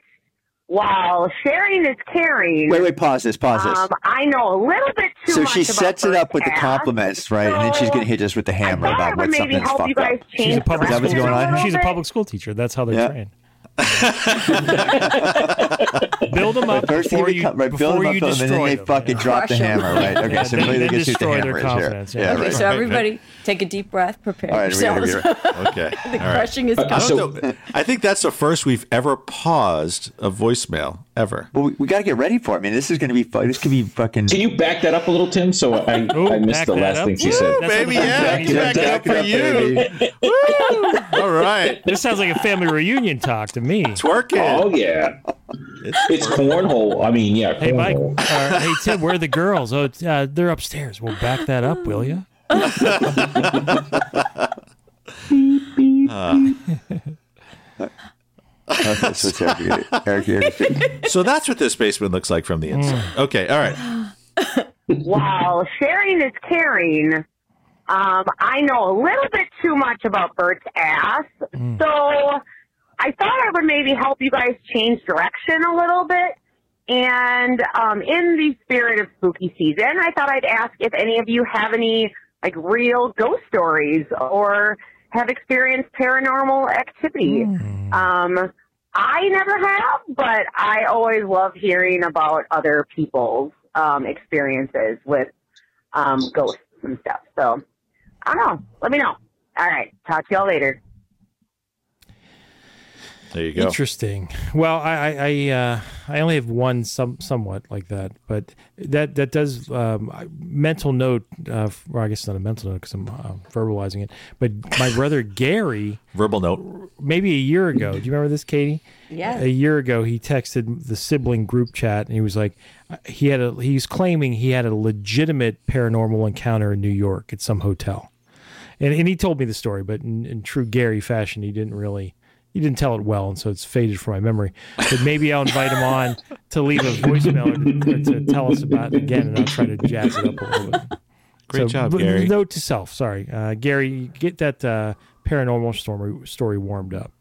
[SPEAKER 8] while sharing is caring,
[SPEAKER 1] Wait, wait, pause this, pause this.
[SPEAKER 8] um, I know a little bit too
[SPEAKER 1] so
[SPEAKER 8] much.
[SPEAKER 1] she
[SPEAKER 8] about
[SPEAKER 1] sets it
[SPEAKER 8] first
[SPEAKER 1] up with the
[SPEAKER 8] act.
[SPEAKER 1] compliments, right? and then she's
[SPEAKER 8] So
[SPEAKER 1] gonna hit us with the
[SPEAKER 8] I
[SPEAKER 1] hammer
[SPEAKER 8] thought
[SPEAKER 1] about
[SPEAKER 8] it
[SPEAKER 1] what
[SPEAKER 8] would
[SPEAKER 1] something
[SPEAKER 8] maybe
[SPEAKER 1] that's
[SPEAKER 8] help you
[SPEAKER 1] fucked
[SPEAKER 8] guys
[SPEAKER 1] up.
[SPEAKER 8] change
[SPEAKER 6] she's a
[SPEAKER 8] the
[SPEAKER 6] public
[SPEAKER 1] Is that
[SPEAKER 6] school
[SPEAKER 1] what's
[SPEAKER 8] direction
[SPEAKER 1] going
[SPEAKER 8] a
[SPEAKER 1] on?
[SPEAKER 8] little
[SPEAKER 6] She's a
[SPEAKER 8] bit.
[SPEAKER 6] public school teacher. That's how they're
[SPEAKER 1] Yeah.
[SPEAKER 6] trained. build them up
[SPEAKER 1] First
[SPEAKER 6] before
[SPEAKER 1] you,
[SPEAKER 6] you
[SPEAKER 1] become, right,
[SPEAKER 6] before
[SPEAKER 1] build them up,
[SPEAKER 6] you
[SPEAKER 1] to them, and then
[SPEAKER 6] destroy
[SPEAKER 1] they
[SPEAKER 6] them.
[SPEAKER 1] fucking drop the
[SPEAKER 2] Crush 'em.
[SPEAKER 1] hammer, right? Okay,
[SPEAKER 6] Yeah,
[SPEAKER 1] so
[SPEAKER 6] then-
[SPEAKER 1] really
[SPEAKER 6] then
[SPEAKER 1] they guess who the
[SPEAKER 6] destroy their
[SPEAKER 1] hammer is here.
[SPEAKER 6] confidence, yeah.
[SPEAKER 1] Yeah,
[SPEAKER 6] Okay,
[SPEAKER 1] right.
[SPEAKER 2] So everybody, take a deep breath, prepare
[SPEAKER 1] All right, we gotta
[SPEAKER 2] yourselves.
[SPEAKER 1] be right.
[SPEAKER 3] Okay, all right.
[SPEAKER 2] Crushing is
[SPEAKER 3] I,
[SPEAKER 2] coming.
[SPEAKER 3] don't know- I think that's the first we've ever paused a voicemail ever.
[SPEAKER 1] Well, we, we got to get ready for it. I mean, this is going to be fu- this could be fucking.
[SPEAKER 4] Can you back that up a little, Tim? So I,
[SPEAKER 6] Ooh,
[SPEAKER 4] I missed
[SPEAKER 6] back
[SPEAKER 4] the
[SPEAKER 6] that
[SPEAKER 4] last
[SPEAKER 6] up.
[SPEAKER 4] thing she
[SPEAKER 6] Woo,
[SPEAKER 4] said.
[SPEAKER 6] that's what
[SPEAKER 3] Baby,
[SPEAKER 6] the-
[SPEAKER 3] yeah,
[SPEAKER 6] Back
[SPEAKER 3] it's
[SPEAKER 6] it up,
[SPEAKER 3] back it up
[SPEAKER 1] back it
[SPEAKER 3] for
[SPEAKER 1] up,
[SPEAKER 3] you. Woo! All right,
[SPEAKER 6] This sounds like a family reunion talk to me.
[SPEAKER 3] it's working.
[SPEAKER 4] Oh yeah, it's cornhole. I mean, yeah,
[SPEAKER 6] Hey, Mike.
[SPEAKER 4] cornhole.
[SPEAKER 6] Uh, hey, Tim. Where are the girls? Oh, it's, uh, they're upstairs. We'll back that up, will you?
[SPEAKER 1] Okay, so it's Eric. Eric, Eric-
[SPEAKER 3] So that's what this basement looks like from the inside. Okay, all right.
[SPEAKER 8] While sharing is caring, um, I know a little bit too much about Bert's ass, so I thought I would maybe help you guys change direction a little bit. And um, in the spirit of spooky season, I thought I'd ask if any of you have any like real ghost stories or have experienced paranormal activity. Um, I never have, but I always love hearing about other people's um, experiences with um, ghosts and stuff. So I don't know. Let me know. All right. Talk to y'all later.
[SPEAKER 3] There you go.
[SPEAKER 6] Interesting. Well, I I I, uh, I only have one some somewhat like that, but that that does um, I- mental note. Uh, f- well, I guess it's not a mental note because I'm uh, verbalizing it. But my brother Gary,
[SPEAKER 3] Verbal note.
[SPEAKER 6] maybe a year ago. Do you remember this, Katie?
[SPEAKER 2] Yes.
[SPEAKER 6] A year ago, he texted the sibling group chat, and he was like, uh, he had a he's claiming he had a legitimate paranormal encounter in New York at some hotel, and and he told me the story, but in, in true Gary fashion, he didn't really. He didn't tell it well, and so it's faded from my memory. But maybe I'll invite him on to leave a voicemail or to, or to tell us about it again, and I'll try to jazz it up a little bit.
[SPEAKER 3] Great
[SPEAKER 6] So,
[SPEAKER 3] job,
[SPEAKER 6] but
[SPEAKER 3] Gary.
[SPEAKER 6] Note to self. Sorry, uh, Gary, get that uh, paranormal story story warmed up.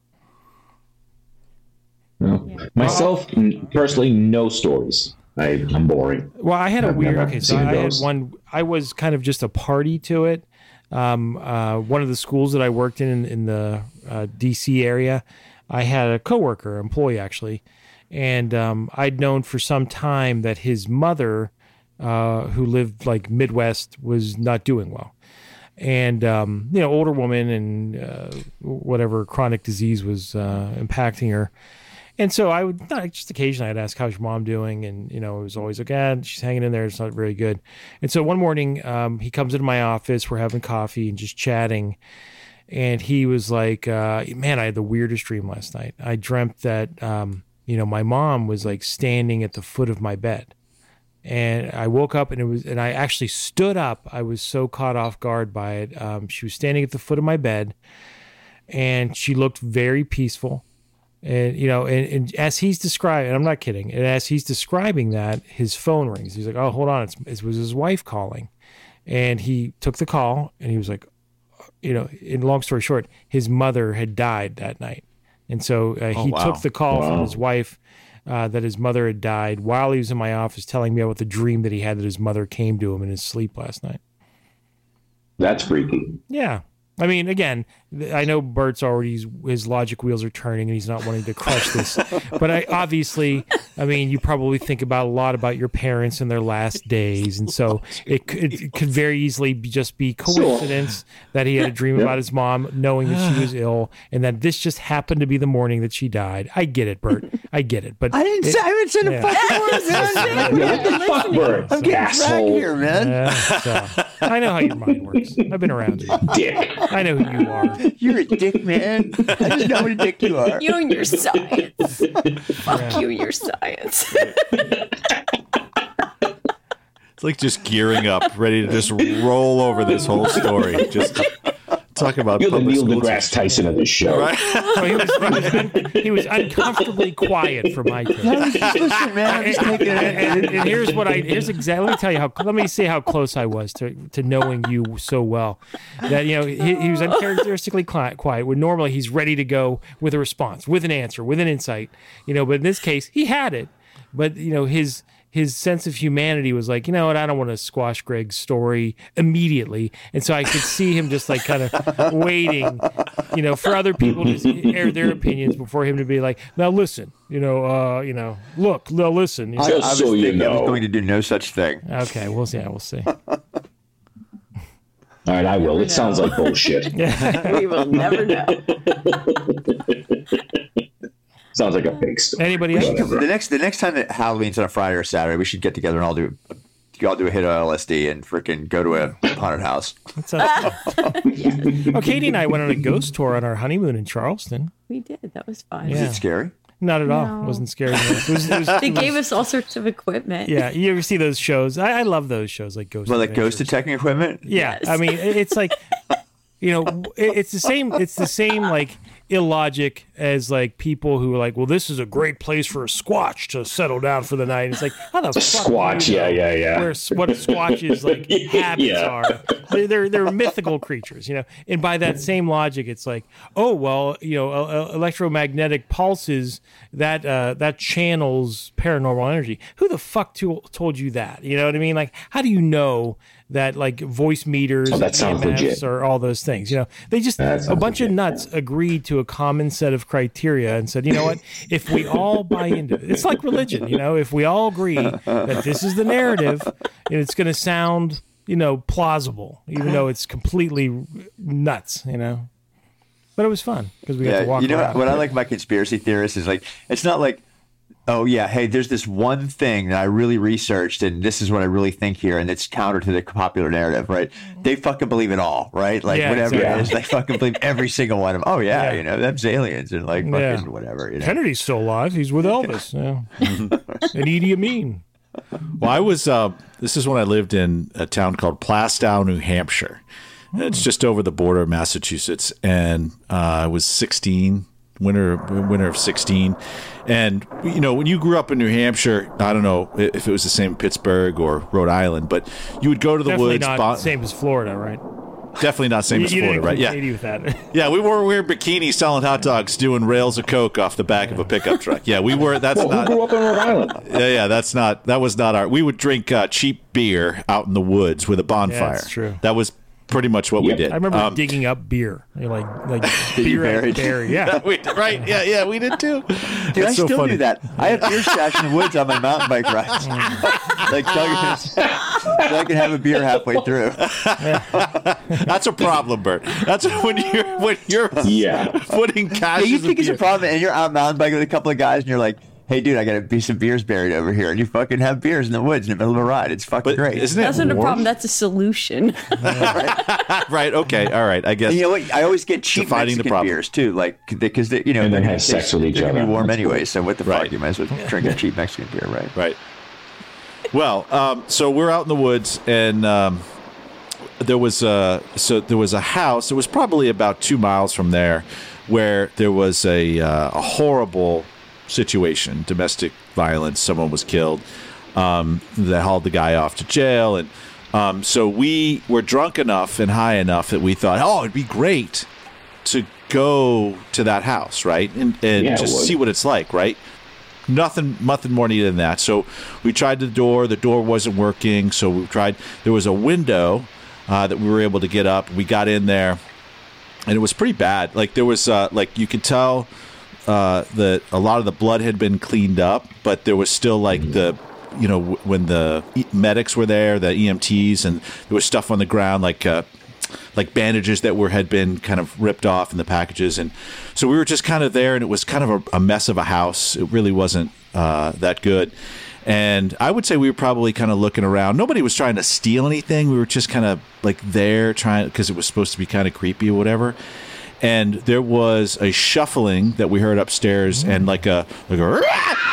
[SPEAKER 4] No. Myself, n- personally, no stories. I, I'm boring.
[SPEAKER 6] Well, I had a
[SPEAKER 4] I've
[SPEAKER 6] weird.
[SPEAKER 4] never
[SPEAKER 6] Okay, so
[SPEAKER 4] seen
[SPEAKER 6] I had
[SPEAKER 4] those.
[SPEAKER 6] one. I was kind of just a party to it. Um, uh, one of the schools that I worked in in, in the uh, D.C. area, I had a coworker, employee actually, and um, I'd known for some time that his mother, uh, who lived like Midwest, was not doing well, and um, you know, older woman and uh, whatever chronic disease was uh, impacting her. And so I would not just occasionally I'd ask how's your mom doing, and you know it was always like ah she's hanging in there, it's not very good. And so one morning um, he comes into my office, we're having coffee and just chatting, and he was like, uh, "Man, I had the weirdest dream last night. I dreamt that um, you know my mom was like standing at the foot of my bed, and I woke up and it was and I actually stood up. I was so caught off guard by it. Um, she was standing at the foot of my bed, and she looked very peaceful." And you know, and, and as he's describing, and I'm not kidding, and as he's describing that, his phone rings. He's like, "Oh, hold on, it's, it was his wife calling," and he took the call, and he was like, uh, you know, in long story short, his mother had died that night, and so uh, he
[SPEAKER 3] Oh, wow.
[SPEAKER 6] took the call from his wife uh, that his mother had died while he was in my office, telling me about the dream that he had that his mother came to him in his sleep last night.
[SPEAKER 4] That's freaky.
[SPEAKER 6] Yeah. I mean, again, th- I know Bert's already his logic wheels are turning and he's not wanting to crush this, but I obviously, I mean, you probably think about a lot about your parents and their last days, and so it could, it could very easily be just be coincidence that he had a dream about his mom, knowing that she was ill, and that this just happened to be the morning that she died. I get it, Bert. I get it, but
[SPEAKER 1] I didn't say I didn't say the
[SPEAKER 6] yeah.
[SPEAKER 1] fucking words. I'm
[SPEAKER 4] Yeah, what the fuck, Bert?
[SPEAKER 1] getting back
[SPEAKER 4] Asshole
[SPEAKER 1] here, man.
[SPEAKER 6] Yeah, so, I know how your mind works. I've been around you.
[SPEAKER 4] dick.
[SPEAKER 6] I know who you are.
[SPEAKER 1] You're a dick, man. I just know what a dick you are.
[SPEAKER 2] You and your science. Fuck you and your science.
[SPEAKER 3] It's like just gearing up, ready to just roll over this whole story. Just talk about
[SPEAKER 4] You're the
[SPEAKER 3] public
[SPEAKER 4] Neil
[SPEAKER 3] schools.
[SPEAKER 4] deGrasse Tyson of this show.
[SPEAKER 6] No, he, was, he, was un- he was uncomfortably quiet for my taste.
[SPEAKER 1] I was just listening, man. I'm
[SPEAKER 6] And,
[SPEAKER 1] just taking it in.
[SPEAKER 6] and- and here's what I here's exactly. Let me tell you how. Let me see how close I was to, to knowing you so well. That you know he, he was uncharacteristically cli- quiet. When normally he's ready to go with a response, with an answer, with an insight. You know, but in this case he had it. But you know his his sense of humanity was like, you know what? I don't want to squash Greg's story immediately, and so I could see him just like kind of waiting, you know, for other people to air their opinions before him to be like, now listen, you know, uh, you know, look, now listen. You know?
[SPEAKER 1] I, I was
[SPEAKER 4] so you
[SPEAKER 1] thinking I was
[SPEAKER 4] know.
[SPEAKER 1] going to do no such thing.
[SPEAKER 6] Okay, we'll see. Yeah, we'll see.
[SPEAKER 4] All right, I will. It sounds like bullshit.
[SPEAKER 2] we will never know.
[SPEAKER 4] Sounds like a fake story.
[SPEAKER 6] Anybody else?
[SPEAKER 1] The next, the next time that Halloween's on a Friday or Saturday, we should get together and all do, you all do a hit of LSD and freaking go to a haunted house.
[SPEAKER 6] That's us. Oh, Katie and I went on a ghost tour on our honeymoon in Charleston.
[SPEAKER 2] We did. That was fun.
[SPEAKER 1] Is
[SPEAKER 6] Yeah.
[SPEAKER 1] it scary?
[SPEAKER 6] Not at all. wasn't scary. It was, it was,
[SPEAKER 2] They gave us all sorts of equipment.
[SPEAKER 6] yeah, you ever see those shows? I, I love those shows, like Ghost.
[SPEAKER 1] Well, like
[SPEAKER 6] Adventures.
[SPEAKER 1] ghost detecting equipment.
[SPEAKER 6] Yeah, I mean, it- it's like, you know, it, it's the same. It's the same like illogic as like people who are like, well, this is a great place for a squatch to settle down for the night. It's like how the fuck do
[SPEAKER 4] Squatch,
[SPEAKER 6] you
[SPEAKER 4] yeah,
[SPEAKER 6] know
[SPEAKER 4] yeah, yeah.
[SPEAKER 6] Where s- what a squatch is like habits
[SPEAKER 4] Yeah.
[SPEAKER 6] are. They're, they're they're mythical creatures, you know. And by that same logic, it's like, oh well, you know, uh, electromagnetic pulses that uh, that channels paranormal energy. Who the fuck to, told you that? You know what I mean? Like, how do you know that like voice meters,
[SPEAKER 4] Oh, that
[SPEAKER 6] and
[SPEAKER 4] sounds
[SPEAKER 6] EMFs
[SPEAKER 4] legit.
[SPEAKER 6] or all those things? You know, they just
[SPEAKER 4] That
[SPEAKER 6] a
[SPEAKER 4] sounds
[SPEAKER 6] bunch of nuts agreed to a common set of criteria and said, you know what? If we all buy into it, it's like religion. You know, if we all agree that this is the narrative, and it's going to sound you know plausible, even though it's completely nuts. You know, but it was fun because we got to
[SPEAKER 1] Yeah,
[SPEAKER 6] walk
[SPEAKER 1] you know what,
[SPEAKER 6] around.
[SPEAKER 1] what I like about conspiracy theorists is like it's not like, oh yeah, hey, there's this one thing that I really researched and this is what I really think here, and it's counter to the popular narrative, right? They fucking believe it all, right? Like
[SPEAKER 6] Yeah,
[SPEAKER 1] whatever
[SPEAKER 6] exactly.
[SPEAKER 1] it is, they fucking believe every single one of them. Oh yeah,
[SPEAKER 6] Yeah.
[SPEAKER 1] you know, that's aliens and like fucking
[SPEAKER 6] Yeah.
[SPEAKER 1] whatever. You know?
[SPEAKER 6] Kennedy's still alive. He's with Elvis. Yeah. and E Edie Amin.
[SPEAKER 3] Well, I was. Uh, this is when I lived in a town called Plastow, New Hampshire. It's just over the border of Massachusetts, and uh, I was 16, winter winter of 16, and you know when you grew up in New Hampshire, I don't know i- if it was the same in Pittsburgh or Rhode Island, but you would go to the
[SPEAKER 6] Definitely
[SPEAKER 3] woods.
[SPEAKER 6] not
[SPEAKER 3] bon-
[SPEAKER 6] same as Florida, right?
[SPEAKER 3] Definitely not same
[SPEAKER 6] You,
[SPEAKER 3] as
[SPEAKER 6] you
[SPEAKER 3] Florida,
[SPEAKER 6] didn't
[SPEAKER 3] right?
[SPEAKER 6] include
[SPEAKER 3] Yeah.
[SPEAKER 6] Katie with that.
[SPEAKER 3] Yeah, we were wearing bikinis selling hot dogs, doing rails of coke off the back of a pickup truck. Yeah, we were. That's
[SPEAKER 4] Well, who
[SPEAKER 3] not.
[SPEAKER 4] grew up on Rhode Island?
[SPEAKER 3] Yeah, yeah, that's not. That was not our. We would drink uh, cheap beer out in the woods with a bonfire.
[SPEAKER 6] that's true.
[SPEAKER 3] That was pretty much what we
[SPEAKER 4] Yep.
[SPEAKER 3] did.
[SPEAKER 6] I remember
[SPEAKER 3] Um,
[SPEAKER 6] digging up beer, like like beer buried.
[SPEAKER 1] buried.
[SPEAKER 6] Beer. Yeah,
[SPEAKER 3] we, right? Yeah, yeah, we did too.
[SPEAKER 1] Dude,
[SPEAKER 3] It's
[SPEAKER 1] I
[SPEAKER 3] so
[SPEAKER 1] still
[SPEAKER 3] funny.
[SPEAKER 1] do that. I have beer stash in the woods on my mountain bike rides.
[SPEAKER 6] Mm.
[SPEAKER 1] like Doug is, Doug can have a beer halfway through.
[SPEAKER 3] That's a problem, Bert. That's when you're when you're
[SPEAKER 4] Yeah.
[SPEAKER 3] putting cash.
[SPEAKER 1] Yeah, you
[SPEAKER 3] in
[SPEAKER 1] think it's
[SPEAKER 3] beer.
[SPEAKER 1] a problem, and you're out mountain biking with a couple of guys, and you're like, "Hey, dude, I got a piece of beers buried over here," and you fucking have beers in the woods in the middle of a ride. It's fucking
[SPEAKER 3] But
[SPEAKER 1] great.
[SPEAKER 3] isn't it
[SPEAKER 2] That's not a
[SPEAKER 3] warm?
[SPEAKER 2] problem. That's a solution.
[SPEAKER 3] right? Okay, all right. I guess
[SPEAKER 1] And you know what? I always get cheap
[SPEAKER 3] Defining the
[SPEAKER 1] Mexican
[SPEAKER 3] problem.
[SPEAKER 1] beers too, like because they, you know
[SPEAKER 4] And then
[SPEAKER 1] they're-
[SPEAKER 4] have sex with each
[SPEAKER 1] they're gonna
[SPEAKER 4] other.
[SPEAKER 1] Be warm anyway, so what the
[SPEAKER 3] Right.
[SPEAKER 1] fuck? You might as well drink a cheap Mexican beer, right?
[SPEAKER 3] right. Well, um, so we're out in the woods, and um, there was a so there was a house. It was probably about two miles from there, where there was a uh, a horrible situation, domestic violence. Someone was killed. Um, they hauled the guy off to jail, and um, so we were drunk enough and high enough that we thought, oh, it'd be great to go to that house, right, and, and
[SPEAKER 4] Yeah, it
[SPEAKER 3] just
[SPEAKER 4] would.
[SPEAKER 3] see what it's like, right nothing nothing more needed than that so we tried the door the door wasn't working so we tried there was a window uh, that we were able to get up we got in there and it was pretty bad like there was uh, like you could tell uh, that a lot of the blood had been cleaned up but there was still like the you know w- when the e- medics were there the emts and there was stuff on the ground like uh, like bandages that were had been kind of ripped off in the packages and so we were just kind of there and it was kind of a, a mess of a house it really wasn't uh, that good and i would say we were probably kind of looking around nobody was trying to steal anything we were just kind of like there trying because it was supposed to be kind of creepy or whatever and there was a shuffling that we heard upstairs and like a like a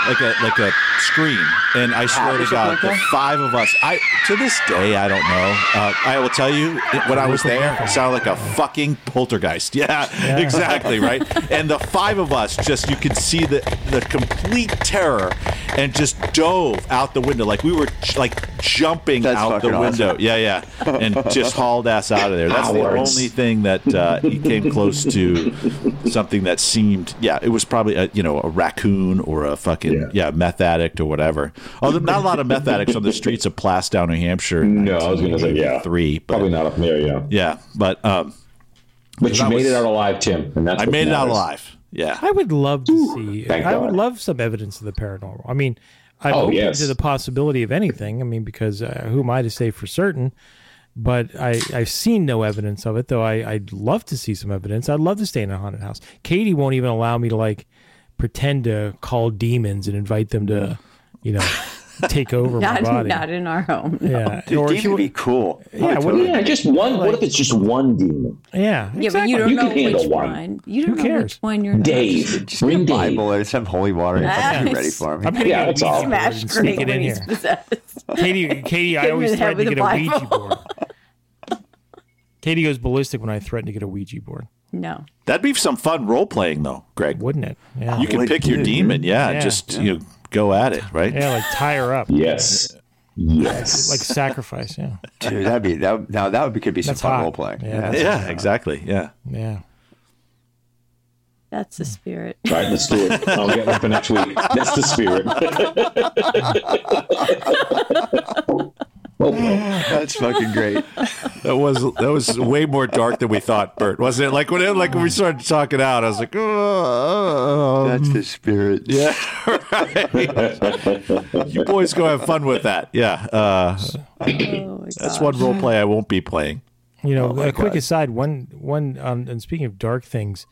[SPEAKER 3] like a like a scream and i swear to god the five of us i to this day i don't know uh, i will tell you it- when i was there it sounded like a fucking poltergeist yeah, exactly right and the five of us just you could see the the complete terror and just dove out the window like we were j- like jumping
[SPEAKER 1] That's
[SPEAKER 3] out the
[SPEAKER 1] fucking awesome.
[SPEAKER 3] window yeah yeah and just hauled ass out of there that's the
[SPEAKER 4] Cowards.
[SPEAKER 3] only thing that uh, he came close to something that seemed yeah it was probably a, you know a raccoon or a fucking yeah,
[SPEAKER 4] Yeah.
[SPEAKER 3] meth addict or whatever although not a lot of meth addicts on the streets of plastow new hampshire in
[SPEAKER 4] No, I was going to say, yeah.
[SPEAKER 3] 1983, but
[SPEAKER 4] Probably not up there, yeah.
[SPEAKER 3] yeah but um,
[SPEAKER 4] But you
[SPEAKER 3] That
[SPEAKER 4] made
[SPEAKER 3] was-
[SPEAKER 4] it out alive, Tim. And that's
[SPEAKER 3] i
[SPEAKER 4] what
[SPEAKER 3] made it out
[SPEAKER 4] matters.
[SPEAKER 3] alive yeah
[SPEAKER 6] I would love to see.
[SPEAKER 4] thank
[SPEAKER 6] I would
[SPEAKER 4] God.
[SPEAKER 6] love some evidence of the paranormal. I mean, I'm
[SPEAKER 4] Oh,
[SPEAKER 6] open
[SPEAKER 4] yes.
[SPEAKER 6] to the possibility of anything. I mean, because uh, who am I to say for certain? But I, I've seen no evidence of it, though. I, I'd love to see some evidence. I'd love to stay in a haunted house. Katie won't even allow me to like pretend to call demons and invite them to, you know, take over
[SPEAKER 2] not,
[SPEAKER 6] my body.
[SPEAKER 2] not in our home. no.
[SPEAKER 6] yeah,
[SPEAKER 1] Dude,
[SPEAKER 6] or
[SPEAKER 1] Dean
[SPEAKER 6] she
[SPEAKER 1] would
[SPEAKER 6] would,
[SPEAKER 1] be cool.
[SPEAKER 6] yeah, what-
[SPEAKER 4] Yeah, just one. What if it's just one demon?
[SPEAKER 6] yeah,
[SPEAKER 2] Yeah, but you don't
[SPEAKER 4] You can
[SPEAKER 2] know
[SPEAKER 4] handle
[SPEAKER 2] which
[SPEAKER 4] one.
[SPEAKER 2] one. You don't know
[SPEAKER 6] cares?
[SPEAKER 2] which one you're.
[SPEAKER 4] Dave.
[SPEAKER 1] Just get a
[SPEAKER 4] Ring Dave.
[SPEAKER 1] Bible or some holy water. and fucking be ready for him.
[SPEAKER 6] I'm gonna
[SPEAKER 4] Yeah,
[SPEAKER 6] get a
[SPEAKER 4] that's all.
[SPEAKER 6] Ouija board
[SPEAKER 2] Smash
[SPEAKER 6] and sneak it in
[SPEAKER 2] great when he's
[SPEAKER 6] here.
[SPEAKER 2] possessed.
[SPEAKER 6] Katie, Katie, I always
[SPEAKER 2] hit her
[SPEAKER 6] threaten to
[SPEAKER 2] with
[SPEAKER 6] get a
[SPEAKER 2] a
[SPEAKER 6] Ouija
[SPEAKER 2] Bible.
[SPEAKER 6] board. Katie goes ballistic when I threaten to get a Ouija board,
[SPEAKER 2] No.
[SPEAKER 3] that'd be some fun role-playing though greg
[SPEAKER 6] wouldn't it? Yeah,
[SPEAKER 3] you can
[SPEAKER 1] Would
[SPEAKER 3] pick your
[SPEAKER 1] do.
[SPEAKER 3] demon yeah,
[SPEAKER 6] Yeah.
[SPEAKER 3] just you know go at it right
[SPEAKER 6] yeah, like tie her up,
[SPEAKER 4] Yes. Yes.
[SPEAKER 6] like sacrifice. Yeah,
[SPEAKER 1] Dude, that'd be that. would- Now that would be, could be some
[SPEAKER 6] That's
[SPEAKER 1] fun
[SPEAKER 6] hot.
[SPEAKER 1] role playing.
[SPEAKER 6] Yeah,
[SPEAKER 1] Yeah,
[SPEAKER 6] that's-
[SPEAKER 3] yeah exactly yeah
[SPEAKER 6] yeah.
[SPEAKER 2] That's the spirit.
[SPEAKER 4] All right, let's do it. I'll get one for next week. That's the spirit. oh,
[SPEAKER 1] that's fucking great.
[SPEAKER 3] That was that was way more dark than we thought, Bert. Wasn't it? Like when it, like when we started talking out, I was like, oh,
[SPEAKER 1] That's the spirit. Yeah,
[SPEAKER 3] you boys go have fun with that. Yeah, uh,
[SPEAKER 2] Oh my
[SPEAKER 3] that's
[SPEAKER 2] gosh.
[SPEAKER 3] one role play I won't be playing.
[SPEAKER 6] You
[SPEAKER 3] Oh
[SPEAKER 6] know, a quick aside. One, one, um, and speaking of dark things,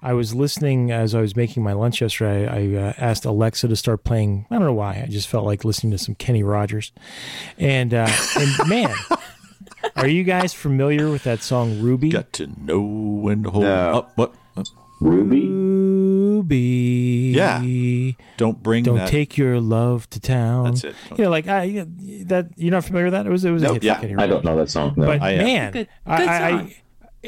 [SPEAKER 6] I was listening as I was making my lunch yesterday. I, I uh, asked Alexa to start playing. I don't know why. I just felt like listening to some Kenny Rogers, and uh, and man, are you guys familiar with that song Ruby?
[SPEAKER 3] Got to know and hold
[SPEAKER 1] No.
[SPEAKER 3] up. What?
[SPEAKER 4] Ruby.
[SPEAKER 6] Ruby.
[SPEAKER 3] Yeah. Don't bring.
[SPEAKER 6] Don't
[SPEAKER 3] that.
[SPEAKER 6] take your love to town.
[SPEAKER 3] That's it.
[SPEAKER 6] You know, like I you know, that you're not familiar with that. It was it was a hit for
[SPEAKER 3] yeah,
[SPEAKER 6] Kenny
[SPEAKER 4] I
[SPEAKER 6] Rogers.
[SPEAKER 4] don't know that song. No.
[SPEAKER 6] Oh, But
[SPEAKER 3] I uh,
[SPEAKER 1] uh,
[SPEAKER 3] am.
[SPEAKER 6] man,
[SPEAKER 2] Good-
[SPEAKER 6] I,
[SPEAKER 2] good
[SPEAKER 6] I-
[SPEAKER 2] song.
[SPEAKER 6] I-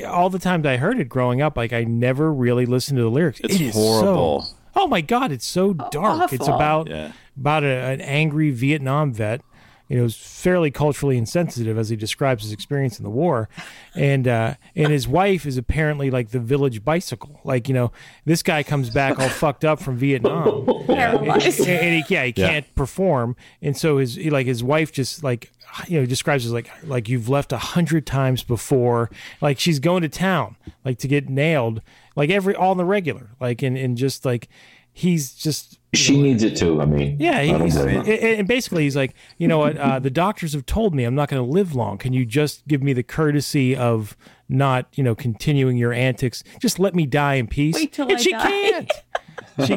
[SPEAKER 6] all the times I heard it growing up, like I never really listened to the lyrics.
[SPEAKER 3] It's
[SPEAKER 6] It is
[SPEAKER 3] horrible.
[SPEAKER 6] So, oh my god, it's so dark. It's
[SPEAKER 2] awful.
[SPEAKER 6] about
[SPEAKER 3] Yeah.
[SPEAKER 6] about a, an angry Vietnam vet you know, is fairly culturally insensitive as he describes his experience in the war, and uh, and his wife is apparently like the village bicycle. Like you know, this guy comes back all fucked up from Vietnam, and,
[SPEAKER 2] Paralyzed.
[SPEAKER 6] and he, yeah, he
[SPEAKER 3] Yeah.
[SPEAKER 6] can't perform, and so his he, like his wife just like you know describes it as like like you've left a hundred times before, like she's going to town like to get nailed, like every all on the regular, like and and just like he's just
[SPEAKER 4] She needs it too. I mean,
[SPEAKER 6] yeah,
[SPEAKER 4] I don't
[SPEAKER 6] he's,
[SPEAKER 4] blame her.
[SPEAKER 6] and and basically he's like, you know what? Uh, the doctors have told me I'm not going to live long. Can you just give me the courtesy of not, you know, continuing your antics? Just let me die in peace.
[SPEAKER 2] Wait till
[SPEAKER 6] and
[SPEAKER 2] I
[SPEAKER 6] she
[SPEAKER 2] die.
[SPEAKER 6] can't. She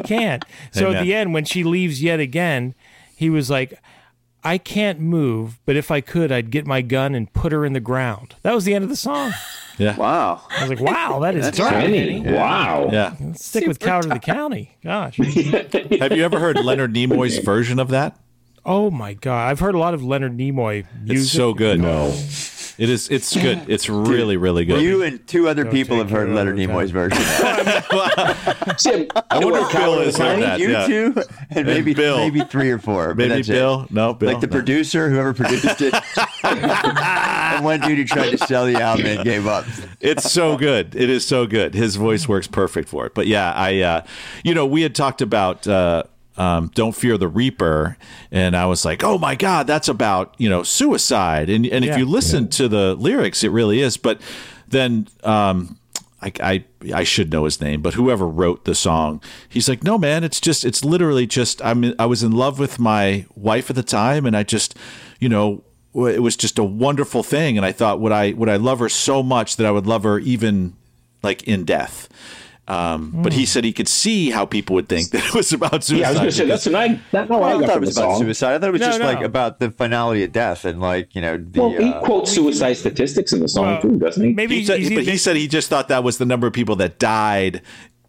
[SPEAKER 6] can't. So at
[SPEAKER 3] Amen.
[SPEAKER 6] the end, when she leaves yet again, he was like, "I can't move, but if I could, I'd get my gun and put her in the ground." That was the end of the song.
[SPEAKER 1] Wow.
[SPEAKER 6] I was like, "Wow, that is dark."
[SPEAKER 4] Penny. Wow.
[SPEAKER 3] Yeah.
[SPEAKER 6] Stick with Coward of the County. Gosh.
[SPEAKER 3] Have you ever heard Leonard Nimoy's version of that?
[SPEAKER 6] Oh my God. I've heard a lot of Leonard Nimoy
[SPEAKER 3] It's
[SPEAKER 6] music.
[SPEAKER 3] so good.
[SPEAKER 4] No.
[SPEAKER 3] It is. It's good. It's really, really good.
[SPEAKER 1] You and two other people
[SPEAKER 6] take
[SPEAKER 1] have heard
[SPEAKER 6] your
[SPEAKER 1] Leonard
[SPEAKER 6] other
[SPEAKER 1] Nimoy's version.
[SPEAKER 4] Jim,
[SPEAKER 3] I wonder if Bill is like
[SPEAKER 1] Tony,
[SPEAKER 3] that.
[SPEAKER 1] you
[SPEAKER 3] yeah.
[SPEAKER 1] two, and maybe
[SPEAKER 3] Bill.
[SPEAKER 1] maybe three or four. but
[SPEAKER 3] Maybe
[SPEAKER 1] that's it.
[SPEAKER 3] Bill. No, Bill.
[SPEAKER 1] like the
[SPEAKER 3] no.
[SPEAKER 1] producer, whoever produced it. and one dude who tried to sell the album and gave up.
[SPEAKER 3] it's so good. It is so good. His voice works perfect for it. But yeah, I, uh, you know, we had talked about uh, um, "Don't Fear the Reaper," and I was like, "Oh my God, that's about you know suicide." And and if
[SPEAKER 6] Yeah.
[SPEAKER 3] you listen to the lyrics, it really is. But then. Um, I, I I should know his name, but whoever wrote the song, he's like, no man, it's just it's literally just I'm I was in love with my wife at the time, and I just, you know, w- it was just a wonderful thing, and I thought would I would I love her so much that I would love her even like in death. Um, But he said he could see how people would think that it was about suicide.
[SPEAKER 4] Hmm. yeah, I was going to say,
[SPEAKER 3] because-
[SPEAKER 4] that's an I, that's how
[SPEAKER 1] I
[SPEAKER 4] Oh,
[SPEAKER 1] thought
[SPEAKER 4] I got
[SPEAKER 1] it
[SPEAKER 4] from the
[SPEAKER 1] was about
[SPEAKER 4] song.
[SPEAKER 1] suicide. I thought it was
[SPEAKER 6] No,
[SPEAKER 1] just
[SPEAKER 6] no.
[SPEAKER 1] like about the finality of death and like you know the.
[SPEAKER 4] Well, he
[SPEAKER 1] uh,
[SPEAKER 4] quotes suicide statistics in the song
[SPEAKER 6] Well,
[SPEAKER 4] too, doesn't he?
[SPEAKER 6] Maybe
[SPEAKER 3] he said,
[SPEAKER 6] he's-
[SPEAKER 3] but he
[SPEAKER 6] he's-
[SPEAKER 3] said he just thought that was the number of people that died.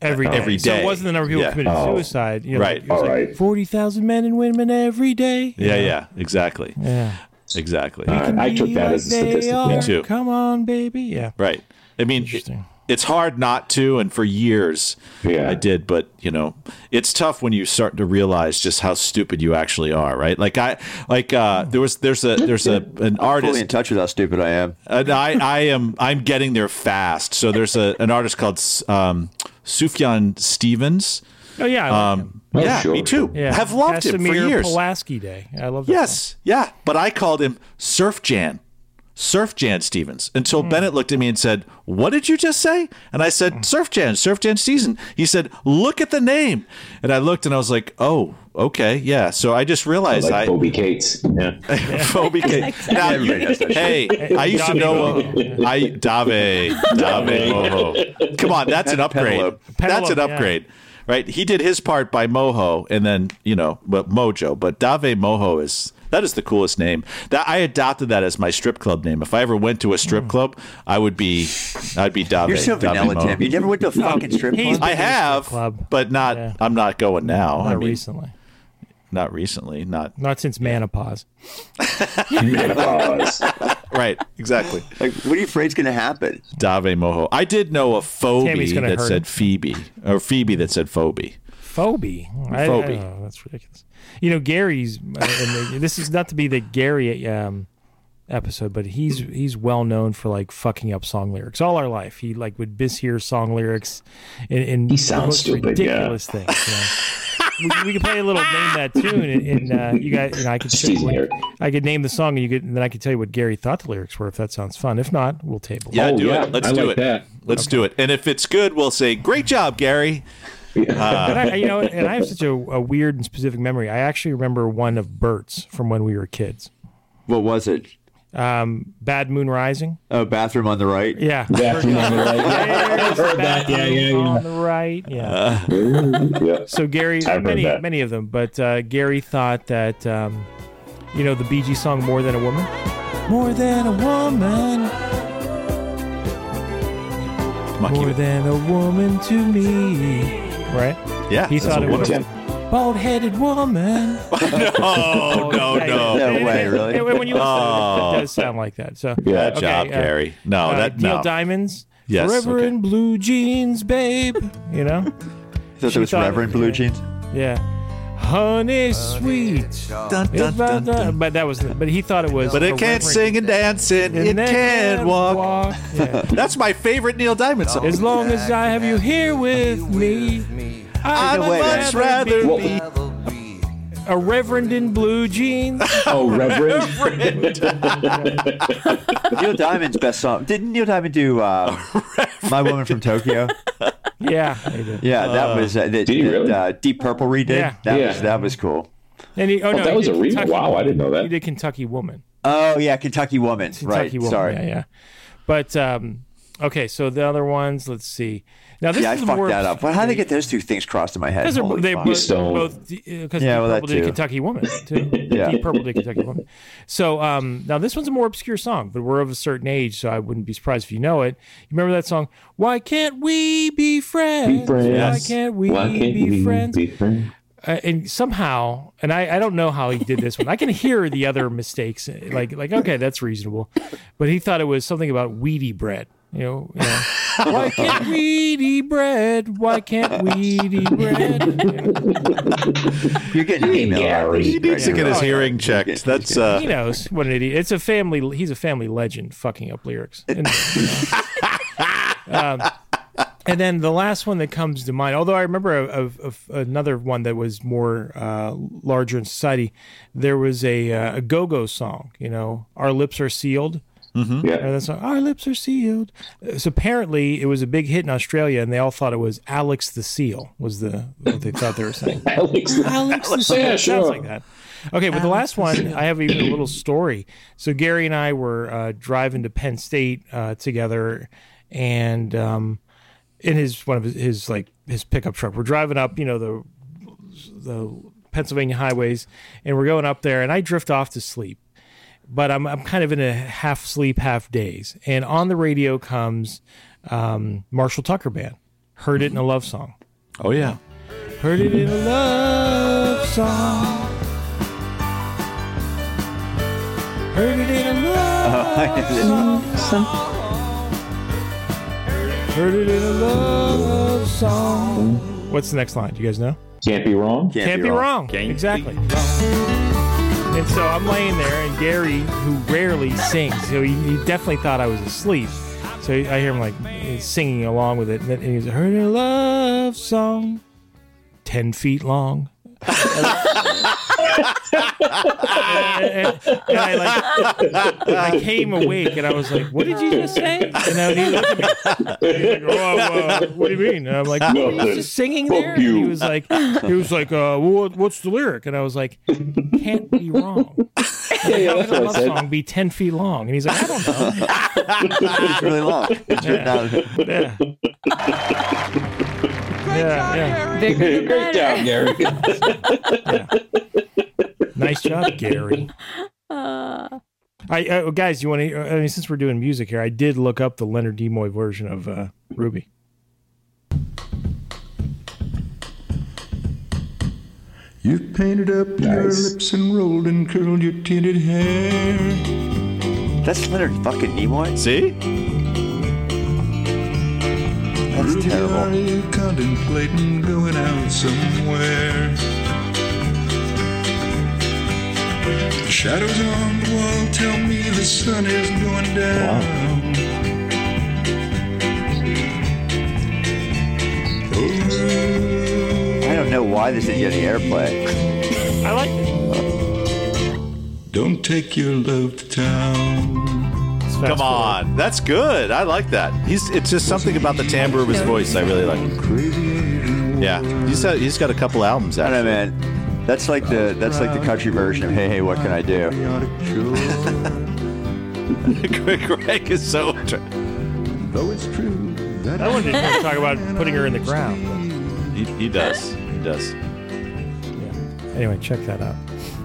[SPEAKER 6] every day.
[SPEAKER 3] Every
[SPEAKER 6] So
[SPEAKER 3] day.
[SPEAKER 6] it wasn't the number of people
[SPEAKER 3] Yeah.
[SPEAKER 6] who committed
[SPEAKER 4] Oh.
[SPEAKER 6] suicide. You know,
[SPEAKER 3] Right.
[SPEAKER 6] Like, it was
[SPEAKER 4] All
[SPEAKER 6] like
[SPEAKER 4] right.
[SPEAKER 6] 40,000 men and women every day.
[SPEAKER 3] Yeah, yeah, exactly,
[SPEAKER 6] Yeah.
[SPEAKER 3] exactly.
[SPEAKER 4] I took that as a
[SPEAKER 6] They
[SPEAKER 4] statistic.
[SPEAKER 6] are.
[SPEAKER 4] yeah.
[SPEAKER 3] too.
[SPEAKER 6] Oh, Come on, baby. Yeah.
[SPEAKER 3] Right. I mean,
[SPEAKER 6] Interesting.
[SPEAKER 3] it- it's hard not to, and for years
[SPEAKER 4] Yeah.
[SPEAKER 3] I did, but you know, it's tough when you start to realize just how stupid you actually are, right? Like I, like uh, there was, there's a, there's a, an
[SPEAKER 1] fully in
[SPEAKER 3] artist,
[SPEAKER 1] touch with how stupid I am.
[SPEAKER 3] and I, I am, I'm getting there fast. So there's a, an artist called um, Sufjan Stevens. Um,
[SPEAKER 6] Oh, yeah. I like him.
[SPEAKER 4] Oh,
[SPEAKER 3] Uh, yeah,
[SPEAKER 4] sure.
[SPEAKER 3] me too.
[SPEAKER 6] yeah.
[SPEAKER 3] Have loved him for
[SPEAKER 6] Casimir
[SPEAKER 3] years.
[SPEAKER 6] Pulaski Day. I love that.
[SPEAKER 3] Yes, yeah, but I called him Surf Jan, Surf Jan Stevens, until
[SPEAKER 6] Hmm.
[SPEAKER 3] Bennett looked at me and said, "What did you just say?" And I said, "Surf Jan, Surf Jan Stevens." He said, "Look at the name," and I looked and I was like, "Oh, okay, yeah." So I just realized
[SPEAKER 4] Like
[SPEAKER 3] I
[SPEAKER 4] Bobby Cates. Yeah.
[SPEAKER 3] Phoebe Kate. Now,
[SPEAKER 1] Everybody knows that
[SPEAKER 3] hey, I used to
[SPEAKER 6] Dave
[SPEAKER 3] know I Dave Dave Moho. Come on, that's an upgrade.
[SPEAKER 1] Penelope.
[SPEAKER 3] That's an
[SPEAKER 6] Penelope, yeah.
[SPEAKER 3] upgrade. Right? He did his part by Moho and then, you know, but Mojo, but Dave Moho is that is the coolest name. That I adopted that as my strip club name. If I ever went to a strip club, I would be I'd be Dave.
[SPEAKER 1] You're so
[SPEAKER 3] Dave
[SPEAKER 1] vanilla,
[SPEAKER 3] Moho.
[SPEAKER 1] Tim. You never went to a fucking strip
[SPEAKER 6] he's-
[SPEAKER 1] club.
[SPEAKER 3] I have,
[SPEAKER 6] club.
[SPEAKER 3] but not
[SPEAKER 6] Yeah.
[SPEAKER 3] I'm not going now.
[SPEAKER 6] Not
[SPEAKER 3] I mean,
[SPEAKER 6] recently.
[SPEAKER 3] not recently, not
[SPEAKER 6] Not since Manopause.
[SPEAKER 4] Menopause.
[SPEAKER 3] right, exactly.
[SPEAKER 1] Like, what are you afraid's going to happen?
[SPEAKER 3] Dave Moho. I did know a
[SPEAKER 6] Tammy's
[SPEAKER 3] phobie
[SPEAKER 6] gonna
[SPEAKER 3] that
[SPEAKER 6] hurt
[SPEAKER 3] said
[SPEAKER 6] him.
[SPEAKER 3] Phoebe or Phoebe that said Phoebe.
[SPEAKER 6] Phoebe. I,
[SPEAKER 3] Phoebe.
[SPEAKER 6] I don't know. That's ridiculous. You know, Gary's. uh, and the- this is not to be the Gary um, episode, but he's he's well known for like fucking up song lyrics all our life. He like would mishear song lyrics, and, and
[SPEAKER 4] He sounds
[SPEAKER 6] the most
[SPEAKER 4] stupid, yeah.
[SPEAKER 6] ridiculous things. You know? we, we could play a little name that tune, and, and uh, you got you know I could tell you
[SPEAKER 4] Teasing
[SPEAKER 6] what-
[SPEAKER 4] Eric.
[SPEAKER 6] I could name the song, and you could and then I could tell you what Gary thought the lyrics were. If that sounds fun, if not, we'll table. it.
[SPEAKER 3] Yeah,
[SPEAKER 4] Oh,
[SPEAKER 3] do
[SPEAKER 4] yeah.
[SPEAKER 3] it. Let's
[SPEAKER 4] I
[SPEAKER 3] do
[SPEAKER 4] like
[SPEAKER 3] it.
[SPEAKER 4] that.
[SPEAKER 3] Let's do it. And if it's good, we'll say, "Great job, Gary." Uh,
[SPEAKER 6] But I, you know, and I have such a, a weird and specific memory. I actually remember one of Bert's from when we were kids.
[SPEAKER 1] What was it?
[SPEAKER 6] um, Bad Moon Rising.
[SPEAKER 1] Oh, bathroom on the right.
[SPEAKER 6] Yeah.
[SPEAKER 4] Bathroom on the right.
[SPEAKER 6] There's
[SPEAKER 4] heard that.
[SPEAKER 6] Bad
[SPEAKER 4] Yeah, yeah,
[SPEAKER 6] Moon
[SPEAKER 4] yeah.
[SPEAKER 6] On the right. Yeah.
[SPEAKER 3] Uh,
[SPEAKER 4] Yeah.
[SPEAKER 6] so Gary,
[SPEAKER 4] I've heard
[SPEAKER 6] many
[SPEAKER 4] that.
[SPEAKER 6] many of them, but uh, Gary thought that um, you know the Bee Gees song "More Than a Woman." More than a woman,
[SPEAKER 3] Come on, keep
[SPEAKER 6] more
[SPEAKER 3] it.
[SPEAKER 6] than a woman to me. Right?
[SPEAKER 3] Yeah.
[SPEAKER 6] He
[SPEAKER 3] that's
[SPEAKER 6] thought
[SPEAKER 3] a
[SPEAKER 6] it
[SPEAKER 3] woman.
[SPEAKER 6] was bald-headed woman. Oh,
[SPEAKER 3] No, no,
[SPEAKER 6] Yeah,
[SPEAKER 3] no.
[SPEAKER 1] No
[SPEAKER 6] and- and-
[SPEAKER 1] way,
[SPEAKER 6] and-
[SPEAKER 1] really?
[SPEAKER 6] and when you listen,
[SPEAKER 3] Oh.
[SPEAKER 6] to it, it does sound like that. So
[SPEAKER 4] Yeah.
[SPEAKER 3] Good job,
[SPEAKER 6] uh,
[SPEAKER 3] Gary. No,
[SPEAKER 6] uh,
[SPEAKER 3] that
[SPEAKER 6] Neil
[SPEAKER 3] no.
[SPEAKER 6] Diamonds.
[SPEAKER 3] Yes,
[SPEAKER 6] Forever
[SPEAKER 3] okay.
[SPEAKER 6] in blue jeans, babe. You know.
[SPEAKER 1] I thought that was
[SPEAKER 6] thought-
[SPEAKER 1] Reverend Blue Jeans.
[SPEAKER 6] Yeah. honey sweet.
[SPEAKER 3] Dun, dun, dun, dun.
[SPEAKER 6] But that was, but he thought it was.
[SPEAKER 3] But it can't
[SPEAKER 6] irreverent.
[SPEAKER 3] sing and dance, and,
[SPEAKER 6] And
[SPEAKER 3] it
[SPEAKER 6] then
[SPEAKER 3] can walk.
[SPEAKER 6] Yeah.
[SPEAKER 3] That's my favorite Neil Diamond song.
[SPEAKER 6] As long as I have you here with me,
[SPEAKER 3] I'd
[SPEAKER 1] Either way.
[SPEAKER 3] much rather
[SPEAKER 4] Well-
[SPEAKER 3] be.
[SPEAKER 6] a reverend in blue jeans.
[SPEAKER 4] Oh, Reverend.
[SPEAKER 1] Neil Diamond's best song. Didn't Neil Diamond do uh, "My Woman from Tokyo"?
[SPEAKER 6] Yeah, they did.
[SPEAKER 1] Yeah, that was uh, that,
[SPEAKER 4] he
[SPEAKER 1] that,
[SPEAKER 4] really?
[SPEAKER 1] uh, Deep Purple redid.
[SPEAKER 6] Yeah.
[SPEAKER 1] That
[SPEAKER 4] Yeah.
[SPEAKER 1] was that was cool.
[SPEAKER 6] and he, oh, no,
[SPEAKER 4] that
[SPEAKER 6] he
[SPEAKER 4] was
[SPEAKER 6] did
[SPEAKER 4] a re-
[SPEAKER 6] Kentucky
[SPEAKER 4] wow, I didn't know that.
[SPEAKER 6] He did Kentucky Woman.
[SPEAKER 1] Oh yeah, Kentucky Woman. right.
[SPEAKER 6] Kentucky Woman.
[SPEAKER 1] Sorry.
[SPEAKER 6] Yeah, yeah. But um, okay, so the other ones, let's see. Now this
[SPEAKER 1] Yeah, I
[SPEAKER 6] is
[SPEAKER 1] fucked
[SPEAKER 6] more
[SPEAKER 1] that up. Well, how did I get those two things crossed in my head?
[SPEAKER 6] Those are
[SPEAKER 1] Holy
[SPEAKER 6] they
[SPEAKER 1] fuck.
[SPEAKER 6] both
[SPEAKER 4] Stone.
[SPEAKER 6] both because
[SPEAKER 1] Yeah, well, that
[SPEAKER 6] Purple did
[SPEAKER 1] too.
[SPEAKER 6] Kentucky Woman too.
[SPEAKER 1] Yeah.
[SPEAKER 6] Deep Purple did Kentucky Woman. So um, now this one's a more obscure song, but we're of a certain age, so I wouldn't be surprised if you know it. You remember that song? Why can't we be friends?
[SPEAKER 4] Be friends.
[SPEAKER 6] Why can't we
[SPEAKER 4] Why can't
[SPEAKER 6] be
[SPEAKER 4] we
[SPEAKER 6] friends?
[SPEAKER 4] be friends?
[SPEAKER 6] uh, and somehow, and I, I don't know how he did this one. I can hear the other mistakes, uh, like like okay, that's reasonable, but he thought it was something about weedy bread. You know, you know,
[SPEAKER 1] Oh.
[SPEAKER 6] why can't weedy bread? Why can't weedy bread? You know,
[SPEAKER 1] You're getting an email.
[SPEAKER 4] Yeah,
[SPEAKER 1] out of this
[SPEAKER 4] he
[SPEAKER 1] right
[SPEAKER 3] Needs to
[SPEAKER 1] now.
[SPEAKER 3] get his
[SPEAKER 1] Oh, yeah.
[SPEAKER 3] hearing
[SPEAKER 1] He's
[SPEAKER 3] checked.
[SPEAKER 1] good.
[SPEAKER 3] That's uh,
[SPEAKER 6] he knows what an idiot. It's a family. He's a family legend, fucking up lyrics. And, um, and then the last one that comes to mind, although I remember of, of another one that was more uh, larger in society, there was a, uh, a go-go song. You know, "Our Lips Are Sealed."
[SPEAKER 4] Yeah.
[SPEAKER 6] Remember that song? Our lips are sealed. Uh, So apparently, it was a big hit in Australia, and they all thought it was Alex the Seal was the what they thought they were saying.
[SPEAKER 4] Alex.
[SPEAKER 6] Alex the Seal.
[SPEAKER 4] Yeah,
[SPEAKER 6] It Sounds
[SPEAKER 4] sure.
[SPEAKER 6] like that. Okay,
[SPEAKER 3] Um,
[SPEAKER 6] but the last one, I have even a little story. So Gary and I were uh, driving to Penn State uh, together, and um, in his one of his, his like his pickup truck, we're driving up, you know the the Pennsylvania highways, and we're going up there, and I drift off to sleep, but I'm I'm kind of in a half sleep, half daze, and on the radio comes um, Marshall Tucker Band. Heard it in a love song.
[SPEAKER 3] Mm-hmm. oh yeah.
[SPEAKER 6] Heard it in a love song. Heard it in a love song. Heard it in a love song. What's the next line? Do you guys know?
[SPEAKER 4] Can't be wrong.
[SPEAKER 1] Can't,
[SPEAKER 6] Can't be wrong.
[SPEAKER 3] Can't
[SPEAKER 6] exactly. And so I'm laying there, and Gary, who rarely sings, so he, he definitely thought I was asleep. So I hear him like singing along with it, and then he's heard a love song, ten feet long. and, and- and I like, I came awake and I was like, "What did you just say?" And then he looked at me. He's like, "Oh, uh, what do you mean? And I'm like, "What were you just singing
[SPEAKER 4] Fuck
[SPEAKER 6] there?" And he
[SPEAKER 4] you.
[SPEAKER 6] was like, "He was like, uh, what, what's the lyric?" And I was like, "Can't be wrong."
[SPEAKER 4] Yeah, yeah,
[SPEAKER 6] How
[SPEAKER 4] that's
[SPEAKER 6] could a
[SPEAKER 4] what I
[SPEAKER 6] love
[SPEAKER 4] said.
[SPEAKER 6] song be ten feet long? And he's like, "I don't know."
[SPEAKER 1] It's really long. It's written out of-
[SPEAKER 6] Yeah. yeah, yeah.
[SPEAKER 2] Bigger the
[SPEAKER 4] Great
[SPEAKER 2] better.
[SPEAKER 4] job, Gary.
[SPEAKER 6] Nice job, Gary.
[SPEAKER 2] Uh,
[SPEAKER 6] I uh, guys, you want to? I mean, since we're doing music here, I did look up the Leonard Nimoy version of uh, Ruby.
[SPEAKER 9] You've painted up your
[SPEAKER 4] Nice.
[SPEAKER 9] lips and rolled and curled your tinted hair.
[SPEAKER 1] That's Leonard fucking Nimoy.
[SPEAKER 3] See,
[SPEAKER 1] That's
[SPEAKER 9] Ruby, are
[SPEAKER 1] terrible.
[SPEAKER 9] you contemplating going out somewhere? Shadows on the wall tell me the sun is going down. Oh,
[SPEAKER 1] I don't know why this didn't get any airplay.
[SPEAKER 6] I like it.
[SPEAKER 9] don't take your love to town.
[SPEAKER 6] It's fast
[SPEAKER 3] come
[SPEAKER 6] forward.
[SPEAKER 3] on, that's good. I like that. He's it's just something about the timbre of his voice I really like.
[SPEAKER 9] Crazy
[SPEAKER 3] Yeah, he's had, he's got a couple albums
[SPEAKER 1] I
[SPEAKER 3] out.
[SPEAKER 1] don't know, man. That's like the that's like the country version of Hey Hey What Can I Do?
[SPEAKER 3] Greg, Greg is so. attra-
[SPEAKER 9] Though it's true that
[SPEAKER 6] I wanted to talk about putting her in the ground.
[SPEAKER 3] He, he does. He does.
[SPEAKER 6] but, yeah. Anyway, check that out.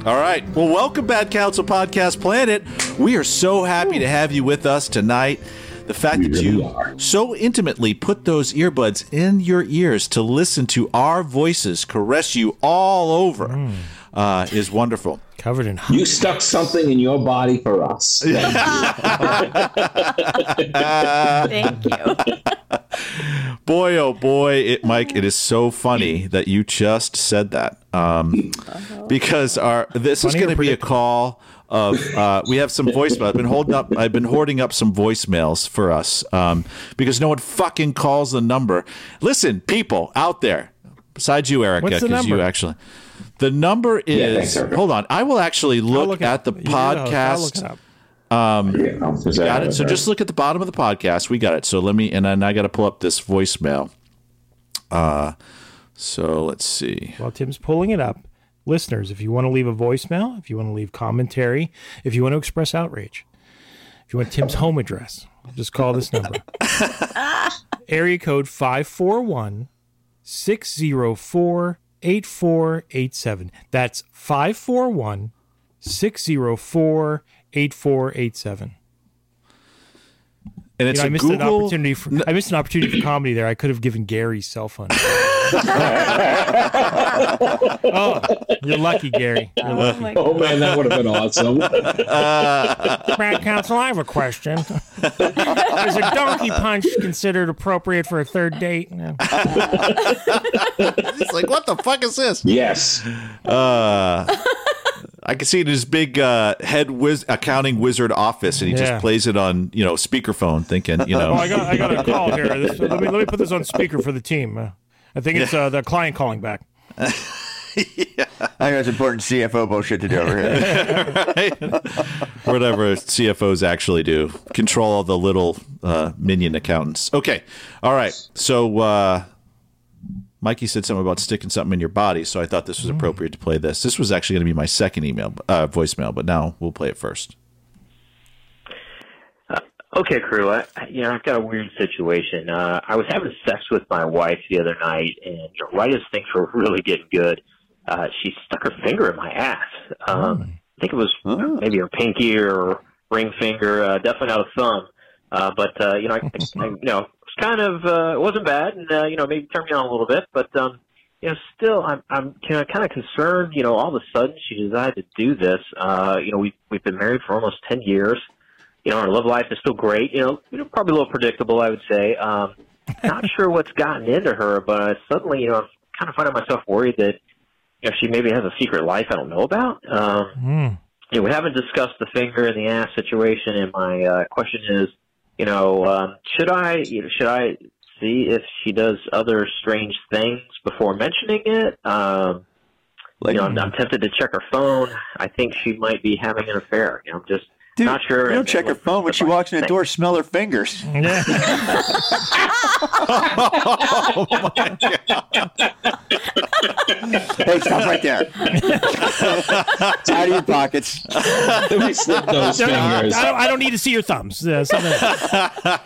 [SPEAKER 3] All right. Well, welcome, Bad Counsel Podcast Planet. We are so happy to have you with us tonight. The fact
[SPEAKER 4] We
[SPEAKER 3] that
[SPEAKER 4] really
[SPEAKER 3] you
[SPEAKER 4] are.
[SPEAKER 3] so intimately put those earbuds in your ears to listen to our voices caress you all over. uh, is wonderful.
[SPEAKER 6] Mm. Covered in honey.
[SPEAKER 4] You stuck something in your body for us.
[SPEAKER 2] Thank you.
[SPEAKER 3] Boy, oh boy, it, Mike, it is so funny that you just said that. Um,
[SPEAKER 2] Uh-huh.
[SPEAKER 3] because our this
[SPEAKER 6] Funny
[SPEAKER 3] is
[SPEAKER 6] or
[SPEAKER 3] going to be a call of uh, we have some voicemail. I've been holding up, I've been hoarding up some voicemails for us um, because no one fucking calls the number. Listen, people out there, besides you, Erica,
[SPEAKER 6] What's the
[SPEAKER 3] because you
[SPEAKER 6] number?
[SPEAKER 3] actually. The number is.
[SPEAKER 4] thanks, Erica.
[SPEAKER 3] hold on, I will actually look,
[SPEAKER 6] I'll it
[SPEAKER 3] at the
[SPEAKER 6] up. You do know, I'll look
[SPEAKER 3] podcast.
[SPEAKER 6] it up.
[SPEAKER 4] Yeah, no, is that-
[SPEAKER 3] Um, Got it. So just look at the bottom of the podcast. We got it. So let me, and then I got to pull up this voicemail. Uh, so let's see.
[SPEAKER 6] While Tim's pulling it up, listeners, if you want to leave a voicemail, if you want to leave commentary, if you want to express outrage, if you want Tim's home address, just call this number. Area code 541 604 8487. That's 541 604 8487.
[SPEAKER 3] And
[SPEAKER 6] You
[SPEAKER 3] it's
[SPEAKER 6] know, I
[SPEAKER 3] a
[SPEAKER 6] missed an
[SPEAKER 3] Google.
[SPEAKER 6] opportunity for I missed an opportunity for comedy there. I could have given Gary's cell phone. oh, you're lucky, Gary. You're lucky.
[SPEAKER 2] Oh my
[SPEAKER 4] Oh man, that would have been awesome.
[SPEAKER 6] Brad Council, I have a question. Is a donkey punch considered appropriate for a third date? Yeah.
[SPEAKER 3] It's like, what the fuck is this?
[SPEAKER 4] yes.
[SPEAKER 3] Uh, I can see it in his big uh, head wiz- accounting wizard office, and he
[SPEAKER 6] Yeah.
[SPEAKER 3] just plays it on you know speakerphone, thinking you know.
[SPEAKER 6] Oh, I got I got a call here. This, let me let me put this on speaker for the team. Uh, I think it's uh, the client calling back.
[SPEAKER 1] I think that's important CFO bullshit to do over here.
[SPEAKER 3] whatever CFOs actually do. Control all the little uh, minion accountants. Okay. All right. So, uh, Mikey said something about sticking something in your body, so I thought this
[SPEAKER 6] Mm.
[SPEAKER 3] was appropriate to play this. This was actually going to be my second email uh, voicemail, but now we'll play it first.
[SPEAKER 7] Okay, crew. I, I- you know, I've got a weird situation. Uh, I was having sex with my wife the other night, and right as things were really getting good, uh, she stuck her finger in my ass. Um, I think it was maybe her pinky or ring finger, uh, definitely not a thumb. Uh, but uh, you know, I, I, I you know, it's kind of uh, it wasn't bad, and uh, you know, maybe turned me on a little bit. But um, you know, still, I'm I'm you know, kind of concerned. You know, all of a sudden she decided to do this. Uh, you know, we we've been married for almost ten years you know, our love life is still great. You know, you know probably a little predictable, I would say. Um, not sure what's gotten into her, but suddenly, you know, I'm kind of finding myself worried that you know, she maybe has a secret life I don't know about. Um, you know, we haven't discussed the finger in the ass situation, and my uh, question is, you know, um, should I you know, should I see if she does other strange things before mentioning it? Um,
[SPEAKER 1] Like,
[SPEAKER 7] you know, I'm, I'm tempted to check her phone. I think she might be having an affair. You know, I'm just
[SPEAKER 1] dude,
[SPEAKER 7] not sure.
[SPEAKER 1] you don't
[SPEAKER 7] and-
[SPEAKER 1] check her
[SPEAKER 7] and-
[SPEAKER 1] phone when she walks in the door. Smell her fingers.
[SPEAKER 6] Yeah. Oh,
[SPEAKER 1] Hey, stop right there. It's out of your pockets.
[SPEAKER 4] We slipped those
[SPEAKER 6] I,
[SPEAKER 4] fingers.
[SPEAKER 6] don't, I don't need to see your thumbs. Uh, something like that.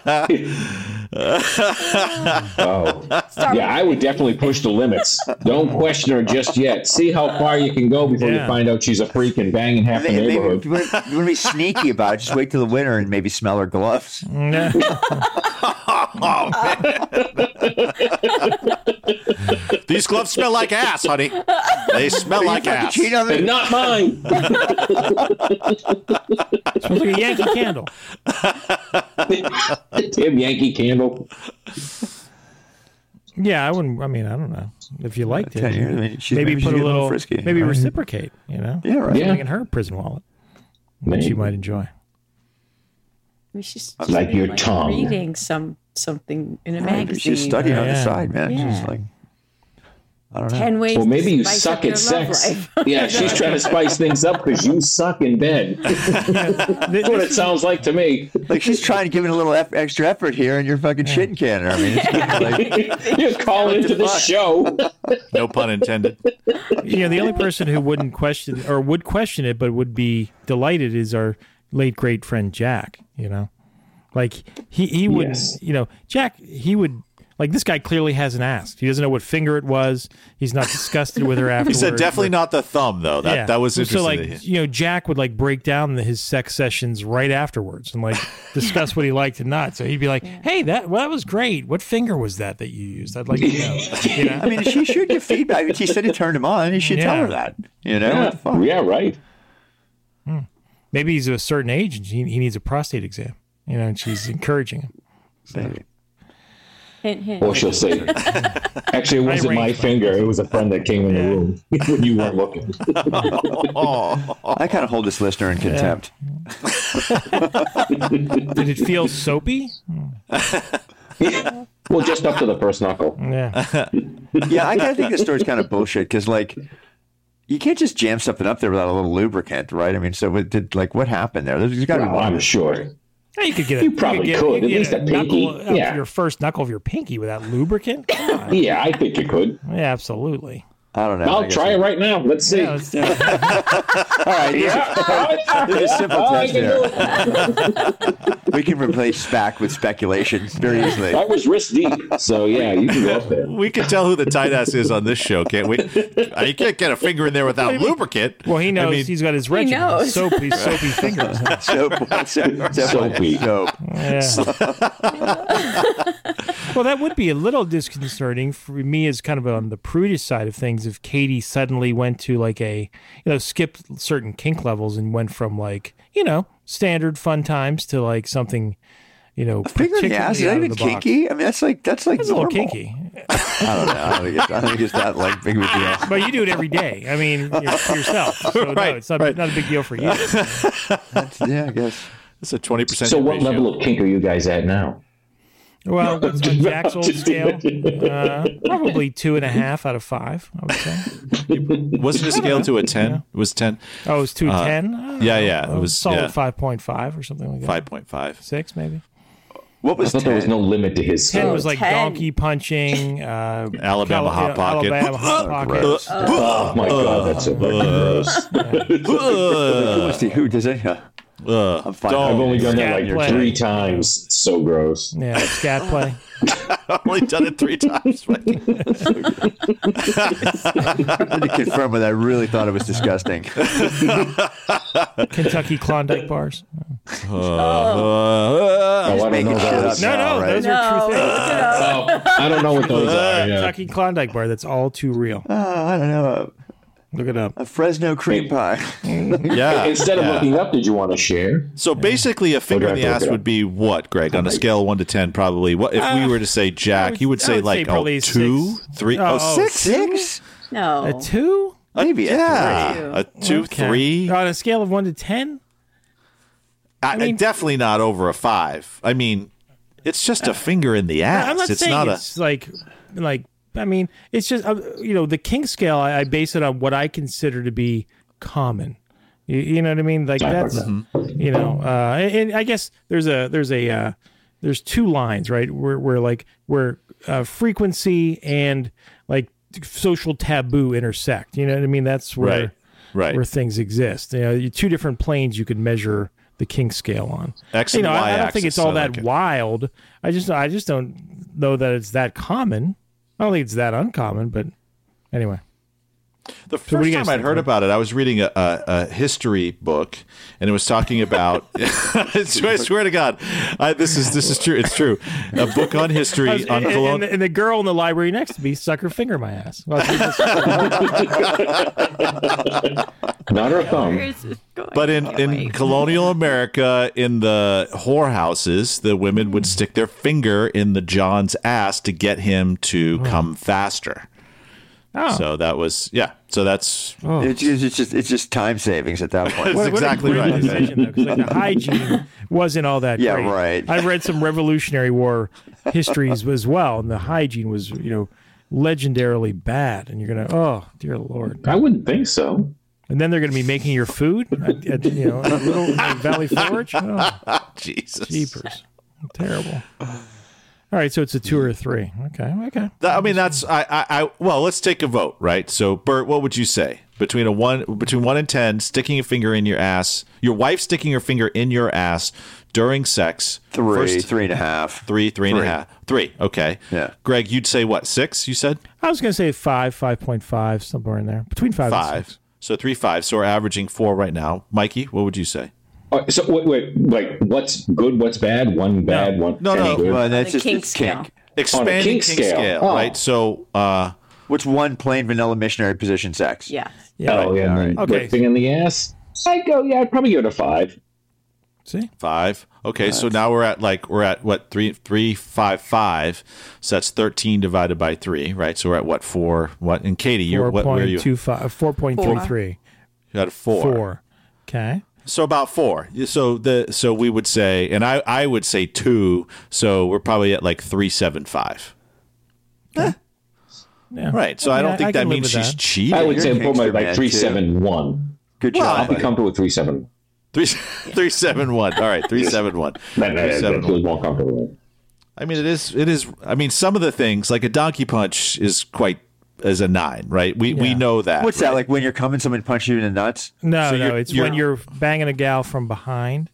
[SPEAKER 4] Oh.
[SPEAKER 2] Start
[SPEAKER 4] Yeah, I would definitely push the limits. Don't question her just yet. See how far you can go before
[SPEAKER 6] Yeah.
[SPEAKER 4] you find out she's a freak and banging half the
[SPEAKER 1] Maybe, maybe if
[SPEAKER 4] neighborhood.
[SPEAKER 1] you want to be sneaky about it, just wait till the winter and maybe smell her gloves.
[SPEAKER 6] Yeah.
[SPEAKER 3] These gloves smell like ass, honey. They smell like
[SPEAKER 1] Fucking
[SPEAKER 3] ass.
[SPEAKER 1] cheat on me.
[SPEAKER 4] And not mine.
[SPEAKER 6] Smells like a Yankee candle.
[SPEAKER 4] Tim Yankee Candle.
[SPEAKER 6] Yeah, I wouldn't. I mean, I don't know if you liked
[SPEAKER 1] Ten
[SPEAKER 6] it.
[SPEAKER 1] years, she's-
[SPEAKER 6] Maybe,
[SPEAKER 1] she's
[SPEAKER 6] put a
[SPEAKER 1] getting
[SPEAKER 6] little,
[SPEAKER 1] frisky.
[SPEAKER 6] maybe
[SPEAKER 1] Right.
[SPEAKER 6] reciprocate. You know,
[SPEAKER 1] Yeah, right.
[SPEAKER 4] Yeah.
[SPEAKER 6] something in her prison wallet that she might enjoy.
[SPEAKER 2] We should
[SPEAKER 4] Like
[SPEAKER 2] be,
[SPEAKER 4] your tongue.
[SPEAKER 2] Reading some something in a
[SPEAKER 1] Maybe
[SPEAKER 2] magazine.
[SPEAKER 1] She's studying
[SPEAKER 6] or-
[SPEAKER 1] on the
[SPEAKER 6] Yeah.
[SPEAKER 1] side, man. She's
[SPEAKER 2] Yeah.
[SPEAKER 1] like, I don't know.
[SPEAKER 2] Ten ways.
[SPEAKER 4] Well,
[SPEAKER 2] to
[SPEAKER 4] maybe you
[SPEAKER 2] spice up
[SPEAKER 4] suck
[SPEAKER 2] your
[SPEAKER 4] at
[SPEAKER 2] love
[SPEAKER 4] sex.
[SPEAKER 2] life.
[SPEAKER 4] Yeah, she's trying to spice things up because you suck in bed. That's what it sounds like to me.
[SPEAKER 1] Like she's trying to give it a little eff- extra effort here, and you're fucking shitting can her. I mean, it's like,
[SPEAKER 4] You're calling into the show.
[SPEAKER 3] No pun intended.
[SPEAKER 6] you know, the only person who wouldn't question or would question it, but would be delighted is our late great friend Jack. You know, like he he would
[SPEAKER 4] Yes.
[SPEAKER 6] you know Jack he would Like this guy clearly hasn't asked. He doesn't know what finger it was. He's not disgusted with her
[SPEAKER 3] He
[SPEAKER 6] afterwards.
[SPEAKER 3] said definitely not the thumb though. That that was interesting.
[SPEAKER 6] So like
[SPEAKER 3] to hear.
[SPEAKER 6] you know, Jack would like break down the, his sex sessions right afterwards and like discuss what he liked and not. So he'd be like, "Hey, that well, that was great. What finger was that that you used? I'd like to know." You know?
[SPEAKER 1] I mean, she should give feedback. I mean, she said it turned him on. He should tell
[SPEAKER 6] Yeah.
[SPEAKER 1] her that. You know, what the
[SPEAKER 4] Yeah,
[SPEAKER 1] fuck?
[SPEAKER 4] yeah, right.
[SPEAKER 6] Maybe he's of a certain age and he, he needs a prostate exam. You know, and she's encouraging him.
[SPEAKER 2] Hint, hint.
[SPEAKER 4] Or she'll say, actually, it wasn't my
[SPEAKER 6] range,
[SPEAKER 4] finger. It was a friend that came in the room when you weren't looking.
[SPEAKER 1] I kind of hold this listener in contempt.
[SPEAKER 6] Did it feel soapy?
[SPEAKER 4] well, just up to the first knuckle.
[SPEAKER 6] Yeah.
[SPEAKER 1] yeah, I kind of think this story's kind of bullshit because, like, you can't just jam something up there without a little lubricant, right? I mean, so what did like what happened there? There's got to be
[SPEAKER 4] Oh, I'm
[SPEAKER 1] one.
[SPEAKER 4] sure.
[SPEAKER 6] Yeah, you could get a,
[SPEAKER 4] You
[SPEAKER 6] could
[SPEAKER 4] probably
[SPEAKER 6] get-
[SPEAKER 4] could,
[SPEAKER 6] you
[SPEAKER 4] at
[SPEAKER 6] get
[SPEAKER 4] least a
[SPEAKER 6] knuckle
[SPEAKER 4] pinky.
[SPEAKER 6] of
[SPEAKER 4] Yeah.
[SPEAKER 6] Your first knuckle of your pinky without lubricant? Come on.
[SPEAKER 4] Yeah, I think you could.
[SPEAKER 6] yeah, absolutely.
[SPEAKER 1] I don't know. I
[SPEAKER 4] I'll
[SPEAKER 1] guess
[SPEAKER 4] try it right now. Let's see.
[SPEAKER 6] Yeah, let's do it.
[SPEAKER 1] All right, here's a- there's a simple
[SPEAKER 4] I
[SPEAKER 1] test
[SPEAKER 4] can do
[SPEAKER 1] there. We can replace SPAC with speculation very easily.
[SPEAKER 4] I was wrist deep. So, yeah, you can go up there.
[SPEAKER 3] we can tell who the tight ass is on this show, can't we? Uh, You can't get a finger in there without lubricant.
[SPEAKER 6] Well, he knows
[SPEAKER 3] mean-
[SPEAKER 6] he's got his regimen.
[SPEAKER 2] knows.
[SPEAKER 6] Soapy, soapy fingers.
[SPEAKER 1] Soap, soap,
[SPEAKER 4] Soapy.
[SPEAKER 1] soap.
[SPEAKER 6] Yeah. well, that would be a little disconcerting for me as kind of on the prudish side of things if Katie suddenly went to like a, you know, skipped certain kink levels and went from like, you know, standard fun times to like something, you know,
[SPEAKER 1] Finger in the
[SPEAKER 6] particularly
[SPEAKER 1] ass is that
[SPEAKER 6] out of
[SPEAKER 1] even
[SPEAKER 6] the box.
[SPEAKER 1] kinky? I mean, that's like that's like
[SPEAKER 6] It's a little
[SPEAKER 1] normal.
[SPEAKER 6] kinky.
[SPEAKER 1] I don't know. I don't think it's, I don't think it's that like big of a deal.
[SPEAKER 6] But you do it every day. I mean, you know, for yourself. So
[SPEAKER 3] Right,
[SPEAKER 6] no, it's not,
[SPEAKER 3] right.
[SPEAKER 6] not a big deal for you.
[SPEAKER 1] Yeah, I guess.
[SPEAKER 3] It's a twenty percent.
[SPEAKER 4] So, what level of kink are you guys at now?
[SPEAKER 6] Well, what's on Jack's old
[SPEAKER 4] Just
[SPEAKER 6] scale?
[SPEAKER 4] imagine.
[SPEAKER 6] Uh, probably two and a half out of five, I would say.
[SPEAKER 3] wasn't it scaled to a ten? It was ten. Uh,
[SPEAKER 6] Oh, it was two ten.
[SPEAKER 3] yeah, yeah, it
[SPEAKER 6] it
[SPEAKER 3] was-
[SPEAKER 6] was Oh, solid
[SPEAKER 3] yeah.
[SPEAKER 6] five point five or something like that.
[SPEAKER 3] Five point five.
[SPEAKER 6] Six maybe.
[SPEAKER 1] What
[SPEAKER 4] I
[SPEAKER 1] was
[SPEAKER 4] thought there was
[SPEAKER 1] ten?
[SPEAKER 4] no limit to his
[SPEAKER 6] Ten
[SPEAKER 2] Oh,
[SPEAKER 4] skill.
[SPEAKER 6] was like
[SPEAKER 2] 10.
[SPEAKER 6] donkey punching. Uh,
[SPEAKER 3] Alabama
[SPEAKER 6] Cali-
[SPEAKER 3] hot pocket.
[SPEAKER 6] Alabama hot pocket.
[SPEAKER 1] Gross.
[SPEAKER 4] Oh, my God. That's so fucking gross.
[SPEAKER 1] Who was the- who does it? Uh, I'm fine.
[SPEAKER 4] I've only done
[SPEAKER 6] Scat
[SPEAKER 4] that like
[SPEAKER 6] play.
[SPEAKER 4] three times. So gross.
[SPEAKER 6] Yeah, scat play.
[SPEAKER 3] I've only done it three times. Right?
[SPEAKER 1] I had to confirm whether I really thought it was disgusting.
[SPEAKER 6] Kentucky Klondike bars.
[SPEAKER 3] Uh,
[SPEAKER 4] Oh, I don't
[SPEAKER 1] Making
[SPEAKER 4] know
[SPEAKER 1] shit up
[SPEAKER 4] those.
[SPEAKER 6] No,
[SPEAKER 1] now,
[SPEAKER 6] no,
[SPEAKER 1] right?
[SPEAKER 6] those are true things.
[SPEAKER 4] Oh, I don't know what
[SPEAKER 3] Uh,
[SPEAKER 4] those are. Yeah.
[SPEAKER 6] Kentucky Klondike bar. That's all too real.
[SPEAKER 1] Uh, I don't know.
[SPEAKER 6] Look it up.
[SPEAKER 1] A, a Fresno cream pie.
[SPEAKER 3] Yeah.
[SPEAKER 4] Instead of
[SPEAKER 3] yeah.
[SPEAKER 4] looking up, did you want to share?
[SPEAKER 3] So basically, a finger in
[SPEAKER 4] Okay,
[SPEAKER 3] the
[SPEAKER 4] okay,
[SPEAKER 3] ass
[SPEAKER 4] okay.
[SPEAKER 3] would be what, Greg? On a scale of one to ten, probably. What if we were to say Jack? you would
[SPEAKER 6] Uh, I
[SPEAKER 3] say
[SPEAKER 6] would
[SPEAKER 3] like
[SPEAKER 6] say
[SPEAKER 3] oh,
[SPEAKER 6] probably
[SPEAKER 3] two,
[SPEAKER 6] six.
[SPEAKER 3] three,
[SPEAKER 6] Oh,
[SPEAKER 3] oh, six.
[SPEAKER 1] Six?
[SPEAKER 2] No.
[SPEAKER 6] A two.
[SPEAKER 1] Maybe.
[SPEAKER 3] Yeah, a two,
[SPEAKER 6] Okay.
[SPEAKER 3] three.
[SPEAKER 6] on a scale of one to ten.
[SPEAKER 3] I, definitely not over a five. I mean, it's just a finger in the ass.
[SPEAKER 6] Uh, I'm not
[SPEAKER 3] it's
[SPEAKER 6] saying
[SPEAKER 3] not a.
[SPEAKER 6] it's like like I mean it's just uh, you know the kink scale I, I base it on what I consider to be common. You, you know what I mean? Like that's you know uh, and and I guess there's a there's a uh, there's two lines right where where like where uh, frequency and like social taboo intersect. You know what I mean? That's where
[SPEAKER 3] Right. Right.
[SPEAKER 6] where things exist. You know, you- two different planes you could measure the kink scale on.
[SPEAKER 3] X
[SPEAKER 6] you
[SPEAKER 3] and
[SPEAKER 6] know, I, I don't
[SPEAKER 3] Y-axis,
[SPEAKER 6] think it's all
[SPEAKER 3] I
[SPEAKER 6] that
[SPEAKER 3] like it.
[SPEAKER 6] wild. I just I just don't know that it's that common. I don't think it's that uncommon, but anyway.
[SPEAKER 3] The
[SPEAKER 6] what do
[SPEAKER 3] first
[SPEAKER 6] you
[SPEAKER 3] time
[SPEAKER 6] guys
[SPEAKER 3] I'd
[SPEAKER 6] think,
[SPEAKER 3] heard
[SPEAKER 6] Mike?
[SPEAKER 3] about it, I was reading a, a, a history book, and it was talking about. I swear I swear to God, I, this is this is true. It's true. A book on history
[SPEAKER 6] I was-
[SPEAKER 3] on
[SPEAKER 6] and, and-
[SPEAKER 3] colon-
[SPEAKER 6] and the, and the girl in the library next to me sucker finger my ass. Well, she just-
[SPEAKER 4] Not her thumb.
[SPEAKER 2] Where's this going?
[SPEAKER 3] But in, in colonial America, in the whorehouses, the women would stick their finger in the John's ass to get him to
[SPEAKER 2] Hmm.
[SPEAKER 3] come faster.
[SPEAKER 6] oh.
[SPEAKER 3] So that was yeah. So that's
[SPEAKER 1] It's, it's just it's just time savings at that
[SPEAKER 3] that's
[SPEAKER 6] What-
[SPEAKER 1] point.
[SPEAKER 6] what a
[SPEAKER 3] exactly
[SPEAKER 6] great
[SPEAKER 3] right.
[SPEAKER 6] decision, though, 'cause, like, the hygiene wasn't all that
[SPEAKER 1] Yeah,
[SPEAKER 6] great.
[SPEAKER 1] right.
[SPEAKER 6] I read some Revolutionary War histories as well, and the hygiene was, you know, legendarily bad. And you're going to, oh, dear Lord.
[SPEAKER 4] I wouldn't think so.
[SPEAKER 6] And then they're going to be making your food at, at, you know, at Little at Valley Forge. Oh,
[SPEAKER 3] Jesus.
[SPEAKER 6] jeepers. Terrible. All right, so it's a two or a three. Okay, okay.
[SPEAKER 3] That- I mean, that's I, I I well, let's take a vote, right? So, Bert, what would you say? between a one between one and ten, sticking a finger in your ass, your wife sticking her finger in your ass during sex.
[SPEAKER 1] Three,
[SPEAKER 3] First-
[SPEAKER 1] three and a half.
[SPEAKER 3] three, three and a
[SPEAKER 1] Three.
[SPEAKER 3] half, three. Okay.
[SPEAKER 1] Yeah.
[SPEAKER 3] Greg, you'd say what? Six? You said
[SPEAKER 6] I was going to say five, five point five, somewhere in there, between five, and
[SPEAKER 3] five.
[SPEAKER 6] six.
[SPEAKER 3] So three, five. So we're averaging four right now. Mikey, what would you say?
[SPEAKER 4] Uh, so wait, wait, like what's good, what's bad? One bad, one
[SPEAKER 3] No,
[SPEAKER 4] any
[SPEAKER 3] no,
[SPEAKER 4] good.
[SPEAKER 1] Well, that's
[SPEAKER 2] The
[SPEAKER 1] just
[SPEAKER 2] kink
[SPEAKER 1] it's kink.
[SPEAKER 2] scale.
[SPEAKER 3] Expanding
[SPEAKER 4] kink scale. Oh.
[SPEAKER 3] right? So uh,
[SPEAKER 1] What's one plain vanilla missionary position sex?
[SPEAKER 2] Yeah.
[SPEAKER 6] Yeah,
[SPEAKER 4] oh yeah,
[SPEAKER 1] all right.
[SPEAKER 6] Okay.
[SPEAKER 4] okay. thing in the ass. I go, yeah, I'd probably give it a five.
[SPEAKER 6] see,
[SPEAKER 3] five. Okay, so now we're at like we're at what three, three, five, five. So that's thirteen divided by three, right? So we're at what four? What? And Katie, you're
[SPEAKER 6] four
[SPEAKER 3] what? Where are you?
[SPEAKER 6] point two five, four point three three,
[SPEAKER 3] You're at a four.
[SPEAKER 6] four. Okay,
[SPEAKER 3] So about four. So the so we would say, and I I would say two. So we're probably at like three seven five.
[SPEAKER 6] yeah,
[SPEAKER 3] Right. So I
[SPEAKER 6] Yeah,
[SPEAKER 3] don't think
[SPEAKER 6] I
[SPEAKER 3] that
[SPEAKER 6] can live
[SPEAKER 3] means
[SPEAKER 6] with
[SPEAKER 3] she's
[SPEAKER 6] that.
[SPEAKER 3] cheating.
[SPEAKER 4] I would say
[SPEAKER 1] you're a
[SPEAKER 4] put my
[SPEAKER 1] gangster
[SPEAKER 4] like
[SPEAKER 1] man,
[SPEAKER 4] three
[SPEAKER 1] too.
[SPEAKER 4] seven one.
[SPEAKER 1] Good
[SPEAKER 3] Well,
[SPEAKER 1] job.
[SPEAKER 4] I'd be comfortable with three seven.
[SPEAKER 3] Three three seven one. All right, three seven one.
[SPEAKER 4] That, that,
[SPEAKER 3] seven.
[SPEAKER 4] that feels more comfortable.
[SPEAKER 3] I mean, it is it is. I mean, some of the things like a donkey punch is quite is a nine, right? We we
[SPEAKER 6] Yeah.
[SPEAKER 3] know that.
[SPEAKER 1] What's that like when you're coming? Someone punches you in the nuts. Oh,
[SPEAKER 6] No,
[SPEAKER 3] So
[SPEAKER 6] no,
[SPEAKER 3] you're-
[SPEAKER 6] it's
[SPEAKER 3] you're-
[SPEAKER 6] when you're banging a gal from behind,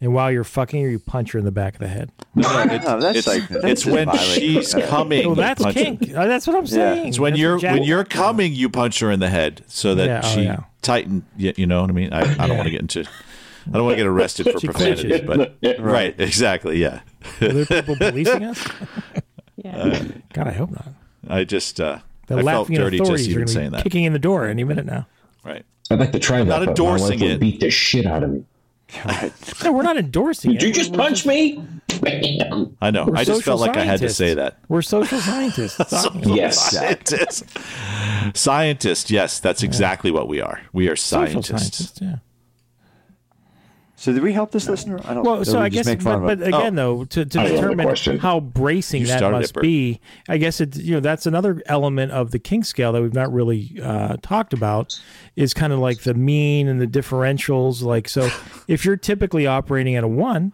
[SPEAKER 6] and while you're fucking her, you punch her in the back of the head.
[SPEAKER 1] Oh, that's
[SPEAKER 3] It's,
[SPEAKER 1] like
[SPEAKER 3] it's
[SPEAKER 1] that's
[SPEAKER 3] when
[SPEAKER 1] violent.
[SPEAKER 3] she's coming.
[SPEAKER 6] Well,
[SPEAKER 3] you
[SPEAKER 6] that's
[SPEAKER 3] punch her.
[SPEAKER 6] kink. Uh, That's what I'm saying.
[SPEAKER 3] It's when
[SPEAKER 6] That's
[SPEAKER 3] you're
[SPEAKER 6] what Jack-
[SPEAKER 3] when you're coming, you punch her in the head so that
[SPEAKER 6] Yeah, oh,
[SPEAKER 3] she
[SPEAKER 6] yeah.
[SPEAKER 3] tighten. You, you know what I mean? I, I don't want to get into. I don't want to get arrested for
[SPEAKER 6] She
[SPEAKER 3] profanity,
[SPEAKER 6] clenches.
[SPEAKER 3] but right, exactly, yeah.
[SPEAKER 6] Are there people policing us?
[SPEAKER 2] Yeah.
[SPEAKER 6] Uh, God, I hope not.
[SPEAKER 3] I just uh,
[SPEAKER 6] The
[SPEAKER 3] I felt
[SPEAKER 6] laughing
[SPEAKER 3] dirty
[SPEAKER 6] authorities
[SPEAKER 3] just
[SPEAKER 6] are
[SPEAKER 3] even
[SPEAKER 6] going to be
[SPEAKER 3] saying that.
[SPEAKER 6] kicking in the door any minute now.
[SPEAKER 3] Right.
[SPEAKER 4] I'd like to try that.
[SPEAKER 3] not
[SPEAKER 4] but my wife
[SPEAKER 3] endorsing
[SPEAKER 4] would
[SPEAKER 3] it.
[SPEAKER 4] Beat the shit out of me.
[SPEAKER 6] No, we're not endorsing
[SPEAKER 4] Did
[SPEAKER 6] it.
[SPEAKER 4] you just punch me? Bam.
[SPEAKER 3] I know.
[SPEAKER 6] We're
[SPEAKER 3] I just
[SPEAKER 6] social
[SPEAKER 3] felt like I had to
[SPEAKER 6] scientists.
[SPEAKER 3] say that.
[SPEAKER 6] We're social scientists.
[SPEAKER 4] Yes.
[SPEAKER 3] Scientist. Scientist. Yes, that's exactly what we are. We are
[SPEAKER 6] Social
[SPEAKER 3] scientists.
[SPEAKER 6] scientists. Yeah.
[SPEAKER 1] So did we help this listener? I don't.
[SPEAKER 6] Well,
[SPEAKER 1] or
[SPEAKER 6] so
[SPEAKER 1] we
[SPEAKER 6] I
[SPEAKER 1] just
[SPEAKER 6] guess,
[SPEAKER 1] make fun
[SPEAKER 6] but,
[SPEAKER 1] of
[SPEAKER 6] but
[SPEAKER 1] him?
[SPEAKER 6] again,
[SPEAKER 3] Oh.
[SPEAKER 6] though, to, to
[SPEAKER 4] I love the
[SPEAKER 6] determine
[SPEAKER 4] question.
[SPEAKER 6] how bracing
[SPEAKER 3] You
[SPEAKER 6] that
[SPEAKER 3] started it,
[SPEAKER 6] must
[SPEAKER 3] Bert.
[SPEAKER 6] be, I guess it's you know that's another element of the kink scale that we've not really uh, talked about is kind of like the mean and the differentials. Like, so if you're typically operating at a one,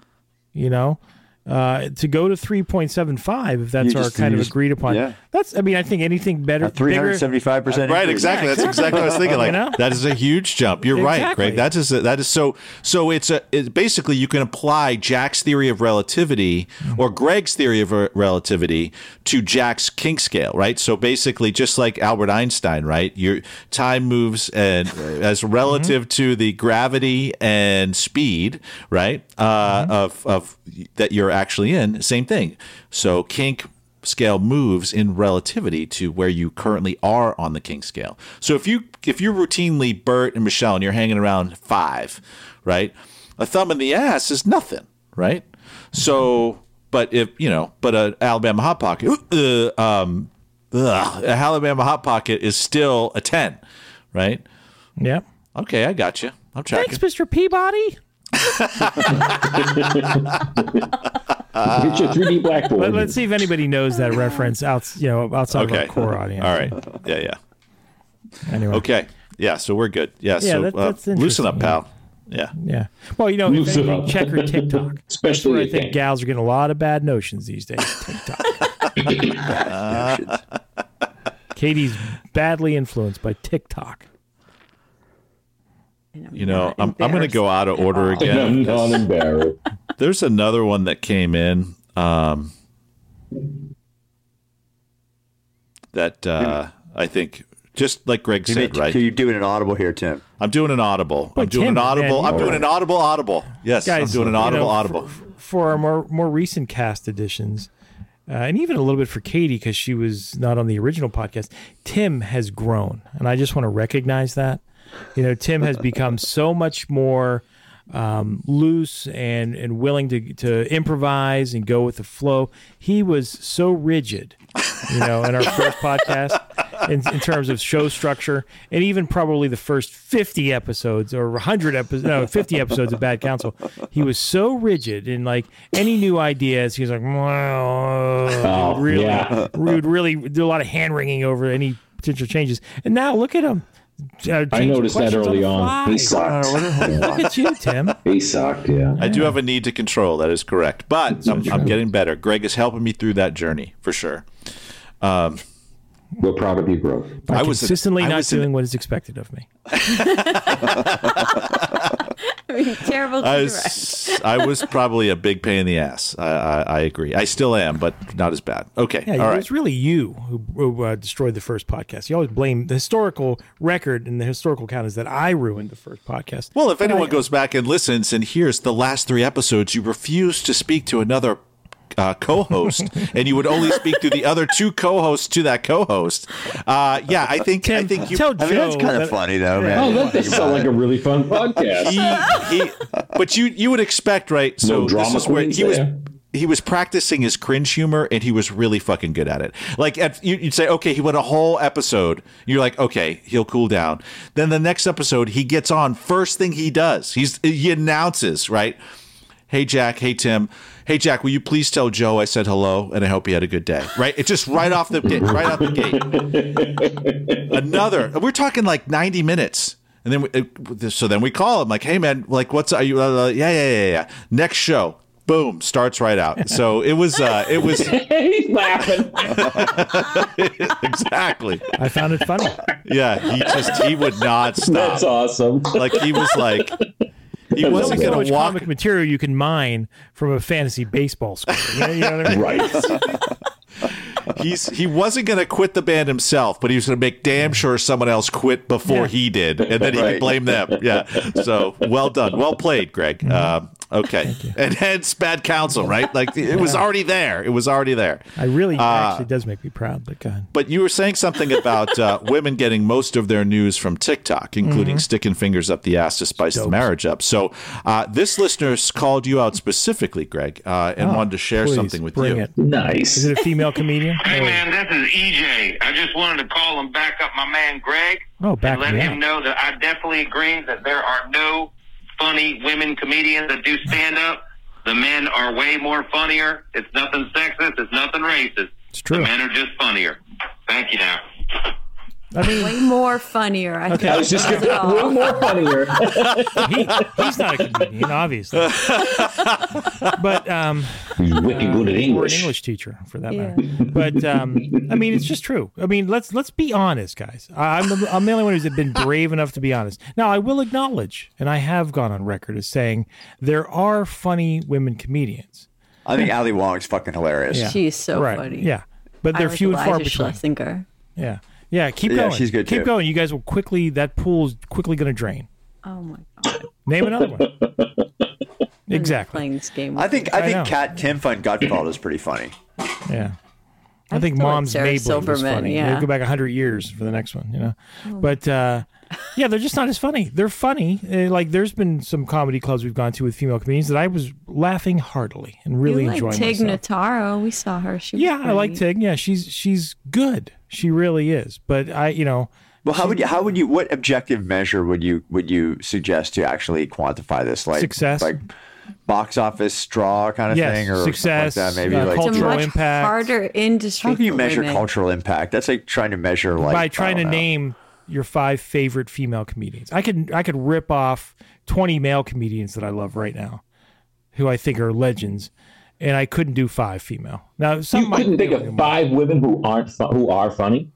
[SPEAKER 6] you know, uh, to go to three point seven five, if that's
[SPEAKER 1] You
[SPEAKER 6] our
[SPEAKER 1] just-
[SPEAKER 6] kind
[SPEAKER 1] you
[SPEAKER 6] of
[SPEAKER 1] just-
[SPEAKER 6] agreed upon,
[SPEAKER 1] yeah.
[SPEAKER 6] that's I mean I think anything better,
[SPEAKER 1] Three
[SPEAKER 6] bigger-
[SPEAKER 1] hundred seventy-five percent.
[SPEAKER 3] Right, exactly. That's exactly what I was thinking. Like
[SPEAKER 6] You know?
[SPEAKER 3] that is a huge jump. You're right,
[SPEAKER 6] Exactly.
[SPEAKER 3] Greg. That is a, that is so so. It's a it's basically you can apply Jack's theory of relativity
[SPEAKER 1] Mm.
[SPEAKER 3] or Greg's theory of re- relativity to Jack's kink scale, right? So basically, just like Albert Einstein, right? Your time moves and uh, as
[SPEAKER 1] Mm-hmm.
[SPEAKER 3] relative to the gravity and speed, right?
[SPEAKER 1] Mm-hmm.
[SPEAKER 3] Uh, Of of that you're actually in. Same thing. So kink scale moves in relativity to where you currently are on the kink scale. So if you if you're routinely Bert and Michelle and you're hanging around five, right? A thumb in the ass is nothing, right? So, but if you know, but a Alabama hot pocket, uh, um, ugh, a Alabama hot pocket is still a ten, right?
[SPEAKER 6] Yeah.
[SPEAKER 3] Okay, I got you. I'm tracking.
[SPEAKER 6] Thanks, Mr. Peabody.
[SPEAKER 3] Uh,
[SPEAKER 4] Get your 3D blackboard.
[SPEAKER 6] But let's see if anybody knows that reference out, you know, outside of
[SPEAKER 3] Okay,
[SPEAKER 6] our core audience.
[SPEAKER 3] All right. Yeah, yeah.
[SPEAKER 6] Anyway.
[SPEAKER 3] Okay. Yeah. So we're good. Yeah. so
[SPEAKER 6] that-
[SPEAKER 3] uh,
[SPEAKER 6] that's
[SPEAKER 3] loosen up,
[SPEAKER 6] interesting,
[SPEAKER 3] pal. Yeah.
[SPEAKER 6] Yeah. Well, you know, if
[SPEAKER 4] Loosen
[SPEAKER 6] anything,
[SPEAKER 4] up.
[SPEAKER 6] check her TikTok. That's
[SPEAKER 4] Especially
[SPEAKER 6] where I
[SPEAKER 4] if
[SPEAKER 6] think
[SPEAKER 4] they-
[SPEAKER 6] gals are getting a lot of bad notions these days. TikTok. Katie's badly influenced by TikTok.
[SPEAKER 2] And I'm
[SPEAKER 3] You know,
[SPEAKER 2] not
[SPEAKER 3] I'm, I'm going to go
[SPEAKER 2] embarrassed
[SPEAKER 3] out of
[SPEAKER 2] at
[SPEAKER 3] order
[SPEAKER 2] all.
[SPEAKER 3] again.
[SPEAKER 4] I'm not embarrassed.
[SPEAKER 3] There's another one that came in um, that uh, I think, just like Greg
[SPEAKER 1] You
[SPEAKER 3] said, right?
[SPEAKER 1] You're doing an audible here, Tim.
[SPEAKER 3] I'm doing an audible. I'm
[SPEAKER 6] But
[SPEAKER 3] doing
[SPEAKER 6] Tim,
[SPEAKER 3] an audible.
[SPEAKER 6] man,
[SPEAKER 3] I'm doing an audible audible. Yes, I'm doing an
[SPEAKER 6] you know,
[SPEAKER 3] audible
[SPEAKER 6] for-
[SPEAKER 3] audible.
[SPEAKER 6] For our more more recent cast editions, uh, and even a little bit for Katie because she was not on the original podcast. Tim has grown, and I just want to recognize that. You know, Tim has become so much more um, loose and and willing to to improvise and go with the flow. He was so rigid, you know, in our first podcast. In, in terms of show structure, and even probably the first fifty episodes or hundred episodes, no, fifty episodes of Bad Counsel, he was so rigid and like any new ideas, he was like, "Wow,"
[SPEAKER 4] Oh,
[SPEAKER 6] he would really,
[SPEAKER 4] yeah.
[SPEAKER 6] we would really do a lot of hand wringing over any potential changes. And now look at him. Uh,
[SPEAKER 4] I noticed that early on. He sucked.
[SPEAKER 6] Look at you, Tim.
[SPEAKER 4] He sucked. Yeah.
[SPEAKER 3] I do have a need to control. That is correct. But I'm, I'm getting better. Greg is helping me through that journey for sure.
[SPEAKER 4] We're proud of you, Grove.
[SPEAKER 6] By
[SPEAKER 3] Um, I was an-
[SPEAKER 6] consistently
[SPEAKER 3] I
[SPEAKER 6] not
[SPEAKER 3] was an-
[SPEAKER 6] doing what is expected of me.
[SPEAKER 2] I mean, terrible to
[SPEAKER 3] I
[SPEAKER 2] direct.
[SPEAKER 3] was, I was probably a big pain in the ass. I, I, I agree. I still am, but not as bad. Okay.
[SPEAKER 6] Yeah,
[SPEAKER 3] All
[SPEAKER 6] it
[SPEAKER 3] right.
[SPEAKER 6] was really you who, who uh, destroyed the first podcast. You always blame the historical record, and the historical count is that I ruined the first podcast.
[SPEAKER 3] Well, if anyone goes back and listens and hears the last three episodes, you refused to speak to another uh, co-host, and you would only speak to the other two co-hosts to that co-host. Uh, yeah, I think I think you.
[SPEAKER 6] Tell
[SPEAKER 1] I mean,
[SPEAKER 6] Joe
[SPEAKER 1] that's kind
[SPEAKER 6] that-
[SPEAKER 1] of funny though, man.
[SPEAKER 4] Oh, that does sound like a really fun podcast.
[SPEAKER 3] he, he, but you you would expect right? So
[SPEAKER 4] No drama
[SPEAKER 3] this is where
[SPEAKER 4] queens
[SPEAKER 3] he was.
[SPEAKER 4] there.
[SPEAKER 3] He was practicing his cringe humor, and he was really fucking good at it. Like at, you- you'd say, okay, he went a whole episode. You're like, okay, he'll cool down. Then the next episode, he gets on. First thing he does, he's he announces right. Hey Jack, hey Tim, hey Jack, will you please tell Joe I said hello and I hope he had a good day? Right? It's just right off the gate, right off the gate another. We're talking like ninety minutes, and then we, uh, so then we call him like, "Hey man, like what's are you? Uh, uh, yeah, yeah, yeah, yeah. Next show, boom, starts right out." So it was, uh, it was
[SPEAKER 4] He's laughing.
[SPEAKER 3] exactly,
[SPEAKER 6] I found it funny.
[SPEAKER 3] yeah. He just he would not stop.
[SPEAKER 4] That's awesome.
[SPEAKER 3] Like he was like he
[SPEAKER 4] That's
[SPEAKER 3] wasn't
[SPEAKER 4] awesome.
[SPEAKER 6] so
[SPEAKER 3] gonna
[SPEAKER 6] much
[SPEAKER 3] walk.
[SPEAKER 6] comic material you can mine from a fantasy baseball score. You know, you know what I mean?
[SPEAKER 4] Right.
[SPEAKER 3] He's he wasn't gonna quit the band himself, but he was gonna make damn sure someone else quit before he did, and then he
[SPEAKER 1] Right.
[SPEAKER 3] could blame them. Yeah. So well done, well played, Greg.
[SPEAKER 6] Mm-hmm.
[SPEAKER 3] Um okay, and hence bad counsel, right? Like it was already there. It was already there.
[SPEAKER 6] I really actually does make me proud. But God,
[SPEAKER 3] But you were saying something about uh, women getting most of their news from TikTok,
[SPEAKER 6] Mm-hmm.
[SPEAKER 3] including sticking fingers up the ass to spice the marriage up. So uh, this listener's called you out specifically, Greg, uh, and wanted to share
[SPEAKER 6] Oh, please,
[SPEAKER 3] something with
[SPEAKER 6] bring
[SPEAKER 3] you.
[SPEAKER 6] It. Is
[SPEAKER 4] Nice.
[SPEAKER 6] it a female comedian? Oh,
[SPEAKER 7] Hey man, this is EJ. I just wanted to call and back up my man Greg.
[SPEAKER 6] Oh, back
[SPEAKER 7] and let
[SPEAKER 6] me
[SPEAKER 7] him
[SPEAKER 6] up.
[SPEAKER 7] know that I definitely agree that there are no funny women comedians that do stand up. The men are way more funnier. It's nothing sexist. It's nothing racist.
[SPEAKER 6] It's true.
[SPEAKER 7] The men are just funnier. Thank you now.
[SPEAKER 6] I mean,
[SPEAKER 2] Way more funnier. I
[SPEAKER 6] Okay.
[SPEAKER 2] okay.
[SPEAKER 4] I was just going to real more funnier.
[SPEAKER 6] he, he's not a comedian, obviously. but um,
[SPEAKER 4] He's wicked good at
[SPEAKER 6] or an
[SPEAKER 4] English.
[SPEAKER 6] English teacher for that
[SPEAKER 2] Yeah.
[SPEAKER 6] matter. But um, I mean, it's just true. I mean, let's let's be honest, guys. I- I'm the, I'm the only one who's been brave enough to be honest. Now, I will acknowledge, and I have gone on record as saying there are funny women comedians.
[SPEAKER 1] I think Ali Wong's fucking hilarious.
[SPEAKER 6] Yeah.
[SPEAKER 2] She's so
[SPEAKER 6] right?
[SPEAKER 2] funny.
[SPEAKER 6] Yeah, but they're
[SPEAKER 2] I like
[SPEAKER 6] few
[SPEAKER 2] Elijah
[SPEAKER 6] and far between.
[SPEAKER 2] Schlesinger.
[SPEAKER 6] Yeah, yeah. Keep
[SPEAKER 1] Yeah,
[SPEAKER 6] going.
[SPEAKER 1] she's good,
[SPEAKER 6] Keep
[SPEAKER 1] too.
[SPEAKER 6] going. You guys will quickly. That pool's quickly going to drain.
[SPEAKER 2] Oh my god!
[SPEAKER 6] Name another one. exactly.
[SPEAKER 2] Playing this game.
[SPEAKER 1] I think I,
[SPEAKER 6] I know.
[SPEAKER 1] think Kat Timfun Gutfeld is pretty funny.
[SPEAKER 6] Yeah. I think
[SPEAKER 2] still like
[SPEAKER 6] Mom's
[SPEAKER 2] Sarah
[SPEAKER 6] Maybelline was
[SPEAKER 2] Silverman,
[SPEAKER 6] funny.
[SPEAKER 2] yeah. Oh.
[SPEAKER 6] They'll go back 100 years for the next one, you know. But uh, yeah, they're just not as funny. They're funny. Uh, like there's been some comedy clubs we've gone to with female comedians that I was laughing heartily and really
[SPEAKER 2] you like
[SPEAKER 6] enjoying
[SPEAKER 2] Tig
[SPEAKER 6] myself.
[SPEAKER 2] Notaro. We saw her. She was
[SPEAKER 6] yeah, I like
[SPEAKER 2] great.
[SPEAKER 6] Tig. Yeah, she's she's good. She really is. But I, you know,
[SPEAKER 1] Well, how would you? How would you? What objective measure would you would you suggest to actually quantify this? Like
[SPEAKER 6] Success.
[SPEAKER 1] like box office draw kind of
[SPEAKER 6] Yes,
[SPEAKER 1] thing, or something
[SPEAKER 6] success,
[SPEAKER 1] like that. Maybe
[SPEAKER 6] uh,
[SPEAKER 1] like
[SPEAKER 2] It's a
[SPEAKER 6] Cultural
[SPEAKER 2] much
[SPEAKER 6] impact.
[SPEAKER 2] harder industry.
[SPEAKER 1] how do you
[SPEAKER 2] for
[SPEAKER 1] measure
[SPEAKER 2] women.
[SPEAKER 1] cultural impact? That's like trying to measure like
[SPEAKER 6] by trying
[SPEAKER 1] I
[SPEAKER 6] to
[SPEAKER 1] don't know.
[SPEAKER 6] name your five favorite female comedians. I could I could rip off 20 male comedians that I love right now who I think are legends and I couldn't do five female. Now some
[SPEAKER 4] You
[SPEAKER 6] might
[SPEAKER 4] couldn't
[SPEAKER 6] be
[SPEAKER 4] think
[SPEAKER 6] able
[SPEAKER 4] of
[SPEAKER 6] to-
[SPEAKER 4] five women who aren't fu- who are funny.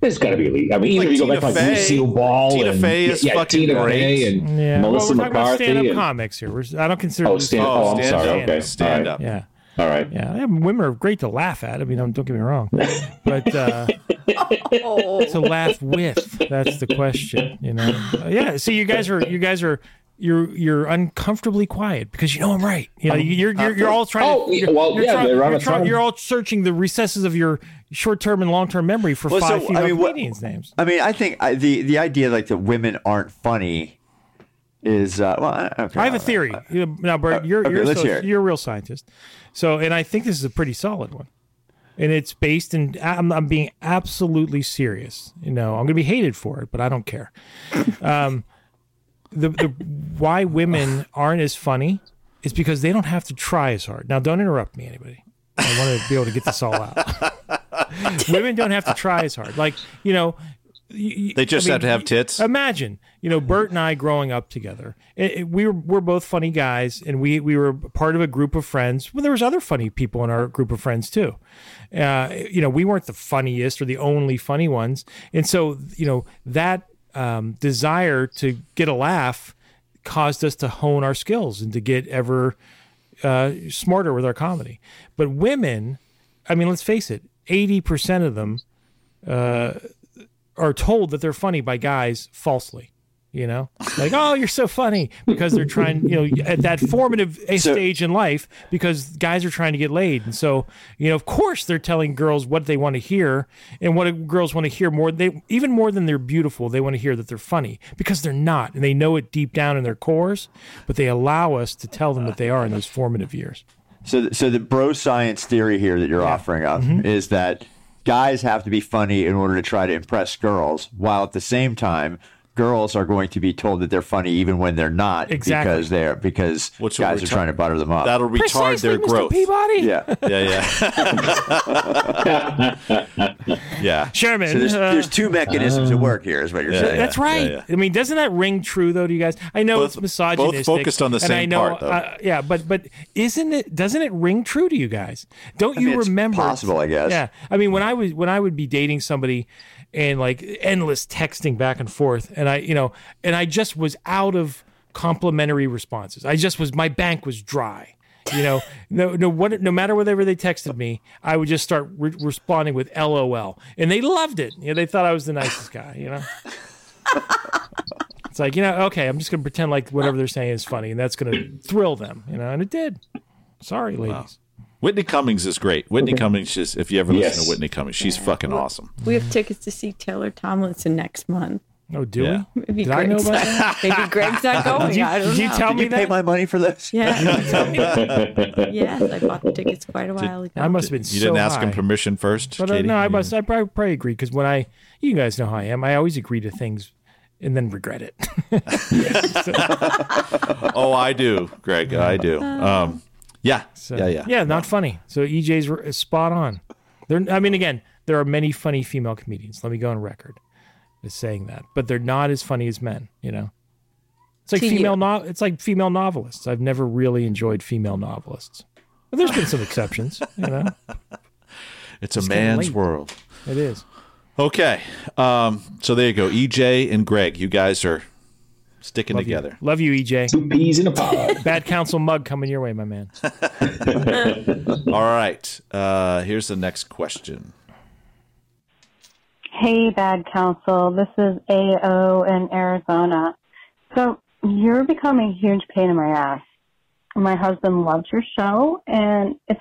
[SPEAKER 4] There's got to be a league. I mean,
[SPEAKER 3] Like
[SPEAKER 4] even if you go
[SPEAKER 3] Tina
[SPEAKER 4] back to like
[SPEAKER 3] Fey.
[SPEAKER 4] Lucille Ball,
[SPEAKER 3] Tina
[SPEAKER 4] and,
[SPEAKER 3] Fey is
[SPEAKER 4] yeah,
[SPEAKER 3] fucking
[SPEAKER 4] Tina
[SPEAKER 3] great.
[SPEAKER 4] Fey and
[SPEAKER 6] Yeah.
[SPEAKER 4] Melissa
[SPEAKER 6] well, we're talking about
[SPEAKER 4] McCarthy.
[SPEAKER 6] stand-up
[SPEAKER 4] and,
[SPEAKER 6] comics here. We're, I don't consider
[SPEAKER 4] oh,
[SPEAKER 6] this-
[SPEAKER 4] stand, oh, I'm
[SPEAKER 3] stand
[SPEAKER 4] sorry.
[SPEAKER 3] up.
[SPEAKER 4] Okay,
[SPEAKER 3] Stand
[SPEAKER 4] all
[SPEAKER 3] up.
[SPEAKER 4] right.
[SPEAKER 6] Yeah.
[SPEAKER 4] All right.
[SPEAKER 6] Yeah, yeah, women are great to laugh at. I mean, don't don't get me wrong, but uh, to laugh with—that's the question, you know. Uh, yeah, see, you guys are you guys are you're you're uncomfortably quiet because you know I'm right. You know, you're you're, you're all trying.
[SPEAKER 4] Oh,
[SPEAKER 6] to, you're,
[SPEAKER 4] well,
[SPEAKER 6] you're
[SPEAKER 4] yeah,
[SPEAKER 6] trying-
[SPEAKER 4] they're on
[SPEAKER 6] you're,
[SPEAKER 4] a
[SPEAKER 6] trying-
[SPEAKER 4] time.
[SPEAKER 6] you're all searching the recesses of your short-term and long-term memory for
[SPEAKER 1] Well, so,
[SPEAKER 6] five
[SPEAKER 1] I
[SPEAKER 6] female
[SPEAKER 1] mean, what-
[SPEAKER 6] comedians' names.
[SPEAKER 1] I mean, I think I, the the idea like that women aren't funny is uh, well. I- Okay,
[SPEAKER 6] I have a
[SPEAKER 1] don't know.
[SPEAKER 6] theory. You know, Now, Bert, you're
[SPEAKER 1] okay,
[SPEAKER 6] you're,
[SPEAKER 1] let's
[SPEAKER 6] so-
[SPEAKER 1] hear it.
[SPEAKER 6] you're a real scientist, so and I think this is a pretty solid one, and it's based in. I'm, I'm being absolutely serious. You know, I'm going to be hated for it, but I don't care. Um, the the why women aren't as funny is because they don't have to try as hard. Now, don't interrupt me, anybody. I want to be able to get this all out. Women don't have to try as hard. Like you know,
[SPEAKER 3] They just have to have tits.
[SPEAKER 6] Imagine, you know, Bert and I growing up together. It- it- we were we're both funny guys, and we we were part of a group of friends. Well, there was other funny people in our group of friends too. Uh, you know, we weren't the funniest or the only funny ones, and so you know that um, desire to get a laugh caused us to hone our skills and to get ever uh, smarter with our comedy. But women, I mean, let's face it, eighty percent of them uh, are told that they're funny by guys falsely. You know, like oh, you're so funny because they're trying. You know, at that formative a
[SPEAKER 1] So-
[SPEAKER 6] stage in life, because guys are trying to get laid, and so you know, of course, they're telling girls what they want to hear and what girls want to hear more. They even more than they're beautiful, they want to hear that they're funny because they're not, and they know it deep down in their cores, but they allow us to tell them that they are in those formative years.
[SPEAKER 1] So, th- so the bro science theory here that you're offering up
[SPEAKER 6] Mm-hmm.
[SPEAKER 1] is that guys have to be funny in order to try to impress girls, while at the same time, girls are going to be told that they're funny even when they're not
[SPEAKER 6] Exactly.
[SPEAKER 1] because they're because
[SPEAKER 3] Which will
[SPEAKER 1] guys are
[SPEAKER 3] retar-
[SPEAKER 1] trying to butter them up.
[SPEAKER 3] That'll retard
[SPEAKER 6] Precisely,
[SPEAKER 3] their
[SPEAKER 6] Mr.
[SPEAKER 3] growth.
[SPEAKER 6] Peabody.
[SPEAKER 1] yeah.
[SPEAKER 3] Yeah, yeah, yeah.
[SPEAKER 6] Sherman.
[SPEAKER 1] So there's,
[SPEAKER 6] uh,
[SPEAKER 1] there's two mechanisms at work here, is what you're
[SPEAKER 3] yeah,
[SPEAKER 1] saying.
[SPEAKER 3] yeah.
[SPEAKER 6] That's right.
[SPEAKER 3] yeah.
[SPEAKER 6] I mean, doesn't that ring true though? Do you guys? I know
[SPEAKER 3] Both-
[SPEAKER 6] it's misogynistic.
[SPEAKER 3] both focused on the
[SPEAKER 6] and
[SPEAKER 3] same
[SPEAKER 6] I know,
[SPEAKER 3] part, though.
[SPEAKER 6] uh, yeah, but but isn't it? Doesn't it ring true to you guys? Don't you
[SPEAKER 1] mean, it's
[SPEAKER 6] remember?
[SPEAKER 1] possible, I guess.
[SPEAKER 6] Yeah. I mean, when I was when I would be dating somebody, and like endless texting back and forth, and I you know, and I just was out of complimentary responses. I just was my bank was dry. You know, no, no, what, no matter whatever they texted me, I would just start re- responding with "LOL," and they loved it. You know, they thought I was the nicest guy. You know. It's like, you know, okay, I'm just going to pretend like whatever they're saying is funny and that's going to thrill them, you know, and it did. Sorry, ladies.
[SPEAKER 3] Whitney Cummings is great. Whitney Cummings is if you ever listen
[SPEAKER 4] Yes.
[SPEAKER 3] to Whitney Cummings, she's fucking awesome.
[SPEAKER 2] We have tickets to see Taylor Tomlinson next month.
[SPEAKER 6] Oh, do
[SPEAKER 3] Yeah.
[SPEAKER 6] we?
[SPEAKER 2] Maybe
[SPEAKER 6] Did I know
[SPEAKER 2] Greg's
[SPEAKER 6] about
[SPEAKER 2] not, maybe Greg's not going.
[SPEAKER 6] Did you,
[SPEAKER 2] I don't
[SPEAKER 6] did you
[SPEAKER 2] know.
[SPEAKER 6] tell
[SPEAKER 1] Did
[SPEAKER 6] me
[SPEAKER 1] you pay
[SPEAKER 6] that?
[SPEAKER 1] my money for this?
[SPEAKER 2] Yeah. you tell me. yes, I bought the tickets quite a while ago.
[SPEAKER 6] I must have been so
[SPEAKER 3] You didn't ask him
[SPEAKER 6] high.
[SPEAKER 3] permission first,
[SPEAKER 6] But uh,
[SPEAKER 3] Katie?
[SPEAKER 6] no, I must. I probably, probably agree because when I, you guys know how I am. I always agree to things and then regret it.
[SPEAKER 3] Oh, I do, Greg. I do.
[SPEAKER 2] Oh.
[SPEAKER 3] Um, yeah,
[SPEAKER 6] So,
[SPEAKER 3] yeah, yeah,
[SPEAKER 6] Yeah, not funny. So EJ's r- is spot on. There, I mean, again, there are many funny female comedians. Let me go on record as saying that, but they're not as funny as men. You know, it's like
[SPEAKER 2] To you.
[SPEAKER 6] female. No, it's like female novelists. I've never really enjoyed female novelists. But there's been some exceptions. You know,
[SPEAKER 3] It's a
[SPEAKER 6] getting
[SPEAKER 3] man's
[SPEAKER 6] late.
[SPEAKER 3] world.
[SPEAKER 6] it is.
[SPEAKER 3] Okay, um, so there you go. EJ and Greg, you guys are sticking together.
[SPEAKER 6] Love you, E EJ.
[SPEAKER 4] Two peas in a pod.
[SPEAKER 6] Bad counsel mug coming your way, my man.
[SPEAKER 3] All right. Uh, here's the next question.
[SPEAKER 10] Hey, Bad Counsel. This is AO in Arizona. So you're becoming a huge pain in my ass. My husband loves your show, and it's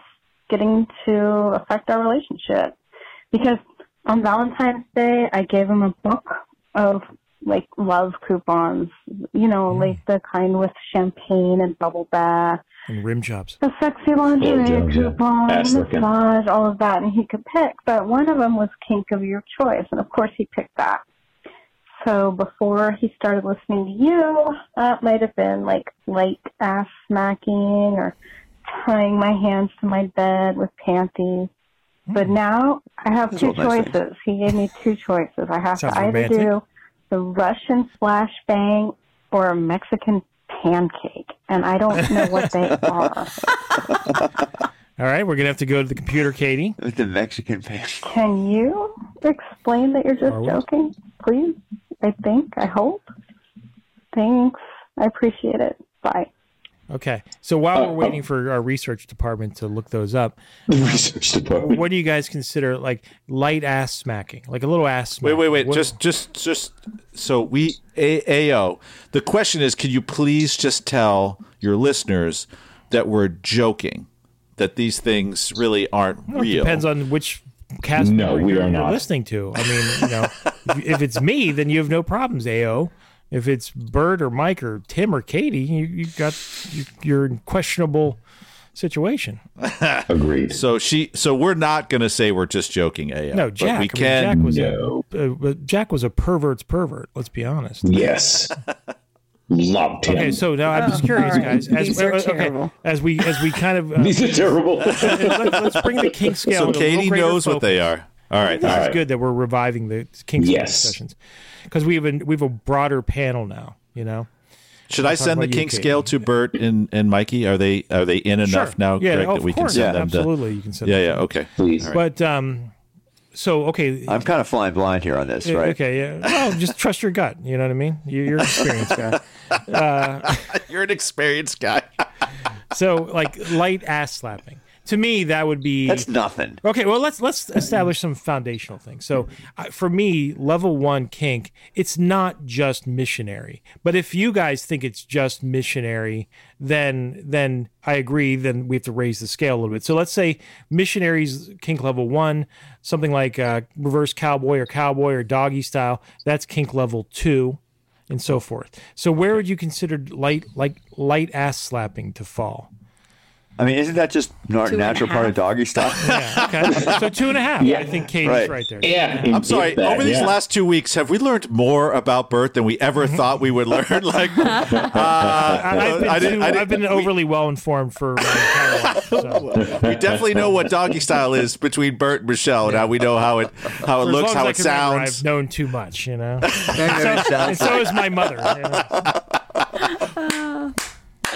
[SPEAKER 10] getting to affect our relationship. Because on Valentine's Day, I gave him a book of like love coupons, you know, like the kind with champagne and bubble bath
[SPEAKER 6] And rim jobs.
[SPEAKER 10] the sexy lingerie
[SPEAKER 4] Blowjobs, yeah.
[SPEAKER 10] coupon,
[SPEAKER 4] Ass looking.
[SPEAKER 10] massage, all of that, and he could pick. But one of them was kink of your choice, and of course he picked that. So before he started listening to you, that might have been like light ass smacking or tying my hands to my bed with panties.
[SPEAKER 6] Hmm.
[SPEAKER 10] But now I have two
[SPEAKER 1] all nice things.
[SPEAKER 10] choices. He gave me two choices. I have
[SPEAKER 6] eh? Sounds
[SPEAKER 10] to either
[SPEAKER 6] romantic.
[SPEAKER 10] do the Russian splash bang or a Mexican pancake, and I don't know what they are.
[SPEAKER 6] All right, we're gonna have to go to the computer, Katie.
[SPEAKER 1] With the Mexican pants.
[SPEAKER 10] Can you explain that you're just
[SPEAKER 6] Are we?
[SPEAKER 10] joking, please? I think, I hope. Thanks. I appreciate it. Bye.
[SPEAKER 6] Okay. So while
[SPEAKER 4] Uh,
[SPEAKER 6] we're waiting for our research department to look those up,
[SPEAKER 4] Research department.
[SPEAKER 6] what do you guys consider like light ass smacking, like a little ass?
[SPEAKER 3] Wait,
[SPEAKER 6] Smacking.
[SPEAKER 3] wait, wait.
[SPEAKER 6] What-
[SPEAKER 3] Just, just, just. So we a AO. The question is, can you please just tell your listeners that we're joking, that these things really aren't
[SPEAKER 6] it
[SPEAKER 3] real?
[SPEAKER 6] depends on which cast
[SPEAKER 4] No,
[SPEAKER 6] member
[SPEAKER 4] we
[SPEAKER 6] you're,
[SPEAKER 4] are
[SPEAKER 6] you're
[SPEAKER 4] not.
[SPEAKER 6] listening to. I mean, you know, if- if it's me, then you have no problems, Ao. If it's Bert or Mike or Tim or Katie, you you got you, you're in questionable situation.
[SPEAKER 4] Agreed.
[SPEAKER 3] so she, so we're not going to say we're just joking, AO.
[SPEAKER 6] No,
[SPEAKER 3] But
[SPEAKER 6] Jack.
[SPEAKER 3] we
[SPEAKER 6] I mean,
[SPEAKER 3] can.
[SPEAKER 6] Jack was
[SPEAKER 4] No.
[SPEAKER 6] a, uh, but Jack was a pervert's pervert. Let's be honest.
[SPEAKER 4] Yes. Loved him.
[SPEAKER 6] Okay, so now I'm just curious,
[SPEAKER 2] all right.
[SPEAKER 6] guys. As,
[SPEAKER 2] Oh, These are
[SPEAKER 6] okay,
[SPEAKER 2] terrible.
[SPEAKER 6] as we as we kind of uh,
[SPEAKER 4] These are terrible.
[SPEAKER 6] let's, let's bring the kink scale.
[SPEAKER 3] so
[SPEAKER 6] into a little
[SPEAKER 3] Katie
[SPEAKER 6] greater
[SPEAKER 3] knows what
[SPEAKER 6] focus.
[SPEAKER 3] they are. All right.
[SPEAKER 6] This
[SPEAKER 3] All
[SPEAKER 6] is
[SPEAKER 3] right.
[SPEAKER 6] good that we're reviving the King's
[SPEAKER 4] Yes.
[SPEAKER 6] discussions because we have a we have a broader panel now. You know.
[SPEAKER 3] Should I
[SPEAKER 6] talk
[SPEAKER 3] send the
[SPEAKER 6] about you,
[SPEAKER 3] kink
[SPEAKER 6] Kate.
[SPEAKER 3] scale to Bert and, and Mikey? Are they are they in enough
[SPEAKER 6] Sure.
[SPEAKER 3] now,
[SPEAKER 6] Yeah,
[SPEAKER 3] Greg,
[SPEAKER 6] of
[SPEAKER 3] that we can
[SPEAKER 6] course.
[SPEAKER 3] send
[SPEAKER 6] Yeah,
[SPEAKER 3] them
[SPEAKER 6] absolutely,
[SPEAKER 3] to?
[SPEAKER 6] you can send
[SPEAKER 3] Yeah,
[SPEAKER 6] them.
[SPEAKER 3] yeah, okay.
[SPEAKER 4] Please.
[SPEAKER 3] All right.
[SPEAKER 6] But um, so okay,
[SPEAKER 1] I'm kind of flying blind here on this,
[SPEAKER 6] Yeah,
[SPEAKER 1] right?
[SPEAKER 6] Okay, yeah. Well, just trust your gut. You know what I mean? You- You're an experienced guy. Uh,
[SPEAKER 3] You're an experienced guy.
[SPEAKER 6] So, like light ass slapping. To me, that would be
[SPEAKER 1] That's nothing.
[SPEAKER 6] okay. Well, let's let's establish some foundational things. So, I for me, level one kink, it's not just missionary. But if you guys think it's just missionary, then then I agree. Then we have to raise the scale a little bit. So let's say missionaries kink level one, something like uh, reverse cowboy or cowboy or doggy style. That's kink level two. and so forth. So where would you consider light like light ass slapping to fall?
[SPEAKER 1] I mean, isn't that just not
[SPEAKER 2] Two and a
[SPEAKER 1] natural part of
[SPEAKER 2] half.
[SPEAKER 1] doggy style?
[SPEAKER 6] Yeah, okay. so two and a half.
[SPEAKER 4] Yeah.
[SPEAKER 6] I think Katie's
[SPEAKER 1] Right.
[SPEAKER 6] right, there.
[SPEAKER 4] Yeah.
[SPEAKER 3] I'm sorry. Over these last two weeks, have we learned more about Bert than we ever
[SPEAKER 6] Mm-hmm.
[SPEAKER 3] thought we would learn? Like, uh,
[SPEAKER 6] I, have been,
[SPEAKER 3] I didn't-
[SPEAKER 6] too,
[SPEAKER 3] I
[SPEAKER 6] I
[SPEAKER 3] didn't-
[SPEAKER 6] have been overly well informed for my entire life. So.
[SPEAKER 3] we definitely know what doggy style is between Bert and Michelle. Now we know how it how it
[SPEAKER 6] For as
[SPEAKER 3] looks,
[SPEAKER 6] long as
[SPEAKER 3] how
[SPEAKER 6] I
[SPEAKER 3] it
[SPEAKER 6] can remember,
[SPEAKER 3] sounds.
[SPEAKER 6] I've known too much, you know.
[SPEAKER 1] It
[SPEAKER 6] and
[SPEAKER 1] sounds
[SPEAKER 6] so is my mother. you know?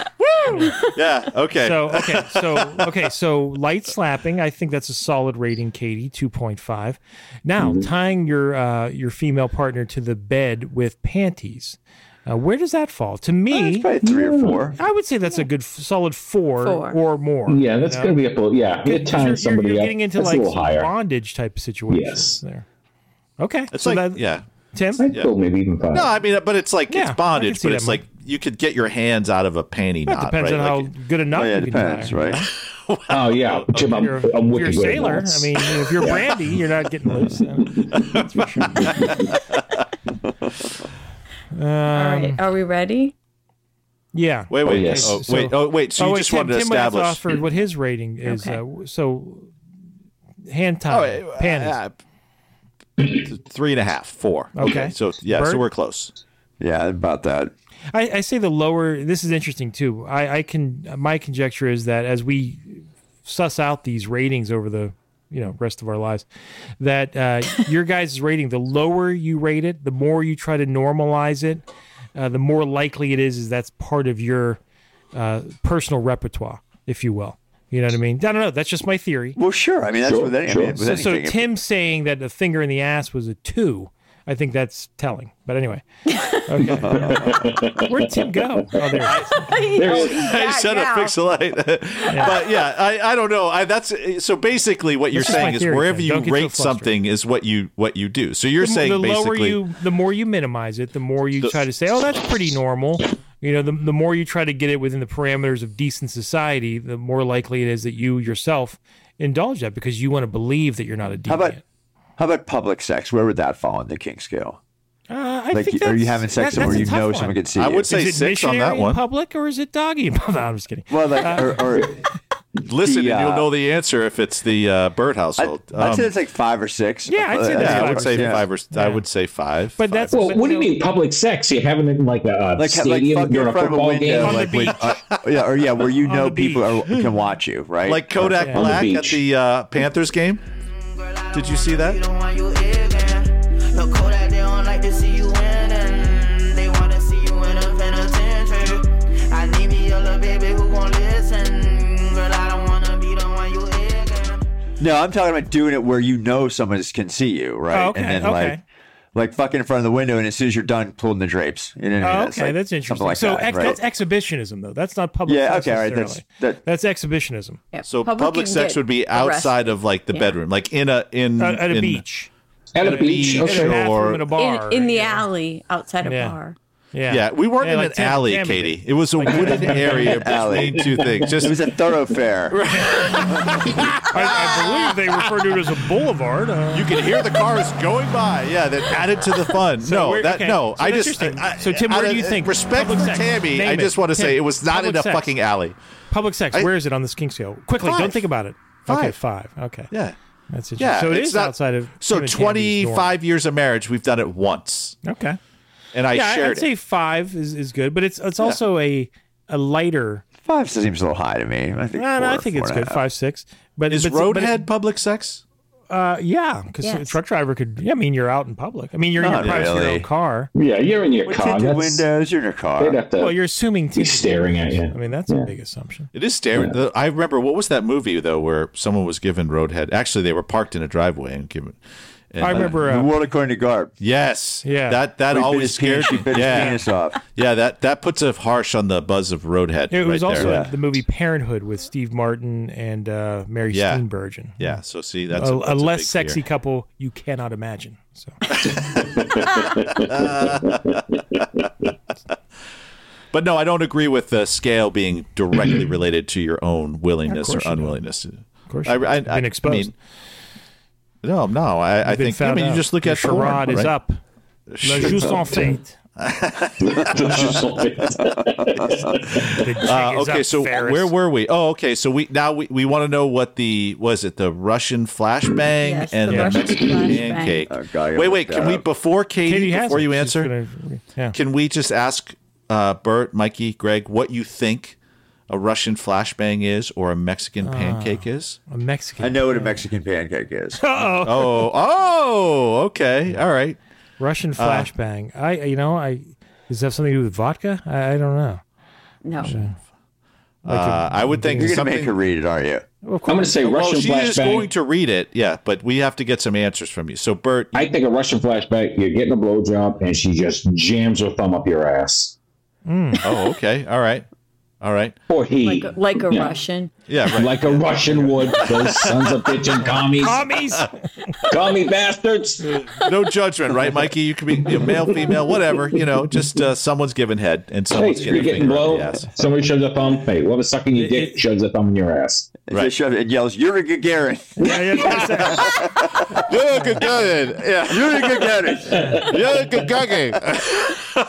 [SPEAKER 3] yeah. Okay.
[SPEAKER 6] So okay, so okay, so light slapping. I think that's a solid rating, Katie, two point five. Now
[SPEAKER 3] Mm-hmm.
[SPEAKER 6] tying your uh, your female partner to the bed with panties. Uh, where does that fall? To
[SPEAKER 3] Uh,
[SPEAKER 6] me, Hmm,
[SPEAKER 1] probably three or four.
[SPEAKER 6] I would say that's a good f- solid four,
[SPEAKER 2] Four.
[SPEAKER 6] or more.
[SPEAKER 4] Yeah, that's going to be a full. Yeah, it
[SPEAKER 6] Because you're,
[SPEAKER 4] ties somebody
[SPEAKER 6] you're,
[SPEAKER 4] up.
[SPEAKER 6] you're getting into
[SPEAKER 4] that's
[SPEAKER 6] like
[SPEAKER 4] a little
[SPEAKER 6] some
[SPEAKER 4] higher.
[SPEAKER 6] bondage type situations
[SPEAKER 4] Yes.
[SPEAKER 6] there. Okay,
[SPEAKER 3] it's
[SPEAKER 6] so
[SPEAKER 3] like
[SPEAKER 6] that,
[SPEAKER 3] yeah.
[SPEAKER 6] Tim,
[SPEAKER 4] I'd go maybe even five.
[SPEAKER 3] No, I mean, but it's like
[SPEAKER 6] Yeah, I
[SPEAKER 3] it's
[SPEAKER 6] can
[SPEAKER 3] bondage,
[SPEAKER 6] see
[SPEAKER 3] but
[SPEAKER 6] that,
[SPEAKER 3] it's
[SPEAKER 6] Mike.
[SPEAKER 3] like you could get your hands out of a panty
[SPEAKER 6] that
[SPEAKER 3] knot.
[SPEAKER 6] depends
[SPEAKER 3] right?
[SPEAKER 6] on how
[SPEAKER 3] Like,
[SPEAKER 6] good enough
[SPEAKER 1] Oh, yeah,
[SPEAKER 6] you
[SPEAKER 1] it
[SPEAKER 6] can
[SPEAKER 1] depends,
[SPEAKER 6] tie,
[SPEAKER 1] right?
[SPEAKER 6] you know?
[SPEAKER 4] oh yeah, Jim, I'm,
[SPEAKER 6] You're,
[SPEAKER 4] I'm
[SPEAKER 6] if
[SPEAKER 4] with
[SPEAKER 6] you're a
[SPEAKER 4] you. Greg.
[SPEAKER 6] sailor. I
[SPEAKER 4] That's-
[SPEAKER 6] mean, if you're brandy, you're not getting loose. That's for sure.
[SPEAKER 2] All
[SPEAKER 6] Um,
[SPEAKER 2] right, are we ready?
[SPEAKER 6] Yeah.
[SPEAKER 3] Wait, wait,
[SPEAKER 4] yes.
[SPEAKER 3] oh, wait, oh, wait. So
[SPEAKER 6] oh,
[SPEAKER 3] you
[SPEAKER 6] wait,
[SPEAKER 3] just
[SPEAKER 6] Tim,
[SPEAKER 3] wanted to
[SPEAKER 6] Tim has
[SPEAKER 3] establish.
[SPEAKER 6] offered what his rating is.
[SPEAKER 2] Okay.
[SPEAKER 6] Uh, so hand
[SPEAKER 3] Oh,
[SPEAKER 6] tie,
[SPEAKER 3] wait,
[SPEAKER 6] panties.
[SPEAKER 3] uh, three and a half, four.
[SPEAKER 6] Okay.
[SPEAKER 3] So yeah, so
[SPEAKER 6] Bert?
[SPEAKER 3] we're close.
[SPEAKER 1] Yeah, about that.
[SPEAKER 6] I, I say the lower. This is interesting too. I, I can my conjecture is that as we suss out these ratings over the you know rest of our lives, that uh, your guys' rating, the lower you rate it, the more you try to normalize it, uh, the more likely it is is that's part of your uh, personal repertoire, if you will. You know what I mean? I don't know. That's just my theory.
[SPEAKER 1] Well, sure. I mean, that's
[SPEAKER 4] Sure,
[SPEAKER 1] with, any, I
[SPEAKER 4] sure.
[SPEAKER 1] mean, with
[SPEAKER 6] So, so
[SPEAKER 1] anything.
[SPEAKER 6] Tim saying that a finger in the ass was a two, I think that's telling. But anyway, okay. Where'd Tim go? Oh, there. he is.
[SPEAKER 3] Hey, shut up, pixelite. But yeah, I, I don't know. I, that's so basically what you're
[SPEAKER 6] This is my
[SPEAKER 3] saying is
[SPEAKER 6] theory,
[SPEAKER 3] wherever
[SPEAKER 6] Tim.
[SPEAKER 3] you
[SPEAKER 6] Don't get so
[SPEAKER 3] rate
[SPEAKER 6] flustered.
[SPEAKER 3] something is what you what you do. So you're
[SPEAKER 6] the, mo-
[SPEAKER 3] saying
[SPEAKER 6] the lower
[SPEAKER 3] basically
[SPEAKER 6] you, the more you minimize it, the more you try to say, "Oh, that's pretty normal." You know, the, the more you try to get it within the parameters of decent society, the more likely it is that you yourself indulge that because you want to believe that you're not a deviant.
[SPEAKER 1] how about how about public sex? Where would that fall on the kink scale?
[SPEAKER 6] uh, I
[SPEAKER 1] Like,
[SPEAKER 6] think
[SPEAKER 1] are you
[SPEAKER 6] that's-
[SPEAKER 1] having sex
[SPEAKER 6] that- that's
[SPEAKER 1] where
[SPEAKER 6] a
[SPEAKER 1] you
[SPEAKER 6] tough
[SPEAKER 1] know
[SPEAKER 6] one.
[SPEAKER 1] someone can see
[SPEAKER 3] I
[SPEAKER 1] you?
[SPEAKER 3] would say
[SPEAKER 6] Is it
[SPEAKER 3] six on
[SPEAKER 6] missionary
[SPEAKER 3] that
[SPEAKER 6] in
[SPEAKER 3] one.
[SPEAKER 6] public or is it doggy? in public? no, I'm just kidding. Uh,
[SPEAKER 1] well, like, or, or
[SPEAKER 3] Listen,
[SPEAKER 1] The,
[SPEAKER 3] and you'll
[SPEAKER 1] uh,
[SPEAKER 3] know the answer if it's the uh, Bird household.
[SPEAKER 1] I'd
[SPEAKER 3] Um,
[SPEAKER 1] say it's like five or six.
[SPEAKER 6] Yeah, I'd say
[SPEAKER 1] Uh,
[SPEAKER 6] that's
[SPEAKER 3] yeah, I
[SPEAKER 6] five
[SPEAKER 3] would
[SPEAKER 6] or
[SPEAKER 3] say
[SPEAKER 1] yeah.
[SPEAKER 3] five or I would say five.
[SPEAKER 6] But
[SPEAKER 3] five.
[SPEAKER 6] that's
[SPEAKER 4] well,
[SPEAKER 6] but
[SPEAKER 4] what do you
[SPEAKER 6] no-
[SPEAKER 4] mean public sex? You having it in like a uh,
[SPEAKER 1] Like, ha- like
[SPEAKER 4] stadium?
[SPEAKER 1] fuck
[SPEAKER 4] you're
[SPEAKER 1] in
[SPEAKER 4] a
[SPEAKER 1] front of a
[SPEAKER 4] football
[SPEAKER 1] window,
[SPEAKER 4] game.
[SPEAKER 6] On the
[SPEAKER 1] like, when-
[SPEAKER 6] beach.
[SPEAKER 1] uh, yeah, or yeah, where you
[SPEAKER 6] On
[SPEAKER 1] know
[SPEAKER 6] the
[SPEAKER 1] people are, can watch you, right?
[SPEAKER 3] like Kodak
[SPEAKER 6] On the
[SPEAKER 3] Black at
[SPEAKER 4] beach.
[SPEAKER 3] the uh, Panthers game. Did you see that?
[SPEAKER 1] No, I'm talking about doing it where you know someone can see you, right?
[SPEAKER 6] Oh, okay,
[SPEAKER 1] and then
[SPEAKER 6] okay.
[SPEAKER 1] like like fucking in front of the window, and as soon as you're done pulling the drapes, you know what I mean?
[SPEAKER 6] Oh,
[SPEAKER 1] It's
[SPEAKER 6] okay,
[SPEAKER 1] like
[SPEAKER 6] that's
[SPEAKER 1] something
[SPEAKER 6] interesting.
[SPEAKER 1] Like
[SPEAKER 6] so
[SPEAKER 1] that,
[SPEAKER 6] ex-
[SPEAKER 1] right?
[SPEAKER 6] that's exhibitionism, though. That's not public.
[SPEAKER 1] yeah,
[SPEAKER 6] sex
[SPEAKER 1] okay, all right, that's
[SPEAKER 6] necessarily.
[SPEAKER 1] that.
[SPEAKER 6] that's exhibitionism
[SPEAKER 2] Yep.
[SPEAKER 3] So public,
[SPEAKER 2] can
[SPEAKER 3] sex
[SPEAKER 2] get
[SPEAKER 3] would be outside of like the
[SPEAKER 2] Yeah.
[SPEAKER 3] bedroom, like in a in
[SPEAKER 6] Uh, at a
[SPEAKER 3] in-
[SPEAKER 6] beach.
[SPEAKER 4] At a beach.
[SPEAKER 3] beach.
[SPEAKER 6] in a
[SPEAKER 4] Okay.
[SPEAKER 6] bathroom
[SPEAKER 3] Or-
[SPEAKER 6] in a bar
[SPEAKER 2] arrested. in, in the
[SPEAKER 6] you know?
[SPEAKER 2] alley outside a
[SPEAKER 6] Yeah.
[SPEAKER 2] bar.
[SPEAKER 6] Yeah,
[SPEAKER 3] Yeah, we weren't
[SPEAKER 6] Yeah,
[SPEAKER 3] in
[SPEAKER 6] like
[SPEAKER 3] an
[SPEAKER 6] Tim-
[SPEAKER 3] alley,
[SPEAKER 6] Tim did.
[SPEAKER 3] Katie. It was a wooded area
[SPEAKER 1] Alley.
[SPEAKER 3] between two things.
[SPEAKER 1] It was
[SPEAKER 3] Just
[SPEAKER 1] a thoroughfare.
[SPEAKER 6] I, I believe they refer to it as a boulevard. Uh,
[SPEAKER 3] you can hear the cars going by. Yeah, that added to the fun.
[SPEAKER 6] So
[SPEAKER 3] no,
[SPEAKER 6] we're-
[SPEAKER 3] that
[SPEAKER 6] okay,
[SPEAKER 3] no.
[SPEAKER 6] so
[SPEAKER 3] I
[SPEAKER 6] that's
[SPEAKER 3] just
[SPEAKER 6] interesting.
[SPEAKER 3] I-
[SPEAKER 6] So, Tim, where
[SPEAKER 3] out
[SPEAKER 6] do
[SPEAKER 3] of
[SPEAKER 6] you think?
[SPEAKER 3] Respect for
[SPEAKER 6] Public sex.
[SPEAKER 3] Tammy.
[SPEAKER 6] Name
[SPEAKER 3] I
[SPEAKER 6] it.
[SPEAKER 3] just want to
[SPEAKER 6] Tim,
[SPEAKER 3] say it was not in
[SPEAKER 6] public
[SPEAKER 3] a
[SPEAKER 6] sex.
[SPEAKER 3] fucking alley.
[SPEAKER 6] public sex.
[SPEAKER 3] I-
[SPEAKER 6] where is it on this kink scale? Quickly, do
[SPEAKER 3] Five.
[SPEAKER 6] don't think about it. Okay,
[SPEAKER 3] Five.
[SPEAKER 6] five. Okay,
[SPEAKER 3] Yeah.
[SPEAKER 6] that's interesting.
[SPEAKER 3] Yeah,
[SPEAKER 6] so it
[SPEAKER 3] it's
[SPEAKER 6] is
[SPEAKER 3] not-
[SPEAKER 6] outside of
[SPEAKER 3] So
[SPEAKER 6] Tim and Tammy's norm.
[SPEAKER 3] 25 years of marriage, we've done it once,
[SPEAKER 6] Okay,
[SPEAKER 3] and I
[SPEAKER 6] yeah, I-
[SPEAKER 3] shared
[SPEAKER 6] I'd say
[SPEAKER 3] it.
[SPEAKER 6] five is, is good, but it's it's also a a lighter.
[SPEAKER 1] Five seems a little high to me. I think,
[SPEAKER 6] No, no, I
[SPEAKER 1] four,
[SPEAKER 6] think
[SPEAKER 1] four
[SPEAKER 6] it's
[SPEAKER 1] and a
[SPEAKER 6] good.
[SPEAKER 1] half.
[SPEAKER 6] Five, six. But
[SPEAKER 3] Is
[SPEAKER 6] but, but it-
[SPEAKER 3] Roadhead public sex?
[SPEAKER 6] Uh, yeah, because a
[SPEAKER 2] Yes.
[SPEAKER 6] truck driver could. Yeah, I mean, you're out in public. I mean, you're in your
[SPEAKER 1] Not
[SPEAKER 6] privacy of your
[SPEAKER 1] really.
[SPEAKER 6] own car.
[SPEAKER 4] Yeah, you're in your
[SPEAKER 1] With
[SPEAKER 4] car.
[SPEAKER 1] tinted
[SPEAKER 4] That's, they'd
[SPEAKER 1] windows, you're in a car.
[SPEAKER 4] have to
[SPEAKER 6] well, you're assuming
[SPEAKER 4] be staring at
[SPEAKER 6] tinted-
[SPEAKER 4] you.
[SPEAKER 6] I mean, that's
[SPEAKER 4] Yeah.
[SPEAKER 6] a big assumption.
[SPEAKER 3] It is staring. the- I remember what was that movie though, where someone was given roadhead. Actually, they were parked in a driveway and given. and-
[SPEAKER 6] I remember.
[SPEAKER 1] The
[SPEAKER 6] Uh,
[SPEAKER 1] world according to Garb.
[SPEAKER 3] Yes.
[SPEAKER 6] Yeah.
[SPEAKER 3] That that
[SPEAKER 1] We bit
[SPEAKER 3] always
[SPEAKER 1] his penis,
[SPEAKER 3] scared
[SPEAKER 1] we
[SPEAKER 3] me.
[SPEAKER 1] bit his
[SPEAKER 3] Yeah.
[SPEAKER 1] penis off.
[SPEAKER 3] Yeah. That that puts a harsh on the buzz of roadhead.
[SPEAKER 6] it was
[SPEAKER 3] right
[SPEAKER 6] also
[SPEAKER 3] there.
[SPEAKER 1] Yeah.
[SPEAKER 6] the movie Parenthood with Steve Martin and uh, Mary
[SPEAKER 3] Yeah.
[SPEAKER 6] Steenburgen.
[SPEAKER 3] Yeah. So see, that's
[SPEAKER 6] a,
[SPEAKER 3] that's
[SPEAKER 6] a less
[SPEAKER 3] big
[SPEAKER 6] sexy
[SPEAKER 3] fear.
[SPEAKER 6] couple you cannot imagine. So
[SPEAKER 3] But no, I don't agree with the scale being directly related to your own willingness
[SPEAKER 6] Of course
[SPEAKER 3] or
[SPEAKER 6] you don't.
[SPEAKER 3] unwillingness. Of
[SPEAKER 6] course
[SPEAKER 3] I,
[SPEAKER 6] you don't.
[SPEAKER 3] I,
[SPEAKER 6] You've been
[SPEAKER 3] I- I
[SPEAKER 6] exposed.
[SPEAKER 3] mean, no, no. I, I
[SPEAKER 6] You've been
[SPEAKER 3] think. I
[SPEAKER 6] found
[SPEAKER 3] mean, you
[SPEAKER 6] out.
[SPEAKER 3] just look
[SPEAKER 6] Your
[SPEAKER 3] at porn,
[SPEAKER 6] charade is
[SPEAKER 3] right?
[SPEAKER 6] up. La jus en fait. The jig
[SPEAKER 3] Uh,
[SPEAKER 6] is
[SPEAKER 3] okay,
[SPEAKER 6] up,
[SPEAKER 3] so
[SPEAKER 6] Ferris.
[SPEAKER 3] where were we? Oh, okay, so we now we, we want to know what the was it the Russian flashbang
[SPEAKER 2] Yes,
[SPEAKER 3] and
[SPEAKER 2] the
[SPEAKER 3] the,
[SPEAKER 2] Russian
[SPEAKER 3] Mexican
[SPEAKER 2] flashbang.
[SPEAKER 3] pancake?
[SPEAKER 1] Oh, God, I
[SPEAKER 3] wait,
[SPEAKER 1] almost
[SPEAKER 3] wait, can
[SPEAKER 1] got
[SPEAKER 3] we
[SPEAKER 1] up.
[SPEAKER 3] before Katie,
[SPEAKER 6] Katie has
[SPEAKER 3] before
[SPEAKER 6] it.
[SPEAKER 3] you
[SPEAKER 6] She's
[SPEAKER 3] answer,
[SPEAKER 6] gonna- yeah.
[SPEAKER 3] can we just ask uh, Bert, Mikey, Greg, what you think a Russian flashbang is or a Mexican pancake is?
[SPEAKER 6] Uh, A Mexican.
[SPEAKER 1] I know what a Mexican pancake is.
[SPEAKER 3] Oh, oh, okay, all right. Uh,
[SPEAKER 6] Russian flashbang. I you know I does that have something to do with vodka? I, I don't know.
[SPEAKER 2] No.
[SPEAKER 3] Uh, I would think
[SPEAKER 1] You're gonna
[SPEAKER 3] something.
[SPEAKER 1] make her read it, aren't you?
[SPEAKER 4] I'm going to say
[SPEAKER 3] well,
[SPEAKER 4] Russian
[SPEAKER 3] she is
[SPEAKER 4] flashbang.
[SPEAKER 3] going to read it, yeah, but we have to get some answers from you. So, Bert,
[SPEAKER 4] I think a Russian flashback, you're getting a blowjob, and she just jams her thumb up your ass.
[SPEAKER 3] oh, okay, all right, all right,
[SPEAKER 4] Or he.
[SPEAKER 2] Like a, like a
[SPEAKER 4] Yeah.
[SPEAKER 2] Russian.
[SPEAKER 3] yeah, right.
[SPEAKER 4] Like a Russian would. Those sons of bitchin' commies.
[SPEAKER 6] Commies.
[SPEAKER 4] Commie bastards.
[SPEAKER 3] no judgment, right, Mikey? You could be you know, male, female, whatever. You know, just uh, someone's giving head and
[SPEAKER 4] Hey,
[SPEAKER 3] someone's
[SPEAKER 4] you're
[SPEAKER 3] getting,
[SPEAKER 4] getting
[SPEAKER 3] finger up
[SPEAKER 4] blow.
[SPEAKER 3] the ass.
[SPEAKER 4] Somebody shoves a thumb. Hey, whoever's sucking your dick
[SPEAKER 6] it-
[SPEAKER 4] shoves a thumb in your ass.
[SPEAKER 1] If
[SPEAKER 3] Right.
[SPEAKER 1] they shove it and yells, "You're a Gagarin!
[SPEAKER 6] Yeah, yeah, that's it.
[SPEAKER 3] You're good Yeah,
[SPEAKER 1] You're a
[SPEAKER 3] you're
[SPEAKER 1] Gagarin!
[SPEAKER 3] good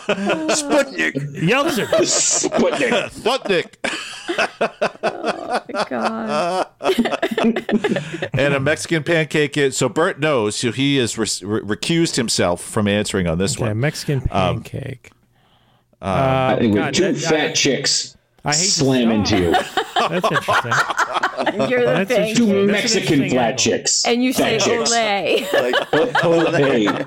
[SPEAKER 1] Sputnik!
[SPEAKER 6] Yeltsin.
[SPEAKER 4] Sputnik.
[SPEAKER 6] Oh,
[SPEAKER 2] My God.
[SPEAKER 3] And a Mexican pancake is so Bert knows so he has re- re- recused himself from answering on this
[SPEAKER 6] Yeah,
[SPEAKER 3] one. Um, uh,
[SPEAKER 6] Mexican pancake.
[SPEAKER 4] I think with
[SPEAKER 6] God,
[SPEAKER 4] two
[SPEAKER 6] that-
[SPEAKER 4] fat
[SPEAKER 6] I-
[SPEAKER 4] chicks
[SPEAKER 6] I hate to
[SPEAKER 4] slam
[SPEAKER 6] say-
[SPEAKER 4] into you.
[SPEAKER 6] That's interesting.
[SPEAKER 2] You're the
[SPEAKER 6] That's a
[SPEAKER 2] thing.
[SPEAKER 4] Two
[SPEAKER 6] That's an
[SPEAKER 4] Mexican
[SPEAKER 6] interesting
[SPEAKER 4] flat
[SPEAKER 6] angle.
[SPEAKER 4] chicks.
[SPEAKER 2] And you say
[SPEAKER 4] fat chicks.
[SPEAKER 2] Olay.
[SPEAKER 1] Like,
[SPEAKER 4] Hey,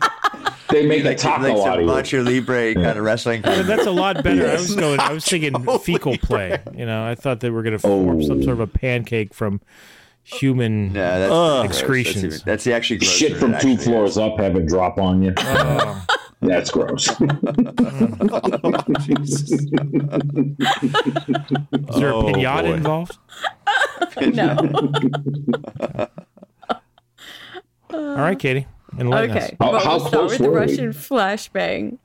[SPEAKER 4] they make a
[SPEAKER 1] like
[SPEAKER 4] taco out
[SPEAKER 1] some
[SPEAKER 4] of you.
[SPEAKER 1] Macho Libre kind of wrestling.
[SPEAKER 6] But that's a lot better. I was going. I was thinking fecal play. You know, I thought they were going to
[SPEAKER 3] Oh.
[SPEAKER 6] form some sort of a pancake from human.
[SPEAKER 1] No, that's gross.
[SPEAKER 6] Excretions.
[SPEAKER 1] That's, even- that's the actually grosser
[SPEAKER 4] Shit
[SPEAKER 1] it
[SPEAKER 4] from
[SPEAKER 1] actually
[SPEAKER 4] two
[SPEAKER 1] is.
[SPEAKER 4] floors up, have it drop on you.
[SPEAKER 6] Oh,
[SPEAKER 4] That's gross.
[SPEAKER 6] is there a
[SPEAKER 3] Oh,
[SPEAKER 6] pinata
[SPEAKER 3] boy.
[SPEAKER 6] involved?
[SPEAKER 2] No.
[SPEAKER 6] All right, Katie. Enlighten us.
[SPEAKER 2] Okay.
[SPEAKER 4] How-
[SPEAKER 2] but
[SPEAKER 4] how
[SPEAKER 2] we'll start
[SPEAKER 4] close
[SPEAKER 2] with the
[SPEAKER 4] were we?
[SPEAKER 2] Russian flashbang.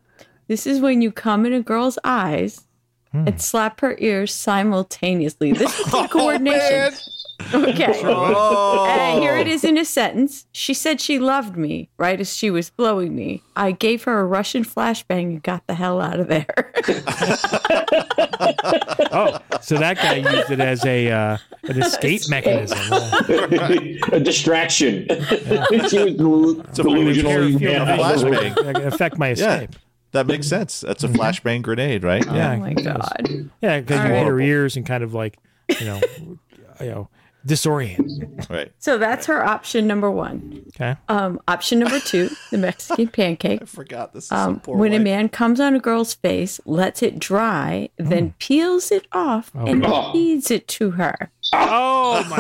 [SPEAKER 2] This is when you come in a girl's eyes
[SPEAKER 6] Hmm.
[SPEAKER 2] and slap her ears simultaneously. This is the coordination. okay. And Uh, here it
[SPEAKER 4] Oh.
[SPEAKER 2] is in a sentence. She said she loved me right as she was blowing me. I gave her a Russian flashbang and got the hell out of there.
[SPEAKER 6] Oh, so that guy used it as a uh, an escape mechanism. Uh,
[SPEAKER 4] a distraction. she was delusional.
[SPEAKER 6] fear-
[SPEAKER 4] you
[SPEAKER 6] fear of
[SPEAKER 4] mad.
[SPEAKER 3] flashbang.
[SPEAKER 6] that could affect my
[SPEAKER 3] Yeah,
[SPEAKER 6] escape. Mm-hmm.
[SPEAKER 3] that makes sense. That's a flashbang grenade, right?
[SPEAKER 6] Yeah.
[SPEAKER 2] oh my God.
[SPEAKER 6] Yeah, because you
[SPEAKER 2] All
[SPEAKER 6] hit her
[SPEAKER 3] right.
[SPEAKER 6] ears and kind of like you know, you know, disorient.
[SPEAKER 3] Right.
[SPEAKER 2] So that's her option number one.
[SPEAKER 6] Okay.
[SPEAKER 2] Um, option number two, the Mexican pancake.
[SPEAKER 3] Forgot this is a
[SPEAKER 2] Um,
[SPEAKER 3] poor
[SPEAKER 2] when a
[SPEAKER 3] wife.
[SPEAKER 2] man comes on a girl's face, lets it dry,
[SPEAKER 6] Hmm.
[SPEAKER 2] then peels it off and
[SPEAKER 4] God.
[SPEAKER 2] feeds it to her.
[SPEAKER 6] Oh my!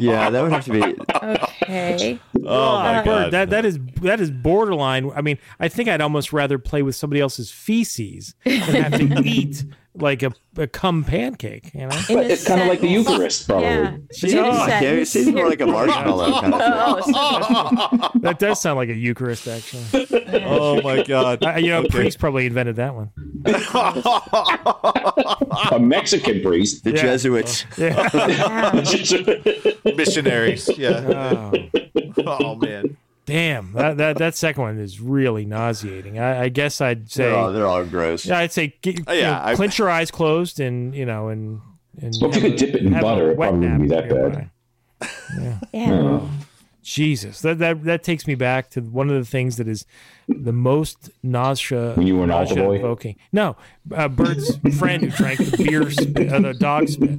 [SPEAKER 1] Yeah, that would have to be.
[SPEAKER 2] Okay.
[SPEAKER 3] Oh my god.
[SPEAKER 6] Bird, Ah, that that is that is borderline. I mean, I think I'd almost rather play with somebody else's feces than have to eat like a, a cum pancake. You know?
[SPEAKER 2] In a
[SPEAKER 4] It's kind of like the
[SPEAKER 2] sentence.
[SPEAKER 4] Eucharist, probably.
[SPEAKER 2] Yeah.
[SPEAKER 6] She's
[SPEAKER 2] In a
[SPEAKER 6] Oh,
[SPEAKER 1] Oh,
[SPEAKER 6] okay.
[SPEAKER 1] it
[SPEAKER 2] sentence.
[SPEAKER 1] seems more like a marshmallow kind of thing.
[SPEAKER 2] Oh, so-
[SPEAKER 6] That does sound like a Eucharist, actually.
[SPEAKER 3] oh my god.
[SPEAKER 6] I, you know,
[SPEAKER 3] Okay.
[SPEAKER 6] priest probably invented that one.
[SPEAKER 4] A Mexican priest.
[SPEAKER 1] The
[SPEAKER 6] Yeah.
[SPEAKER 1] Jesuits.
[SPEAKER 2] yeah.
[SPEAKER 3] missionaries. Yeah.
[SPEAKER 6] Oh,
[SPEAKER 3] Oh man.
[SPEAKER 6] damn, that, that that second one is really nauseating. I, I guess I'd say,
[SPEAKER 1] They're all, they're all gross.
[SPEAKER 6] yeah, I'd say, get,
[SPEAKER 3] Oh,
[SPEAKER 6] you
[SPEAKER 3] yeah,
[SPEAKER 6] know,
[SPEAKER 3] I-
[SPEAKER 6] clench your eyes closed and you know and. and
[SPEAKER 4] Well, if you
[SPEAKER 6] have
[SPEAKER 4] could
[SPEAKER 6] a-
[SPEAKER 4] dip it in
[SPEAKER 6] have a
[SPEAKER 4] butter, it
[SPEAKER 6] wet
[SPEAKER 4] probably wouldn't be
[SPEAKER 6] nap
[SPEAKER 4] that bad.
[SPEAKER 6] nearby.
[SPEAKER 2] Yeah.
[SPEAKER 6] Jesus, that that that takes me back to one of the things that is the most nausea.
[SPEAKER 4] When you were an altar
[SPEAKER 6] nausea
[SPEAKER 4] boy?
[SPEAKER 6] Evoking. No, uh, Bert's friend who drank the beer, spit, uh, the dog spit.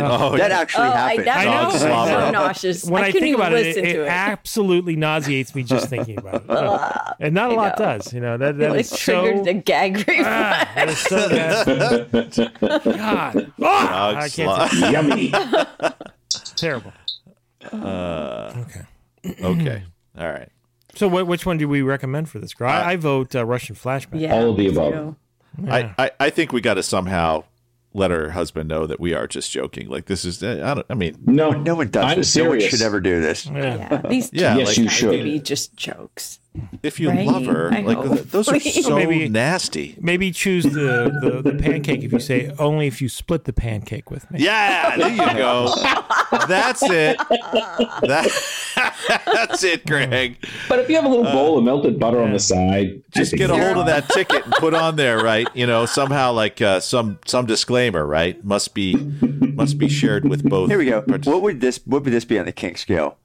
[SPEAKER 3] Oh,
[SPEAKER 1] That actually
[SPEAKER 2] oh, I,
[SPEAKER 1] happened.
[SPEAKER 2] that
[SPEAKER 6] I know.
[SPEAKER 2] makes me
[SPEAKER 6] Slobber.
[SPEAKER 2] so nauseous.
[SPEAKER 6] When I,
[SPEAKER 2] couldn't
[SPEAKER 6] think
[SPEAKER 2] even
[SPEAKER 6] about it, it,
[SPEAKER 2] listen
[SPEAKER 6] it
[SPEAKER 2] to it.
[SPEAKER 6] absolutely nauseates me just thinking about it. and not a
[SPEAKER 2] I
[SPEAKER 6] lot
[SPEAKER 2] know.
[SPEAKER 6] does, you know. That
[SPEAKER 2] It,
[SPEAKER 6] that
[SPEAKER 2] like
[SPEAKER 6] is so
[SPEAKER 2] triggered the gag reflex.
[SPEAKER 6] ah, that is so bad. God, Ah, I
[SPEAKER 3] Dog
[SPEAKER 6] can't.
[SPEAKER 3] slobber.
[SPEAKER 4] Yummy.
[SPEAKER 6] It's terrible.
[SPEAKER 4] Uh,
[SPEAKER 6] okay.
[SPEAKER 3] okay. All right.
[SPEAKER 6] So, wh- which one do we recommend for this girl? I, I vote uh, Russian flashback.
[SPEAKER 2] Yeah,
[SPEAKER 4] All of the
[SPEAKER 2] me
[SPEAKER 4] above.
[SPEAKER 2] too.
[SPEAKER 6] Yeah.
[SPEAKER 3] I, I, I think we got to somehow let her husband know that we are just joking. Like this is I don't I mean
[SPEAKER 4] No,
[SPEAKER 1] No one does
[SPEAKER 4] I'm
[SPEAKER 1] this. No one
[SPEAKER 4] serious.
[SPEAKER 1] should ever do this.
[SPEAKER 6] Yeah.
[SPEAKER 2] Yeah, these
[SPEAKER 3] Yeah,
[SPEAKER 2] two
[SPEAKER 3] Yes,
[SPEAKER 4] you
[SPEAKER 2] have
[SPEAKER 4] should.
[SPEAKER 2] to be just jokes.
[SPEAKER 3] if you
[SPEAKER 2] Right.
[SPEAKER 3] love her,
[SPEAKER 2] I
[SPEAKER 3] like
[SPEAKER 2] know.
[SPEAKER 3] th- those are
[SPEAKER 2] Please.
[SPEAKER 3] so
[SPEAKER 6] Maybe-
[SPEAKER 3] nasty.
[SPEAKER 6] Maybe choose the, the, the pancake if you say only if you split the pancake with me.
[SPEAKER 3] Yeah, there you go. That's it. That, that's it, Greg.
[SPEAKER 4] But if you have a little bowl of melted butter on the side,
[SPEAKER 3] Just
[SPEAKER 4] I
[SPEAKER 3] get
[SPEAKER 4] think
[SPEAKER 3] a hold of that ticket and put on there, right? You know, somehow like uh, some some disclaimer, right? Must be must be shared with both.
[SPEAKER 1] Here we go.
[SPEAKER 3] partic-
[SPEAKER 1] What would this? What would this be on the kink scale?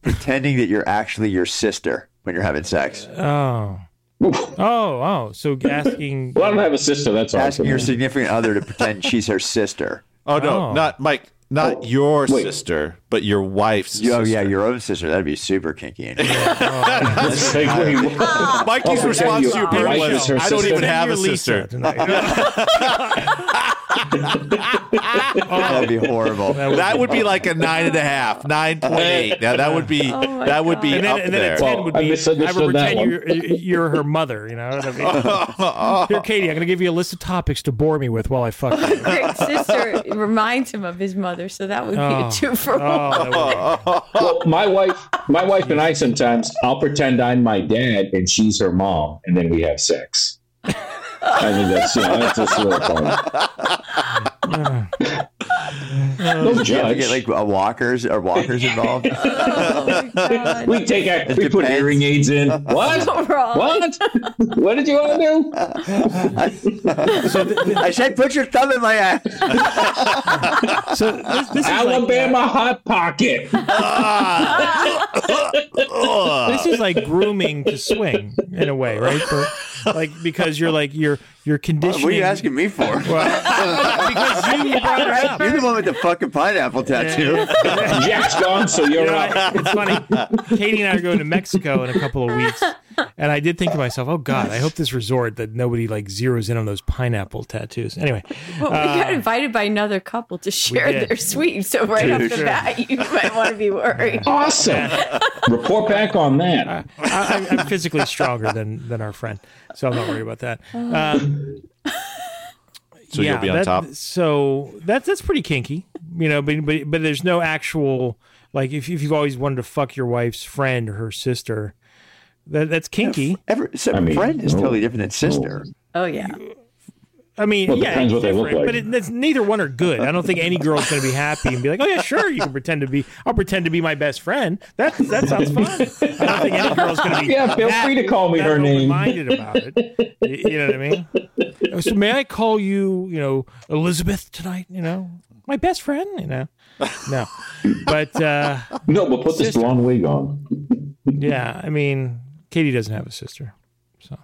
[SPEAKER 1] Pretending that you're actually your sister when you're having sex.
[SPEAKER 6] Oh. Oh, oh. So asking.
[SPEAKER 4] Well, I don't have a sister. That's all.
[SPEAKER 1] Asking your significant other to pretend she's her sister.
[SPEAKER 3] Oh no,
[SPEAKER 6] Oh.
[SPEAKER 3] not Mike, not your
[SPEAKER 4] wait.
[SPEAKER 3] sister, but your wife's.
[SPEAKER 1] Oh yeah,
[SPEAKER 3] sister.
[SPEAKER 1] your own sister. That'd be super kinky. And
[SPEAKER 3] Mikey's
[SPEAKER 4] Oh,
[SPEAKER 3] response
[SPEAKER 4] you-
[SPEAKER 3] to your beer
[SPEAKER 4] Mike
[SPEAKER 3] was,
[SPEAKER 4] is her
[SPEAKER 3] "I don't
[SPEAKER 4] sister."
[SPEAKER 3] even
[SPEAKER 6] Pretend
[SPEAKER 3] have a
[SPEAKER 6] you're Lisa
[SPEAKER 3] sister."
[SPEAKER 6] tonight.
[SPEAKER 1] That'd be horrible.
[SPEAKER 3] Oh. That would be like a nine and a half, nine point eight. Now that would be
[SPEAKER 2] Oh my
[SPEAKER 3] that would be
[SPEAKER 6] and then,
[SPEAKER 3] up
[SPEAKER 6] and then
[SPEAKER 3] there.
[SPEAKER 6] a 10
[SPEAKER 4] Well,
[SPEAKER 6] would
[SPEAKER 4] I
[SPEAKER 6] be I
[SPEAKER 4] misunderstood
[SPEAKER 6] would
[SPEAKER 4] that
[SPEAKER 6] pretend you're, you're her mother, you know? what I mean? Here, Katie, I'm going to give you a list of topics to bore me with while I fuck you.
[SPEAKER 2] Greg's sister reminds him of his mother, so that would be
[SPEAKER 6] Oh.
[SPEAKER 2] a two for one.
[SPEAKER 6] Oh, that would-
[SPEAKER 4] well, my wife, my wife and I sometimes I'll pretend I'm my dad and she's her mom, and then we have sex. I mean that's you know, that's just real fun. Don't
[SPEAKER 1] You have to
[SPEAKER 4] judge.
[SPEAKER 1] get like a walkers or walkers involved.
[SPEAKER 2] Oh my god.
[SPEAKER 4] we take our, we put
[SPEAKER 1] depends.
[SPEAKER 4] hearing aids in. What?
[SPEAKER 2] Wrong.
[SPEAKER 4] What? What did you want to do?
[SPEAKER 1] I said, put your thumb in my ass.
[SPEAKER 6] so this, this is uh,
[SPEAKER 4] Alabama hot pocket.
[SPEAKER 6] this is like grooming to swing in a way, right? For, like because you're like you're you're conditioning.
[SPEAKER 1] What are you asking me for?
[SPEAKER 6] Well, because you brought it up.
[SPEAKER 1] You're the one with the fucking pineapple tattoo.
[SPEAKER 4] Jack's gone, so you're
[SPEAKER 6] You know,
[SPEAKER 4] out.
[SPEAKER 6] I- it's funny. Katie and I are going to Mexico in a couple of weeks, and I did think to myself, "Oh God, I hope this resort that nobody like zeroes in on those pineapple tattoos." Anyway,
[SPEAKER 2] Well, we got invited by another couple to share
[SPEAKER 6] Uh, did.
[SPEAKER 2] their suite, so right off the
[SPEAKER 6] Sure.
[SPEAKER 2] bat, you might want to be worried.
[SPEAKER 4] Awesome. Report back on that.
[SPEAKER 6] I, I, I'm physically stronger than than our friend, so I'm not worried about that.
[SPEAKER 1] Oh.
[SPEAKER 6] Um,
[SPEAKER 3] So you'll be on
[SPEAKER 6] that-
[SPEAKER 3] top.
[SPEAKER 6] So that's that's pretty kinky, you know. But but, but there's no actual like if, if you've always wanted to fuck your wife's friend or her sister, that that's kinky.
[SPEAKER 1] Every, so
[SPEAKER 4] I mean,
[SPEAKER 1] friend is
[SPEAKER 4] no,
[SPEAKER 1] totally different than sister.
[SPEAKER 2] Oh yeah,
[SPEAKER 6] I mean,
[SPEAKER 4] Well, it
[SPEAKER 6] yeah,
[SPEAKER 4] depends
[SPEAKER 6] it's
[SPEAKER 4] what they look
[SPEAKER 6] different,
[SPEAKER 4] like.
[SPEAKER 6] But it, that's, neither one are good. I don't think any girl's going to be happy and be like, "Oh yeah, sure, you can pretend to be. I'll pretend to be my best friend. That that sounds fun." I don't think any girl's going to be.
[SPEAKER 4] Yeah, feel
[SPEAKER 6] that-
[SPEAKER 4] free to call me
[SPEAKER 6] that
[SPEAKER 4] her name.
[SPEAKER 6] Minded about it. Y- You, know what I mean? Uh, So may I call you, you know, Elizabeth tonight? You know, my best friend. You know, no, but uh,
[SPEAKER 4] No, but put this
[SPEAKER 6] Sister.
[SPEAKER 4] blonde wig on.
[SPEAKER 6] yeah, I mean, Katie doesn't have a sister, so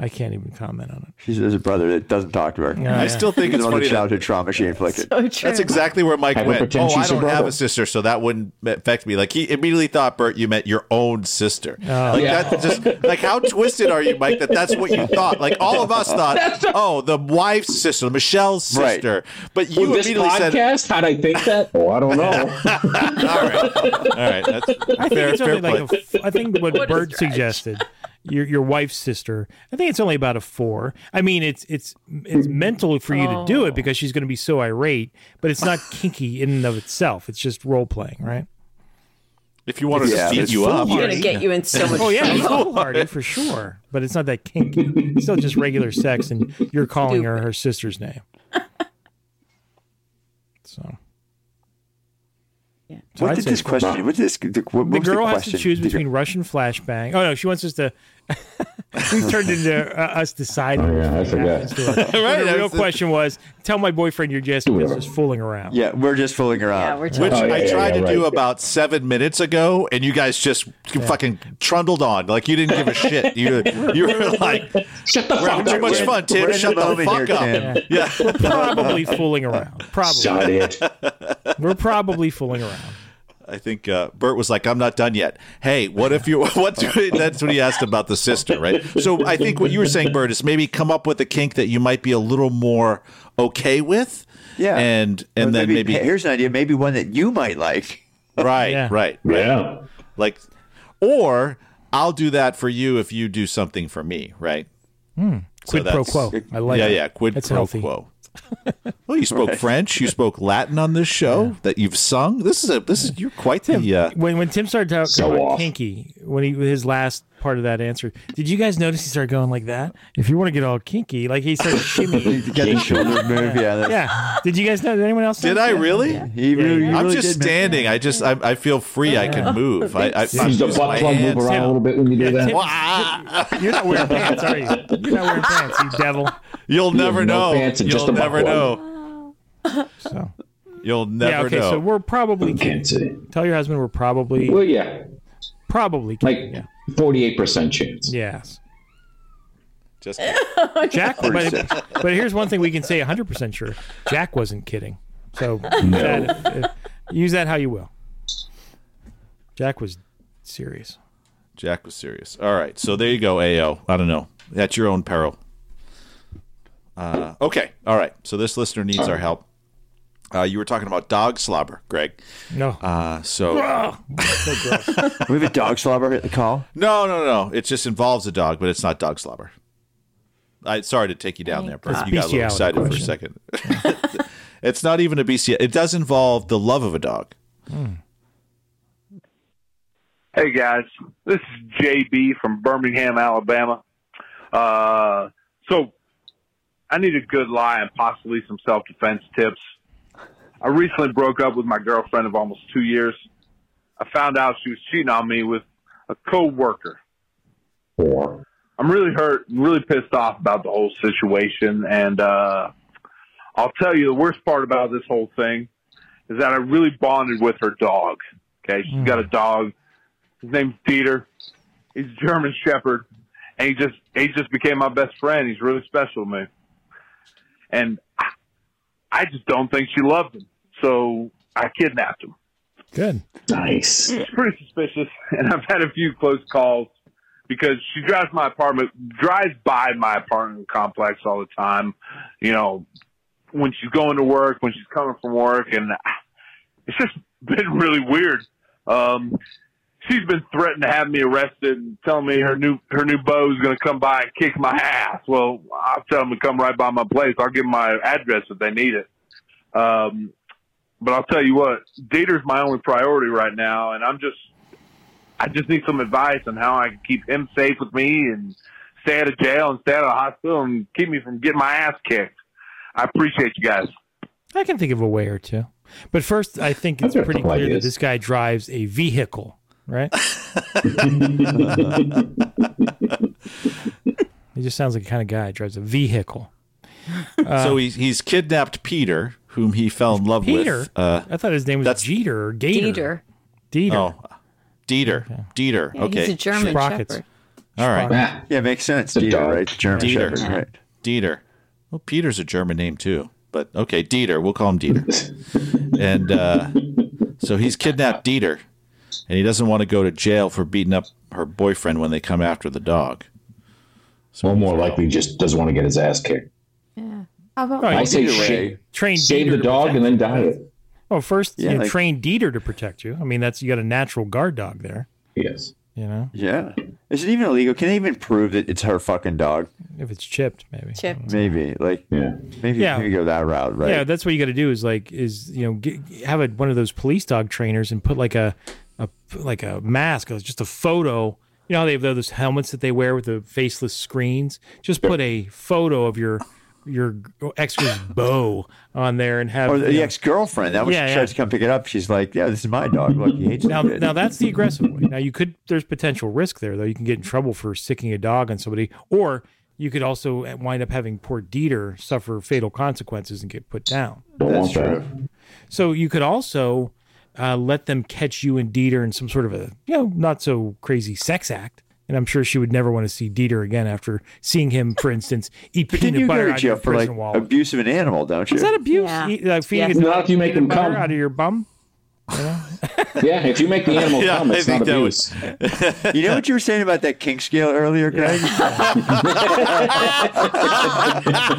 [SPEAKER 6] I can't even comment on it.
[SPEAKER 1] She has a brother that doesn't talk to her.
[SPEAKER 6] Yeah,
[SPEAKER 3] I
[SPEAKER 6] yeah.
[SPEAKER 3] still think
[SPEAKER 1] Because
[SPEAKER 3] it's
[SPEAKER 1] of all the
[SPEAKER 3] funny. That,
[SPEAKER 1] childhood trauma she inflicted.
[SPEAKER 2] so true.
[SPEAKER 3] that's exactly where Mike
[SPEAKER 4] I would
[SPEAKER 3] went.
[SPEAKER 4] pretend
[SPEAKER 3] Oh, I
[SPEAKER 4] she's a
[SPEAKER 3] don't have
[SPEAKER 4] brother.
[SPEAKER 3] a sister, so that wouldn't affect me. Like he immediately thought, Bert, you meant your own sister. Like
[SPEAKER 4] Yeah.
[SPEAKER 3] that's just like how twisted are you, Mike? That that's what you thought. Like all of us thought, oh, the wife's sister, Michelle's
[SPEAKER 1] Right.
[SPEAKER 3] sister. But you
[SPEAKER 4] With this
[SPEAKER 3] immediately said,
[SPEAKER 4] podcast, how'd I think that? Oh, I don't know.
[SPEAKER 3] all right, all right, that's
[SPEAKER 6] I think
[SPEAKER 3] fair,
[SPEAKER 6] it's
[SPEAKER 3] fair
[SPEAKER 6] only
[SPEAKER 3] play.
[SPEAKER 6] like a f I think what,
[SPEAKER 2] a
[SPEAKER 6] Bird
[SPEAKER 2] stretch.
[SPEAKER 6] suggested, your your wife's sister. I think it's only about a four. I mean, it's it's it's mental for you to do
[SPEAKER 2] Oh.
[SPEAKER 6] it because she's going to be so irate, but it's not kinky in and of itself. It's just role playing, right?
[SPEAKER 3] if you wanted
[SPEAKER 1] Yeah,
[SPEAKER 3] to beat
[SPEAKER 1] it's
[SPEAKER 3] you up,
[SPEAKER 2] He's gonna get you in so much.
[SPEAKER 6] Oh yeah, it's
[SPEAKER 2] trouble.
[SPEAKER 6] foolhardy for sure, but it's not that kinky. It's still just regular sex, and you're calling her her sister's name. So
[SPEAKER 2] Yeah.
[SPEAKER 6] So
[SPEAKER 1] What
[SPEAKER 6] I'd
[SPEAKER 1] did
[SPEAKER 6] say
[SPEAKER 1] this question? What did this? What, what
[SPEAKER 6] the
[SPEAKER 1] was
[SPEAKER 6] girl
[SPEAKER 1] the
[SPEAKER 6] has
[SPEAKER 1] question?
[SPEAKER 6] to choose
[SPEAKER 1] Did you-
[SPEAKER 6] between Russian flashbang. Oh no, she wants us to. We've turned into uh, us deciding.
[SPEAKER 4] Oh, yeah, I
[SPEAKER 6] what's gonna happen
[SPEAKER 4] forgot.
[SPEAKER 6] to us.
[SPEAKER 3] Right,
[SPEAKER 6] When The
[SPEAKER 3] I
[SPEAKER 6] real
[SPEAKER 3] was-
[SPEAKER 6] question was: Tell my boyfriend you're just
[SPEAKER 4] whatever.
[SPEAKER 6] just fooling around.
[SPEAKER 1] Yeah, we're just fooling around.
[SPEAKER 2] Yeah, we're
[SPEAKER 3] Which
[SPEAKER 2] talking.
[SPEAKER 4] yeah,
[SPEAKER 3] I
[SPEAKER 4] yeah,
[SPEAKER 3] tried
[SPEAKER 4] yeah,
[SPEAKER 3] to do
[SPEAKER 4] right.
[SPEAKER 3] about seven minutes ago, and you guys just fucking trundled on like you didn't give a shit. You you were like,
[SPEAKER 4] Shut the
[SPEAKER 3] "We're having
[SPEAKER 4] fuck
[SPEAKER 3] too
[SPEAKER 4] up.
[SPEAKER 3] much
[SPEAKER 1] We're in-
[SPEAKER 3] fun, Tim.
[SPEAKER 1] we're in
[SPEAKER 3] Shut
[SPEAKER 1] the
[SPEAKER 3] the,
[SPEAKER 1] moment
[SPEAKER 3] fuck
[SPEAKER 1] here,
[SPEAKER 3] up."
[SPEAKER 1] Tim.
[SPEAKER 3] Yeah,
[SPEAKER 6] probably fooling around. Probably
[SPEAKER 4] Shut it.
[SPEAKER 6] we're probably fooling around.
[SPEAKER 3] I think uh, Bert was like, "I'm not done yet." Hey, what if you? What? Do, that's what he asked about the sister, right? So I think what you were saying, Bert, is maybe come up with a kink that you might be a little more okay with.
[SPEAKER 1] Yeah.
[SPEAKER 3] and and
[SPEAKER 1] Or
[SPEAKER 3] then maybe,
[SPEAKER 1] here's an idea. Maybe one that you might like.
[SPEAKER 3] right,
[SPEAKER 6] Yeah.
[SPEAKER 3] right,
[SPEAKER 4] Yeah.
[SPEAKER 3] like, or I'll do that for you if you do something for me, right?
[SPEAKER 6] Hmm. Quid pro
[SPEAKER 3] that's-
[SPEAKER 6] quo. I like.
[SPEAKER 3] yeah,
[SPEAKER 6] that.
[SPEAKER 3] yeah, quid
[SPEAKER 6] That's
[SPEAKER 3] pro
[SPEAKER 6] healthy.
[SPEAKER 3] quo. well, you spoke French, you spoke Latin on this show that you've sung. This is a this is you're quite the uh,
[SPEAKER 6] When when Tim started talking
[SPEAKER 4] So
[SPEAKER 6] about
[SPEAKER 4] off.
[SPEAKER 6] kinky, when he his last part of that answer, did you guys notice he started going like that? If you want to get all kinky, like he started shimmy.
[SPEAKER 1] You Get the shoulder move. Yeah. that's-
[SPEAKER 6] yeah. Did you guys know? Did anyone else?
[SPEAKER 3] Did
[SPEAKER 6] notice
[SPEAKER 3] I
[SPEAKER 6] that?
[SPEAKER 3] really?
[SPEAKER 1] He really, he
[SPEAKER 3] I'm
[SPEAKER 1] really
[SPEAKER 3] just
[SPEAKER 1] did make-
[SPEAKER 3] standing. I just I, I feel free. I can move. I, I I'm
[SPEAKER 4] Does the
[SPEAKER 3] using my
[SPEAKER 4] butt plug move
[SPEAKER 3] hands.
[SPEAKER 4] around a little bit when you do that?
[SPEAKER 6] Tim- You're not wearing pants, are you? You're not wearing pants, you devil.
[SPEAKER 3] You'll never
[SPEAKER 4] no
[SPEAKER 3] know.
[SPEAKER 4] pants and just
[SPEAKER 3] You'll
[SPEAKER 4] a butt
[SPEAKER 3] never
[SPEAKER 4] plug.
[SPEAKER 3] know.
[SPEAKER 6] So
[SPEAKER 3] You'll
[SPEAKER 6] yeah,
[SPEAKER 3] never
[SPEAKER 6] okay.
[SPEAKER 3] know.
[SPEAKER 6] So we're probably
[SPEAKER 4] Can't see.
[SPEAKER 6] tell your husband we're probably
[SPEAKER 4] Well, yeah.
[SPEAKER 6] probably
[SPEAKER 4] Like
[SPEAKER 6] yeah.
[SPEAKER 4] forty-eight percent chance.
[SPEAKER 6] yes.
[SPEAKER 3] just
[SPEAKER 6] Jack, but, but here's one thing we can say 100 percent sure: Jack wasn't kidding. So use that if- if- use that how you will. Jack was serious.
[SPEAKER 3] Jack was serious. All right. So there you go. Ao. I don't know. At your own peril. Uh, okay. All right. So this listener needs our help. Uh, you were talking about dog slobber, Greg.
[SPEAKER 6] No,
[SPEAKER 3] Uh, so
[SPEAKER 1] We have a dog slobber at the call.
[SPEAKER 3] No, no, no. It just involves a dog, but it's not dog slobber. I sorry to take you down there, Brett.
[SPEAKER 6] It's
[SPEAKER 3] You got a little
[SPEAKER 6] bestiality
[SPEAKER 3] excited for a second. it's not even a BC. It does involve the love of a dog.
[SPEAKER 11] Hey guys, this is JB from Birmingham, Alabama. Uh, so I need a good lie and possibly some self defense tips. I recently broke up with my girlfriend of almost two years. I found out she was cheating on me with a coworker.
[SPEAKER 4] Or
[SPEAKER 11] I'm really hurt, really pissed off about the whole situation, and uh, I'll tell you the worst part about this whole thing is that I really bonded with her dog. Okay, she's got a dog. His name's Dieter. He's a German Shepherd, and he just he just became my best friend. He's really special to me, and I, I just don't think she loved him, so I kidnapped him
[SPEAKER 6] good.
[SPEAKER 4] nice.
[SPEAKER 11] it's pretty suspicious, and I've had a few close calls because she drives my apartment, drives by my apartment complex all the time. You know, when she's going to work, when she's coming from work, and it's just been really weird. Um, she's been threatening to have me arrested and telling me her new her new beau is going to come by and kick my ass. Well, I'll tell him to come right by my place. I'll give 'em my address if they need it. Um, but I'll tell you what, Dieter's my only priority right now, and I'm just, I just need some advice on how I can keep him safe with me and stay out of jail and stay out of the hospital and keep me from getting my ass kicked. I appreciate you guys.
[SPEAKER 6] I can think of a way or two. But first, I think
[SPEAKER 4] I've
[SPEAKER 6] it's
[SPEAKER 4] got a
[SPEAKER 6] pretty
[SPEAKER 4] couple
[SPEAKER 6] clear that
[SPEAKER 4] ideas.
[SPEAKER 6] this guy drives a vehicle, right? he just sounds like the kind of guy that drives a vehicle. Uh,
[SPEAKER 3] so he's he's kidnapped Peter, whom he fell in love
[SPEAKER 6] Peter.
[SPEAKER 3] with. Uh,
[SPEAKER 6] I thought his name was
[SPEAKER 3] that's-
[SPEAKER 6] Jeter or Gator.
[SPEAKER 2] Dieter.
[SPEAKER 6] Dieter.
[SPEAKER 3] oh, Dieter. Dieter.
[SPEAKER 2] Yeah,
[SPEAKER 3] okay.
[SPEAKER 2] He's a German
[SPEAKER 6] Sprockets.
[SPEAKER 2] Shepherd.
[SPEAKER 3] All right.
[SPEAKER 4] Ah,
[SPEAKER 1] Yeah, makes sense.
[SPEAKER 4] It's a
[SPEAKER 1] Dieter,
[SPEAKER 4] dog.
[SPEAKER 1] right? German
[SPEAKER 3] Dieter.
[SPEAKER 1] Shepherd, right?
[SPEAKER 3] Dieter. Well, Peter's a German name too, but okay, Dieter. We'll call him Dieter. and uh, so he's kidnapped Dieter, and he doesn't want to go to jail for beating up her boyfriend when they come after the dog.
[SPEAKER 4] Well, more likely just doesn't want to get his ass kicked.
[SPEAKER 2] Yeah. How about
[SPEAKER 6] Oh, Right.
[SPEAKER 4] I say
[SPEAKER 1] Either
[SPEAKER 4] shave,
[SPEAKER 1] way,
[SPEAKER 6] Train
[SPEAKER 4] save
[SPEAKER 6] Dieter
[SPEAKER 4] the
[SPEAKER 6] to
[SPEAKER 4] dog
[SPEAKER 6] protect
[SPEAKER 4] and then
[SPEAKER 6] you.
[SPEAKER 4] die it.
[SPEAKER 6] Well, first,
[SPEAKER 1] Yeah,
[SPEAKER 6] you know,
[SPEAKER 1] like-
[SPEAKER 6] train Dieter to protect you. I mean, that's you got a natural guard dog there.
[SPEAKER 4] Yes.
[SPEAKER 6] You know,
[SPEAKER 1] Yeah. Is it even illegal? Can they even prove that it's her fucking dog?
[SPEAKER 6] if it's chipped, maybe.
[SPEAKER 2] Chip?
[SPEAKER 1] Maybe. Like,
[SPEAKER 4] Yeah.
[SPEAKER 1] maybe
[SPEAKER 6] Yeah.
[SPEAKER 1] you can go that route, right?
[SPEAKER 6] Yeah, that's what you got to do. Is like, is you know, get, have a, one of those police dog trainers and put like a, a like a mask, or just a photo. You know, how they have those helmets that they wear with the faceless screens. Just put a photo of your your ex bow on there and have
[SPEAKER 1] Or the
[SPEAKER 6] you know-
[SPEAKER 1] ex girlfriend. That when
[SPEAKER 6] Yeah,
[SPEAKER 1] she
[SPEAKER 6] yeah.
[SPEAKER 1] tries to come pick it up, she's like, "Yeah, this is my dog. Look, he hates
[SPEAKER 6] Now,
[SPEAKER 1] it."
[SPEAKER 6] now that's the aggressive way. Now you could there's potential risk there though. You can get in trouble for sticking a dog on somebody, or you could also wind up having poor Dieter suffer fatal consequences and get put down.
[SPEAKER 1] That's true.
[SPEAKER 6] So you could also uh, let them catch you and Dieter in some sort of a you know not so crazy sex act. And I'm sure she would never want to see Dieter again after seeing him, for instance, eat
[SPEAKER 1] But didn't
[SPEAKER 6] peanut
[SPEAKER 1] you
[SPEAKER 6] butter
[SPEAKER 1] go to
[SPEAKER 6] out of your
[SPEAKER 1] jail for like
[SPEAKER 6] prison wall.
[SPEAKER 1] abuse of an animal? Don't you?
[SPEAKER 6] Is that abuse?
[SPEAKER 2] Yeah.
[SPEAKER 6] Eat, like, feeding
[SPEAKER 2] Yes.
[SPEAKER 6] a dog
[SPEAKER 4] Not if you
[SPEAKER 6] peanut
[SPEAKER 4] make them
[SPEAKER 6] butter
[SPEAKER 4] come.
[SPEAKER 6] out of your bum.
[SPEAKER 4] Yeah, if you make the animal
[SPEAKER 3] Yeah,
[SPEAKER 4] come,
[SPEAKER 3] I
[SPEAKER 4] it's
[SPEAKER 3] think
[SPEAKER 4] not
[SPEAKER 3] that
[SPEAKER 4] abuse.
[SPEAKER 1] you know what you were saying about that kink scale earlier, Greg?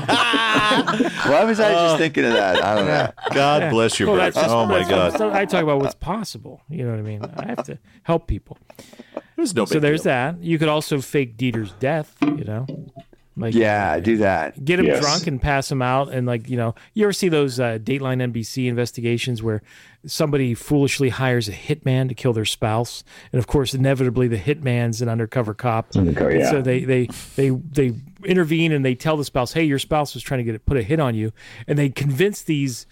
[SPEAKER 1] Why was I just thinking of that? I don't know.
[SPEAKER 3] Uh, God bless your
[SPEAKER 6] Well,
[SPEAKER 3] breath.
[SPEAKER 6] that's just-
[SPEAKER 3] Oh my
[SPEAKER 6] that's what-
[SPEAKER 3] God.
[SPEAKER 6] so I talk about what's possible. You know what I mean? I have to help people.
[SPEAKER 3] There's no big
[SPEAKER 6] So there's
[SPEAKER 3] deal.
[SPEAKER 6] that. You could also fake Dieter's death. You know, like
[SPEAKER 1] Yeah, do that.
[SPEAKER 6] get him
[SPEAKER 4] Yes.
[SPEAKER 6] drunk and pass him out, and like you know, you ever see those uh, Dateline NBC investigations where somebody foolishly hires a hitman to kill their spouse, and of course, inevitably, the hitman's an undercover cop.
[SPEAKER 4] Undercover,
[SPEAKER 6] And
[SPEAKER 4] yeah.
[SPEAKER 6] So they they they they intervene and they tell the spouse, "Hey, your spouse was trying to get a, put a hit on you," and they convince these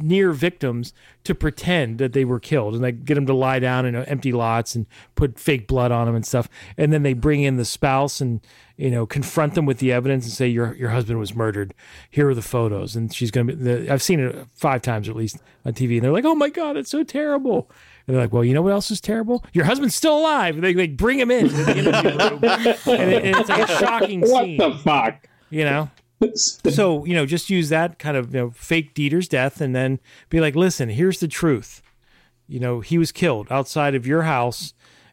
[SPEAKER 6] near victims to pretend that they were killed and they get them to lie down in uh, empty lots and put fake blood on them and stuff and then they bring in the spouse and you know confront them with the evidence and say your your husband was murdered here are the photos and she's going to be the, I've seen it five times at least on TV and they're like oh my god it's so terrible and they're like well you know what else is terrible your husband's still alive and they, they bring him in to the interview room and, it- and it's like a shocking
[SPEAKER 4] What
[SPEAKER 6] scene
[SPEAKER 4] the fuck?
[SPEAKER 6] you know so you know just use that kind of you know, fake Dieter's death and then be like listen here's the truth you know he was killed outside of your house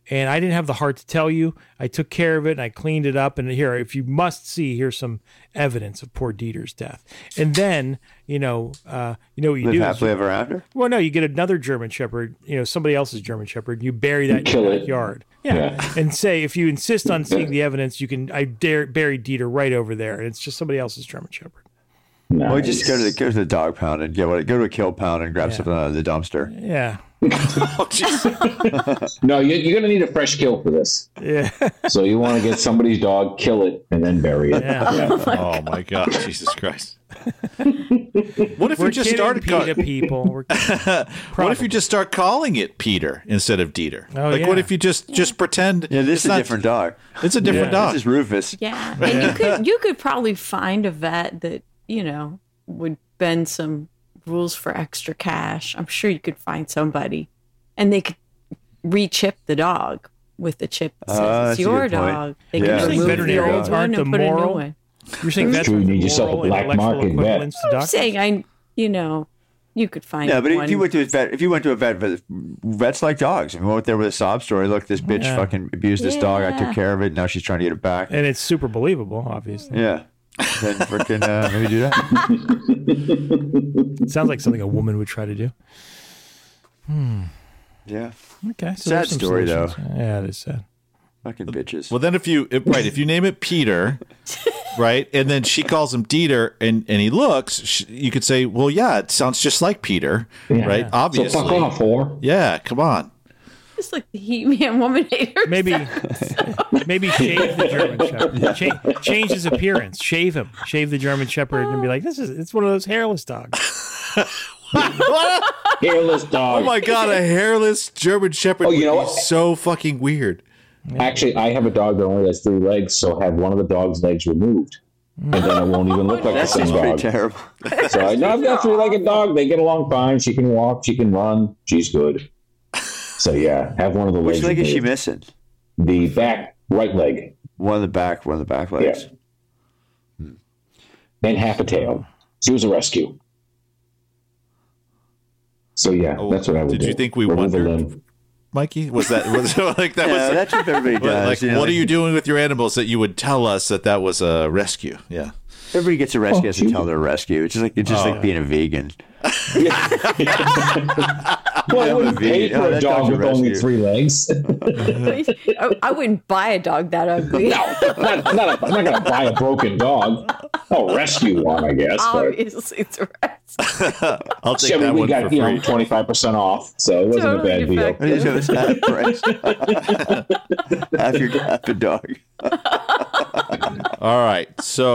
[SPEAKER 6] and I didn't have the heart to tell you I took care of it and I cleaned it up and here if you must see here's some evidence of poor Dieter's death and then you know uh, you know what you
[SPEAKER 1] Live
[SPEAKER 6] do is
[SPEAKER 1] happily ever after.
[SPEAKER 6] well, no, you get another German Shepherd, you know, somebody else's German Shepherd, you bury that in
[SPEAKER 4] Kill
[SPEAKER 6] your
[SPEAKER 4] it.
[SPEAKER 6] backyard. Yeah. And say, if you insist on seeing the evidence, you can, I dare bury Dieter right over there. And it's just somebody else's German Shepherd.
[SPEAKER 1] Or just go to the go to the dog pound and get what go to a kill pound and grab something out of the dumpster.
[SPEAKER 6] Yeah.
[SPEAKER 4] No, you, you're going to need a fresh kill for this.
[SPEAKER 6] Yeah.
[SPEAKER 4] So you want to get somebody's dog, kill it, and then bury it.
[SPEAKER 6] Yeah.
[SPEAKER 3] Oh my God. Jesus Christ. What if
[SPEAKER 6] We're
[SPEAKER 3] you just
[SPEAKER 6] kidding,
[SPEAKER 3] started ca-
[SPEAKER 6] PETA people. We're kidding.
[SPEAKER 3] What if you just start calling it Peter instead of Dieter?
[SPEAKER 6] Oh,
[SPEAKER 3] like, what
[SPEAKER 6] yeah.
[SPEAKER 3] if you just just pretend?
[SPEAKER 1] Yeah, this
[SPEAKER 3] it's
[SPEAKER 1] is
[SPEAKER 3] not-
[SPEAKER 1] a different dog.
[SPEAKER 3] It's a different dog.
[SPEAKER 1] This is Rufus.
[SPEAKER 2] Yeah, and you could you could probably find a vet that you know would bend some rules for extra cash. I'm sure you could find somebody, and they could re-chip the dog with the chip that says
[SPEAKER 1] Oh,
[SPEAKER 2] it's
[SPEAKER 1] that's a
[SPEAKER 2] your
[SPEAKER 1] good point.
[SPEAKER 2] dog. They
[SPEAKER 1] Yeah.
[SPEAKER 2] can
[SPEAKER 1] Think
[SPEAKER 2] remove the
[SPEAKER 6] veterinarians
[SPEAKER 2] old one
[SPEAKER 6] aren't
[SPEAKER 2] and
[SPEAKER 6] the
[SPEAKER 2] put a new
[SPEAKER 6] moral?
[SPEAKER 2] one.
[SPEAKER 6] You're saying
[SPEAKER 4] That's
[SPEAKER 6] that's
[SPEAKER 4] true. You need yourself a black market vet.
[SPEAKER 6] to
[SPEAKER 2] I'm
[SPEAKER 6] doctors?
[SPEAKER 2] saying I, you know, you could find.
[SPEAKER 1] Yeah, but
[SPEAKER 2] one.
[SPEAKER 1] if you went to a vet, if you went to a vet, vet- vets like dogs. If you went there with a sob story, look, this bitch
[SPEAKER 6] Yeah.
[SPEAKER 1] fucking abused this dog. I took
[SPEAKER 2] Yeah.
[SPEAKER 1] care of it. Now she's trying to get it back.
[SPEAKER 6] And it's super believable, obviously.
[SPEAKER 1] Yeah. Then freaking uh, maybe do that.
[SPEAKER 6] It sounds like something a woman would try to do.
[SPEAKER 1] Yeah.
[SPEAKER 6] Okay. So
[SPEAKER 1] Sad
[SPEAKER 6] there's some
[SPEAKER 1] story, though.
[SPEAKER 6] solutions. Yeah, it is sad.
[SPEAKER 1] Fucking bitches.
[SPEAKER 3] Well, then if you if, right, if you name it Peter, right, and then she calls him Dieter, and and he looks, sh you could say, well, yeah, it sounds just like Peter, right?
[SPEAKER 4] So
[SPEAKER 3] Obviously,
[SPEAKER 4] fuck off, whore.
[SPEAKER 3] yeah, come on.
[SPEAKER 2] It's like the Heat Man Woman Hater.
[SPEAKER 6] Maybe, maybe shave the German Shepherd. Cha- change his appearance. Shave him. Shave the German Shepherd and be like, this is it's one of those hairless dogs.
[SPEAKER 4] Hairless dog.
[SPEAKER 3] Oh my god, a hairless German Shepherd.
[SPEAKER 4] Oh, you
[SPEAKER 3] would
[SPEAKER 4] know
[SPEAKER 3] be
[SPEAKER 4] what?
[SPEAKER 3] So fucking weird.
[SPEAKER 4] Actually, I have a dog that only has three legs, so have one of the dog's legs removed. And then it won't even look like
[SPEAKER 1] that
[SPEAKER 4] a same
[SPEAKER 1] seems pretty
[SPEAKER 4] dog.
[SPEAKER 1] terrible.
[SPEAKER 4] So I know I've got three legged dog. They get along fine. She can walk. She can run. She's good. So yeah, have one of the legs.
[SPEAKER 1] Which leg is she
[SPEAKER 4] removed.
[SPEAKER 1] missing?
[SPEAKER 4] The back right leg
[SPEAKER 1] One in the back, one in the back legs.
[SPEAKER 4] Yeah. and half a tail. She was a rescue. So yeah,
[SPEAKER 3] Oh,
[SPEAKER 4] that's what I would
[SPEAKER 3] did
[SPEAKER 4] do.
[SPEAKER 3] you think we
[SPEAKER 4] Remove the
[SPEAKER 3] wondered?
[SPEAKER 4] limb.
[SPEAKER 3] Mikey, was that was like that
[SPEAKER 1] Yeah,
[SPEAKER 3] was
[SPEAKER 1] that's what everybody
[SPEAKER 3] like,
[SPEAKER 1] does.
[SPEAKER 3] like,
[SPEAKER 1] you know,
[SPEAKER 3] what are
[SPEAKER 1] like,
[SPEAKER 3] you doing with your animals that you would tell us that that was a rescue? Yeah.
[SPEAKER 1] Everybody gets a rescue has to
[SPEAKER 4] Oh, shoot.
[SPEAKER 1] tell their rescue. It's just like it's just
[SPEAKER 3] Oh.
[SPEAKER 1] like being a vegan.
[SPEAKER 4] Well, I
[SPEAKER 1] I'm
[SPEAKER 4] wouldn't
[SPEAKER 1] a
[SPEAKER 4] pay
[SPEAKER 1] vegan.
[SPEAKER 4] for
[SPEAKER 1] Oh,
[SPEAKER 4] a
[SPEAKER 1] that
[SPEAKER 4] dog
[SPEAKER 1] dog's a
[SPEAKER 4] with only
[SPEAKER 1] rescue.
[SPEAKER 4] three legs.
[SPEAKER 2] I, Oh, I wouldn't buy a dog that ugly.
[SPEAKER 4] not, not a, I'm not going to buy a broken dog. I'll rescue one, I guess. But
[SPEAKER 2] Um, Obviously, it's a rat.
[SPEAKER 3] I'll
[SPEAKER 4] I mean, we got you know twenty five percent off, so it wasn't
[SPEAKER 2] Totally
[SPEAKER 4] a bad deal.
[SPEAKER 2] effective.
[SPEAKER 1] So it's half price. half your half a dog.
[SPEAKER 3] All right. So,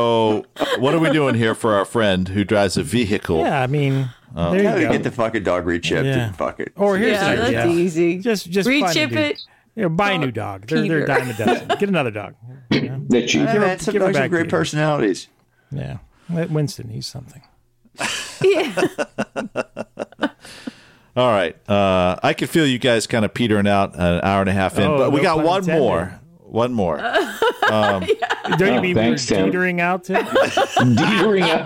[SPEAKER 3] what are we doing here for our friend who drives a vehicle?
[SPEAKER 6] Yeah, I mean,
[SPEAKER 3] Oh.
[SPEAKER 6] there
[SPEAKER 1] How
[SPEAKER 6] you
[SPEAKER 1] to
[SPEAKER 6] go.
[SPEAKER 1] get the fucking dog rechipped
[SPEAKER 6] Yeah.
[SPEAKER 1] and fuck it.
[SPEAKER 6] or here's
[SPEAKER 2] yeah,
[SPEAKER 6] an
[SPEAKER 2] that's
[SPEAKER 6] idea.
[SPEAKER 2] easy.
[SPEAKER 6] Just just find a
[SPEAKER 2] Rechip
[SPEAKER 6] dude.
[SPEAKER 2] it.
[SPEAKER 6] You know, buy a
[SPEAKER 2] Call
[SPEAKER 6] new
[SPEAKER 2] it
[SPEAKER 6] dog. They're, they're a
[SPEAKER 2] Peter.
[SPEAKER 6] dime a dozen. Get another dog.
[SPEAKER 4] That
[SPEAKER 1] Hey,
[SPEAKER 4] you
[SPEAKER 6] Give
[SPEAKER 1] man,
[SPEAKER 6] it-
[SPEAKER 1] some
[SPEAKER 6] give it
[SPEAKER 1] dogs
[SPEAKER 6] back
[SPEAKER 1] have
[SPEAKER 6] to
[SPEAKER 1] great
[SPEAKER 6] you.
[SPEAKER 1] personalities.
[SPEAKER 6] Yeah. Let Winston, he's something.
[SPEAKER 2] Yeah.
[SPEAKER 3] All right. Uh, I can feel you guys kind of petering out an hour and a half in,
[SPEAKER 6] Oh,
[SPEAKER 3] but we
[SPEAKER 6] no
[SPEAKER 3] got
[SPEAKER 6] pun
[SPEAKER 3] one
[SPEAKER 6] intended.
[SPEAKER 3] more. One more.
[SPEAKER 6] Don't you
[SPEAKER 4] Oh,
[SPEAKER 6] mean
[SPEAKER 4] thanks,
[SPEAKER 6] we're
[SPEAKER 4] Tim.
[SPEAKER 6] teetering out too?
[SPEAKER 4] Deering out.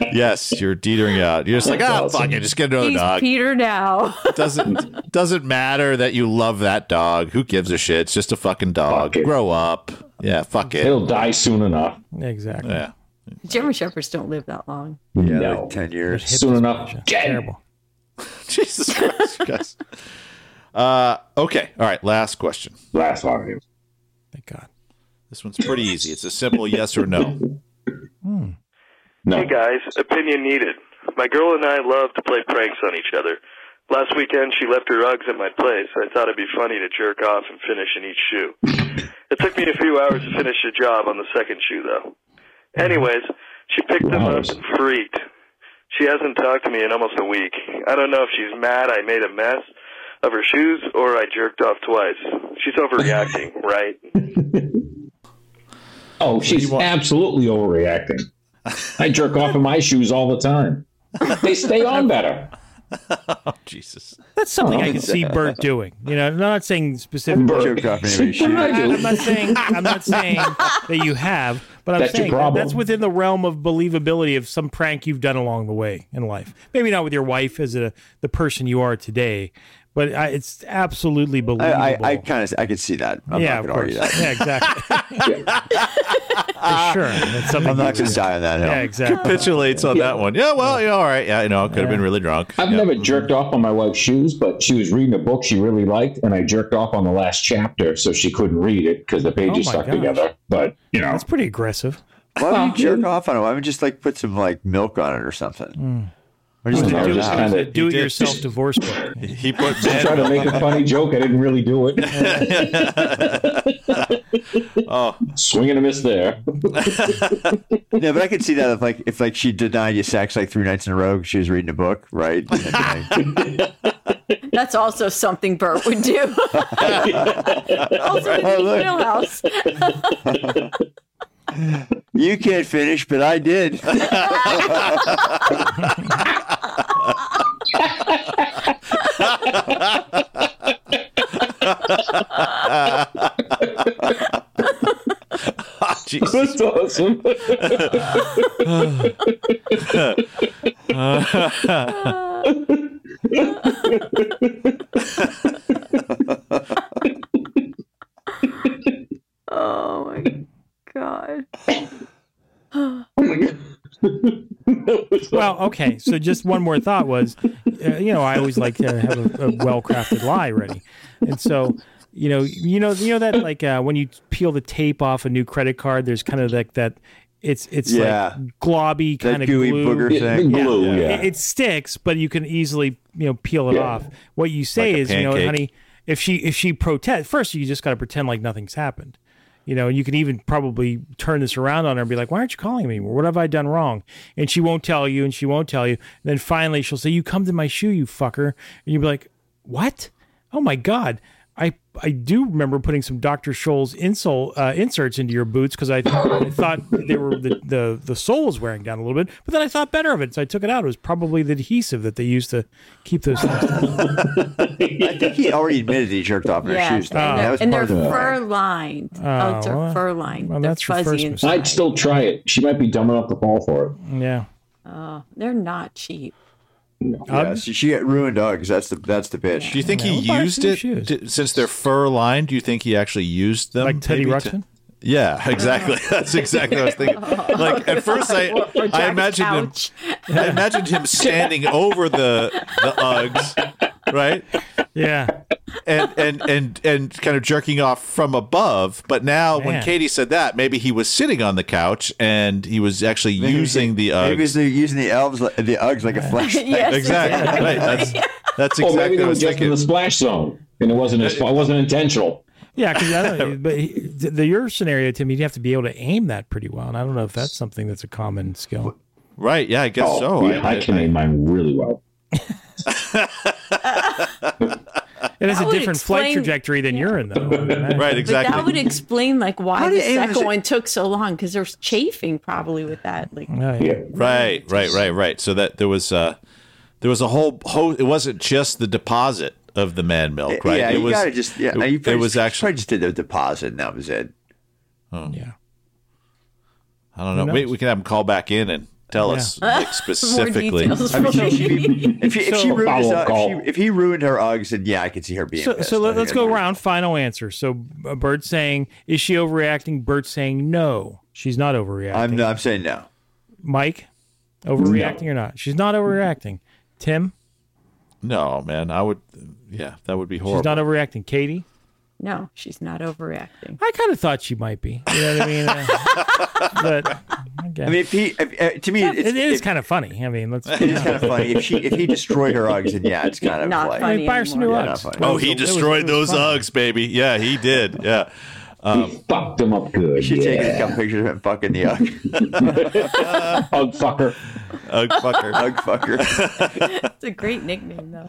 [SPEAKER 3] yes, you're teetering out. You're just like, ah,
[SPEAKER 4] That's
[SPEAKER 3] fuck it, just get another
[SPEAKER 2] He's
[SPEAKER 3] dog.
[SPEAKER 2] Peter now.
[SPEAKER 3] doesn't doesn't matter that you love that dog. Who gives a shit? It's just a fucking dog.
[SPEAKER 4] Fuck it.
[SPEAKER 3] Grow up. Yeah, fuck it.
[SPEAKER 4] He'll die soon enough.
[SPEAKER 6] Exactly.
[SPEAKER 3] Yeah.
[SPEAKER 2] German shepherds don't live that long.
[SPEAKER 1] Yeah,
[SPEAKER 4] no.
[SPEAKER 1] like ten years.
[SPEAKER 4] soon enough.
[SPEAKER 6] Yeah,
[SPEAKER 4] Dead.
[SPEAKER 6] Terrible.
[SPEAKER 3] Jesus Christ, guys. Uh, okay. All right. Last question.
[SPEAKER 4] Last one.
[SPEAKER 6] Thank God.
[SPEAKER 3] This one's pretty easy. It's a simple yes or no.
[SPEAKER 4] No.
[SPEAKER 12] Hey guys, opinion needed. My girl and I love to play pranks on each other. Last weekend she left her Uggs at my place. I thought it'd be funny to jerk off and finish in each shoe. It took me a few hours to finish the job on the second shoe though. Anyways, she picked them up and freaked. She hasn't talked to me in almost a week. I don't know if she's mad I made a mess of her shoes or I jerked off twice. She's overreacting, right?
[SPEAKER 4] Oh, she's
[SPEAKER 3] want?
[SPEAKER 4] absolutely overreacting. I jerk off in my shoes all the time. They stay on better.
[SPEAKER 3] Oh, Jesus.
[SPEAKER 6] That's something
[SPEAKER 4] Oh.
[SPEAKER 6] I can see Bert doing. You know, I'm not saying specifically.
[SPEAKER 4] Bert.
[SPEAKER 1] Choked off anybody's shoes.
[SPEAKER 6] I- I'm not saying I'm not saying that you have, but I'm
[SPEAKER 4] That's your
[SPEAKER 6] saying that
[SPEAKER 4] problem.
[SPEAKER 6] that's within the realm of believability of some prank you've done along the way in life. Maybe not with your wife as a the person you are today, but I, it's absolutely
[SPEAKER 1] I,
[SPEAKER 6] believable.
[SPEAKER 1] I, I kind of I could see that. I'm
[SPEAKER 6] yeah,
[SPEAKER 1] not
[SPEAKER 6] of
[SPEAKER 1] gonna argue
[SPEAKER 6] course.
[SPEAKER 1] that.
[SPEAKER 6] Yeah, exactly.
[SPEAKER 4] Uh,
[SPEAKER 6] For sure, that's something.
[SPEAKER 1] I'm
[SPEAKER 6] you
[SPEAKER 1] not gonna
[SPEAKER 6] would do.
[SPEAKER 1] die on that hill.
[SPEAKER 6] Yeah, exactly.
[SPEAKER 3] Capitulates on that one. Yeah, well, yeah, all right. Yeah, you know, I could have been really drunk.
[SPEAKER 4] I've
[SPEAKER 3] Yeah.
[SPEAKER 4] never jerked off on my wife's shoes, but she was reading a book she really liked, and I jerked off on the last chapter, so she couldn't read it because the pages
[SPEAKER 6] my
[SPEAKER 4] stuck
[SPEAKER 6] gosh.
[SPEAKER 4] together. But you know,
[SPEAKER 6] That's pretty aggressive.
[SPEAKER 1] Why would you jerk off on it? Why would you just like put some like milk on it or something?
[SPEAKER 6] Mm.
[SPEAKER 1] Or just
[SPEAKER 4] I don't
[SPEAKER 1] leave
[SPEAKER 4] know,
[SPEAKER 1] it
[SPEAKER 4] just
[SPEAKER 1] out?
[SPEAKER 4] kind of
[SPEAKER 6] Do it
[SPEAKER 3] did.
[SPEAKER 6] yourself divorce book.
[SPEAKER 3] He put
[SPEAKER 4] I tried to
[SPEAKER 3] man.
[SPEAKER 4] make a funny joke. I didn't really do it.
[SPEAKER 3] Oh,
[SPEAKER 4] Swing and a miss there.
[SPEAKER 1] No, but I could see that if like if like she denied you sex like three nights in a row 'cause she was reading a book, right? Like,
[SPEAKER 2] That's also something Bert would do. also in
[SPEAKER 1] Oh,
[SPEAKER 2] the
[SPEAKER 1] look.
[SPEAKER 2] wheelhouse.
[SPEAKER 1] you can't finish, but I did.
[SPEAKER 3] Jesus.
[SPEAKER 4] That's awesome.
[SPEAKER 2] Oh my god.
[SPEAKER 6] Well, okay. So just one more thought was, uh, you know, I always like to have a, a well-crafted lie ready, and so you know, you know, you know that like uh, when you peel the tape off a new credit card, there's kind of like that. It's it's
[SPEAKER 1] Yeah.
[SPEAKER 6] like globby kind
[SPEAKER 1] that
[SPEAKER 6] of
[SPEAKER 1] gooey
[SPEAKER 6] glue.
[SPEAKER 1] booger
[SPEAKER 4] Yeah, the
[SPEAKER 1] thing.
[SPEAKER 4] glue, yeah.
[SPEAKER 6] It, it sticks, but you can easily you know peel it
[SPEAKER 4] Yeah.
[SPEAKER 6] off. What you say
[SPEAKER 3] Like a
[SPEAKER 6] is, you know,
[SPEAKER 3] pancake.
[SPEAKER 6] honey, if she if she protest first, you just got to pretend like nothing's happened. You know, and you can even probably turn this around on her and be like, "Why aren't you calling me? What have I done wrong?" And she won't tell you, and she won't tell you. And then finally, she'll say, "You come to my shoe, you fucker," and you'll be like, "What? Oh my god." I, I do remember putting some Dr. Scholl's insole uh, inserts into your boots because I, I thought they were the, the the sole was wearing down a little bit, but then I thought better of it, so I took it out. It was probably the adhesive that they used to keep those things. Down.
[SPEAKER 1] I think he already admitted he jerked off in her
[SPEAKER 2] Yeah,
[SPEAKER 1] shoes. though.
[SPEAKER 2] and
[SPEAKER 1] that
[SPEAKER 2] they're,
[SPEAKER 1] was
[SPEAKER 2] and
[SPEAKER 1] part
[SPEAKER 2] they're
[SPEAKER 1] of the
[SPEAKER 2] fur
[SPEAKER 1] plan.
[SPEAKER 2] lined. Oh,
[SPEAKER 6] Oh,
[SPEAKER 2] they're
[SPEAKER 6] well,
[SPEAKER 2] fur lined.
[SPEAKER 6] well,
[SPEAKER 2] they're
[SPEAKER 6] that's your first
[SPEAKER 2] fuzzy and
[SPEAKER 6] mistake.
[SPEAKER 4] I'd still try it. She might be dumb enough to fall for it.
[SPEAKER 6] Yeah.
[SPEAKER 2] oh, they're not cheap.
[SPEAKER 6] Um,
[SPEAKER 1] Yeah, she, she got ruined Uggs. That's the that's the bitch.
[SPEAKER 3] Do you think he
[SPEAKER 6] Who buys
[SPEAKER 3] used
[SPEAKER 6] new
[SPEAKER 3] it
[SPEAKER 6] shoes?
[SPEAKER 3] D- since they're fur lined? Do you think he actually used them?
[SPEAKER 6] Like Teddy
[SPEAKER 3] maybe to-
[SPEAKER 6] Ruxpin?
[SPEAKER 3] yeah, exactly. That's exactly what I was thinking. Like at first, I
[SPEAKER 2] Or- or
[SPEAKER 3] I
[SPEAKER 2] Jack's
[SPEAKER 3] imagined him
[SPEAKER 2] couch.
[SPEAKER 3] I imagined him standing over the the Uggs, right?
[SPEAKER 6] Yeah.
[SPEAKER 3] and and and and kind of jerking off from above. But now, when
[SPEAKER 1] Man.
[SPEAKER 3] Katie said that, maybe he was sitting on the couch and he was actually using the Uggs.
[SPEAKER 1] Maybe he's using the elves, the Uggs like a flashlight.
[SPEAKER 3] Yes, Exactly. exactly. Right, that's- that's
[SPEAKER 4] Or
[SPEAKER 3] exactly
[SPEAKER 4] maybe
[SPEAKER 3] what
[SPEAKER 4] they
[SPEAKER 3] I
[SPEAKER 4] were
[SPEAKER 3] was
[SPEAKER 4] just in the splash zone, and it wasn't a, spa- it wasn't intentional.
[SPEAKER 6] Yeah, because I don't. But he, the, the- your scenario, Tim, you'd have to be able to aim that pretty well, and I don't know if that's something that's a common skill.
[SPEAKER 3] Right? Yeah, I guess
[SPEAKER 4] Oh,
[SPEAKER 3] so.
[SPEAKER 4] yeah, I can aim mine really well.
[SPEAKER 6] It has
[SPEAKER 2] That
[SPEAKER 6] a
[SPEAKER 2] would
[SPEAKER 6] different flight
[SPEAKER 2] explain-
[SPEAKER 6] trajectory than you're in, though. right?
[SPEAKER 2] But that would explain like why
[SPEAKER 6] do
[SPEAKER 2] the
[SPEAKER 6] you aim-
[SPEAKER 2] second one took so long because there's chafing probably with that. Like
[SPEAKER 3] Right, right, right, right. So that there was uh there was a whole ho It wasn't just the deposit of the man milk, right?
[SPEAKER 1] Yeah,
[SPEAKER 3] it
[SPEAKER 1] you
[SPEAKER 3] was
[SPEAKER 1] gotta just yeah.
[SPEAKER 3] It,
[SPEAKER 1] you probably
[SPEAKER 3] it was
[SPEAKER 1] just-
[SPEAKER 3] actually Oh.
[SPEAKER 1] probably just did the deposit, and that was it.
[SPEAKER 6] Yeah.
[SPEAKER 3] I don't
[SPEAKER 1] Who
[SPEAKER 3] know. Maybe
[SPEAKER 1] knows?
[SPEAKER 3] we can have him call back in and tell us
[SPEAKER 1] Yeah.
[SPEAKER 3] like, specifically.
[SPEAKER 1] details I mean, she- If, he, if she
[SPEAKER 6] So-
[SPEAKER 1] ruined his,
[SPEAKER 6] Follow-up
[SPEAKER 1] Ugg- if,
[SPEAKER 6] call.
[SPEAKER 1] she, if he ruined her Uggs, then yeah, I could see her being.
[SPEAKER 6] So,
[SPEAKER 1] pissed.
[SPEAKER 6] so
[SPEAKER 1] I
[SPEAKER 6] let,
[SPEAKER 1] think
[SPEAKER 6] let's
[SPEAKER 1] I'd
[SPEAKER 6] go
[SPEAKER 1] be-
[SPEAKER 6] around. Final answer. So, uh, Bert saying, "Is she overreacting?" Bert saying, "No, she's not overreacting."
[SPEAKER 1] I'm no, I'm saying no.
[SPEAKER 6] Mike, overreacting or not? She's not overreacting. Tim,
[SPEAKER 3] No, man. I would. Yeah, that would be horrible.
[SPEAKER 6] she's not overreacting. Katie,
[SPEAKER 2] no, she's not overreacting.
[SPEAKER 6] I kind of thought she might be. You know what I mean? Uh, but
[SPEAKER 1] I mean, if he, if, uh, to me,
[SPEAKER 6] Yeah,
[SPEAKER 1] it's,
[SPEAKER 6] it is kind of funny. I mean, let's.
[SPEAKER 1] It is kind of funny. If she, if he destroyed her Uggs, then yeah, it's kind of
[SPEAKER 6] Not
[SPEAKER 1] like
[SPEAKER 6] funny I mean, buy her some new
[SPEAKER 1] Yeah, not
[SPEAKER 6] Uggs.
[SPEAKER 1] funny.
[SPEAKER 3] Oh, he destroyed those Uggs, baby. Yeah, he did. Yeah. Um,
[SPEAKER 4] fucked them up good.
[SPEAKER 1] She's taking a couple pictures of him fucking the Ugg.
[SPEAKER 4] Ugg fucker.
[SPEAKER 3] Ugg fucker.
[SPEAKER 1] Ugg fucker.
[SPEAKER 2] It's a great nickname though.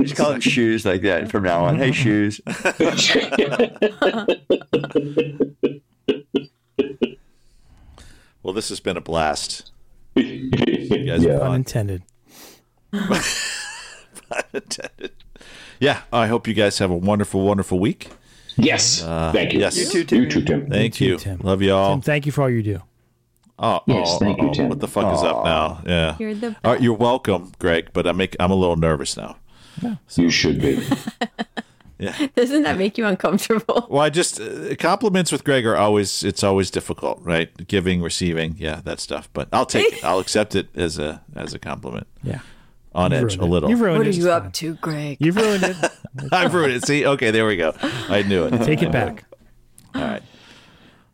[SPEAKER 1] Just call him shoes like that from now on. Hey, shoes.
[SPEAKER 3] Well, this has been a blast. You guys are fun.
[SPEAKER 6] Unintended.
[SPEAKER 3] Pun intended. Yeah, I hope you guys have a wonderful, wonderful week. Uh,
[SPEAKER 4] Yes. Thank you.
[SPEAKER 3] Yes.
[SPEAKER 4] You too, Tim. You too, Tim.
[SPEAKER 3] Thank you. Love you all.
[SPEAKER 6] Tim, thank you for all you do.
[SPEAKER 3] Oh,
[SPEAKER 6] Yes,
[SPEAKER 3] oh,
[SPEAKER 6] thank you,
[SPEAKER 3] oh,
[SPEAKER 6] Tim.
[SPEAKER 3] what the fuck is up now? Yeah.
[SPEAKER 2] You're the
[SPEAKER 3] All right, you're welcome, Greg, but I make I'm a little nervous now.
[SPEAKER 4] You should be.
[SPEAKER 2] Doesn't that make you uncomfortable?
[SPEAKER 3] Well, I just uh, compliments with Greg are always it's always difficult, right? Giving, receiving, yeah, that stuff. But I'll take it. I'll accept it as a as a compliment.
[SPEAKER 6] Yeah.
[SPEAKER 3] On
[SPEAKER 6] You've
[SPEAKER 3] edge a
[SPEAKER 6] ruined it.
[SPEAKER 3] little.
[SPEAKER 6] You've ruined
[SPEAKER 2] what are
[SPEAKER 6] it.
[SPEAKER 2] you up to, Greg?
[SPEAKER 6] You've ruined it.
[SPEAKER 3] I've ruined it. See? Okay, there we go. I knew it.
[SPEAKER 6] Take it back.
[SPEAKER 3] All right.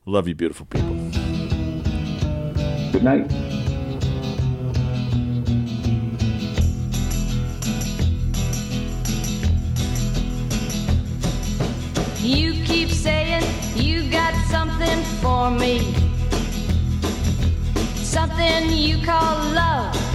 [SPEAKER 3] Love you, beautiful people.
[SPEAKER 4] Good night.
[SPEAKER 13] You keep saying you got something for me. Something you call love,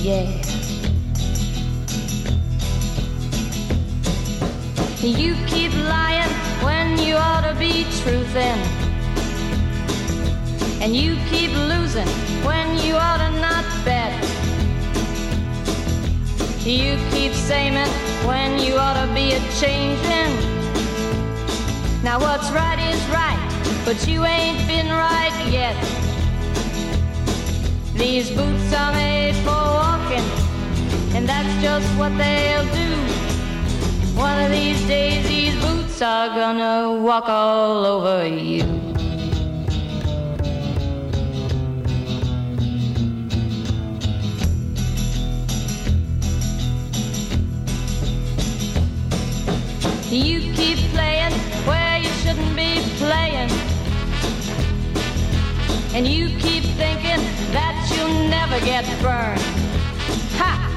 [SPEAKER 13] Yeah. You keep lying when you ought to be truthin'. And you keep losing when you ought to not bet. You keep saying when you ought to be a changing. Now what's right is right, but you ain't been right yet. These boots are made for walking, and that's just what they'll do. One of these days, these boots are gonna walk all over you. You keep playing where you shouldn't be playing. And you keep thinking that you'll never get burned. Ha!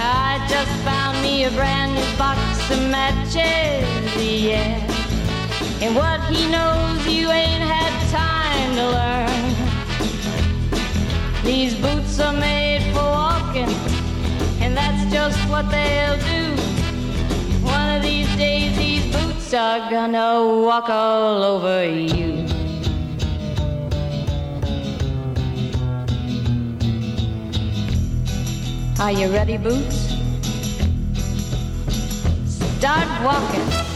[SPEAKER 13] I just found me a brand new box of matches, yeah. And what he knows you ain't had time to learn. These boots are made for walking, and that's just what they'll do. One of these days, these boots are gonna walk all over you. Are you ready, Boots? Start walking.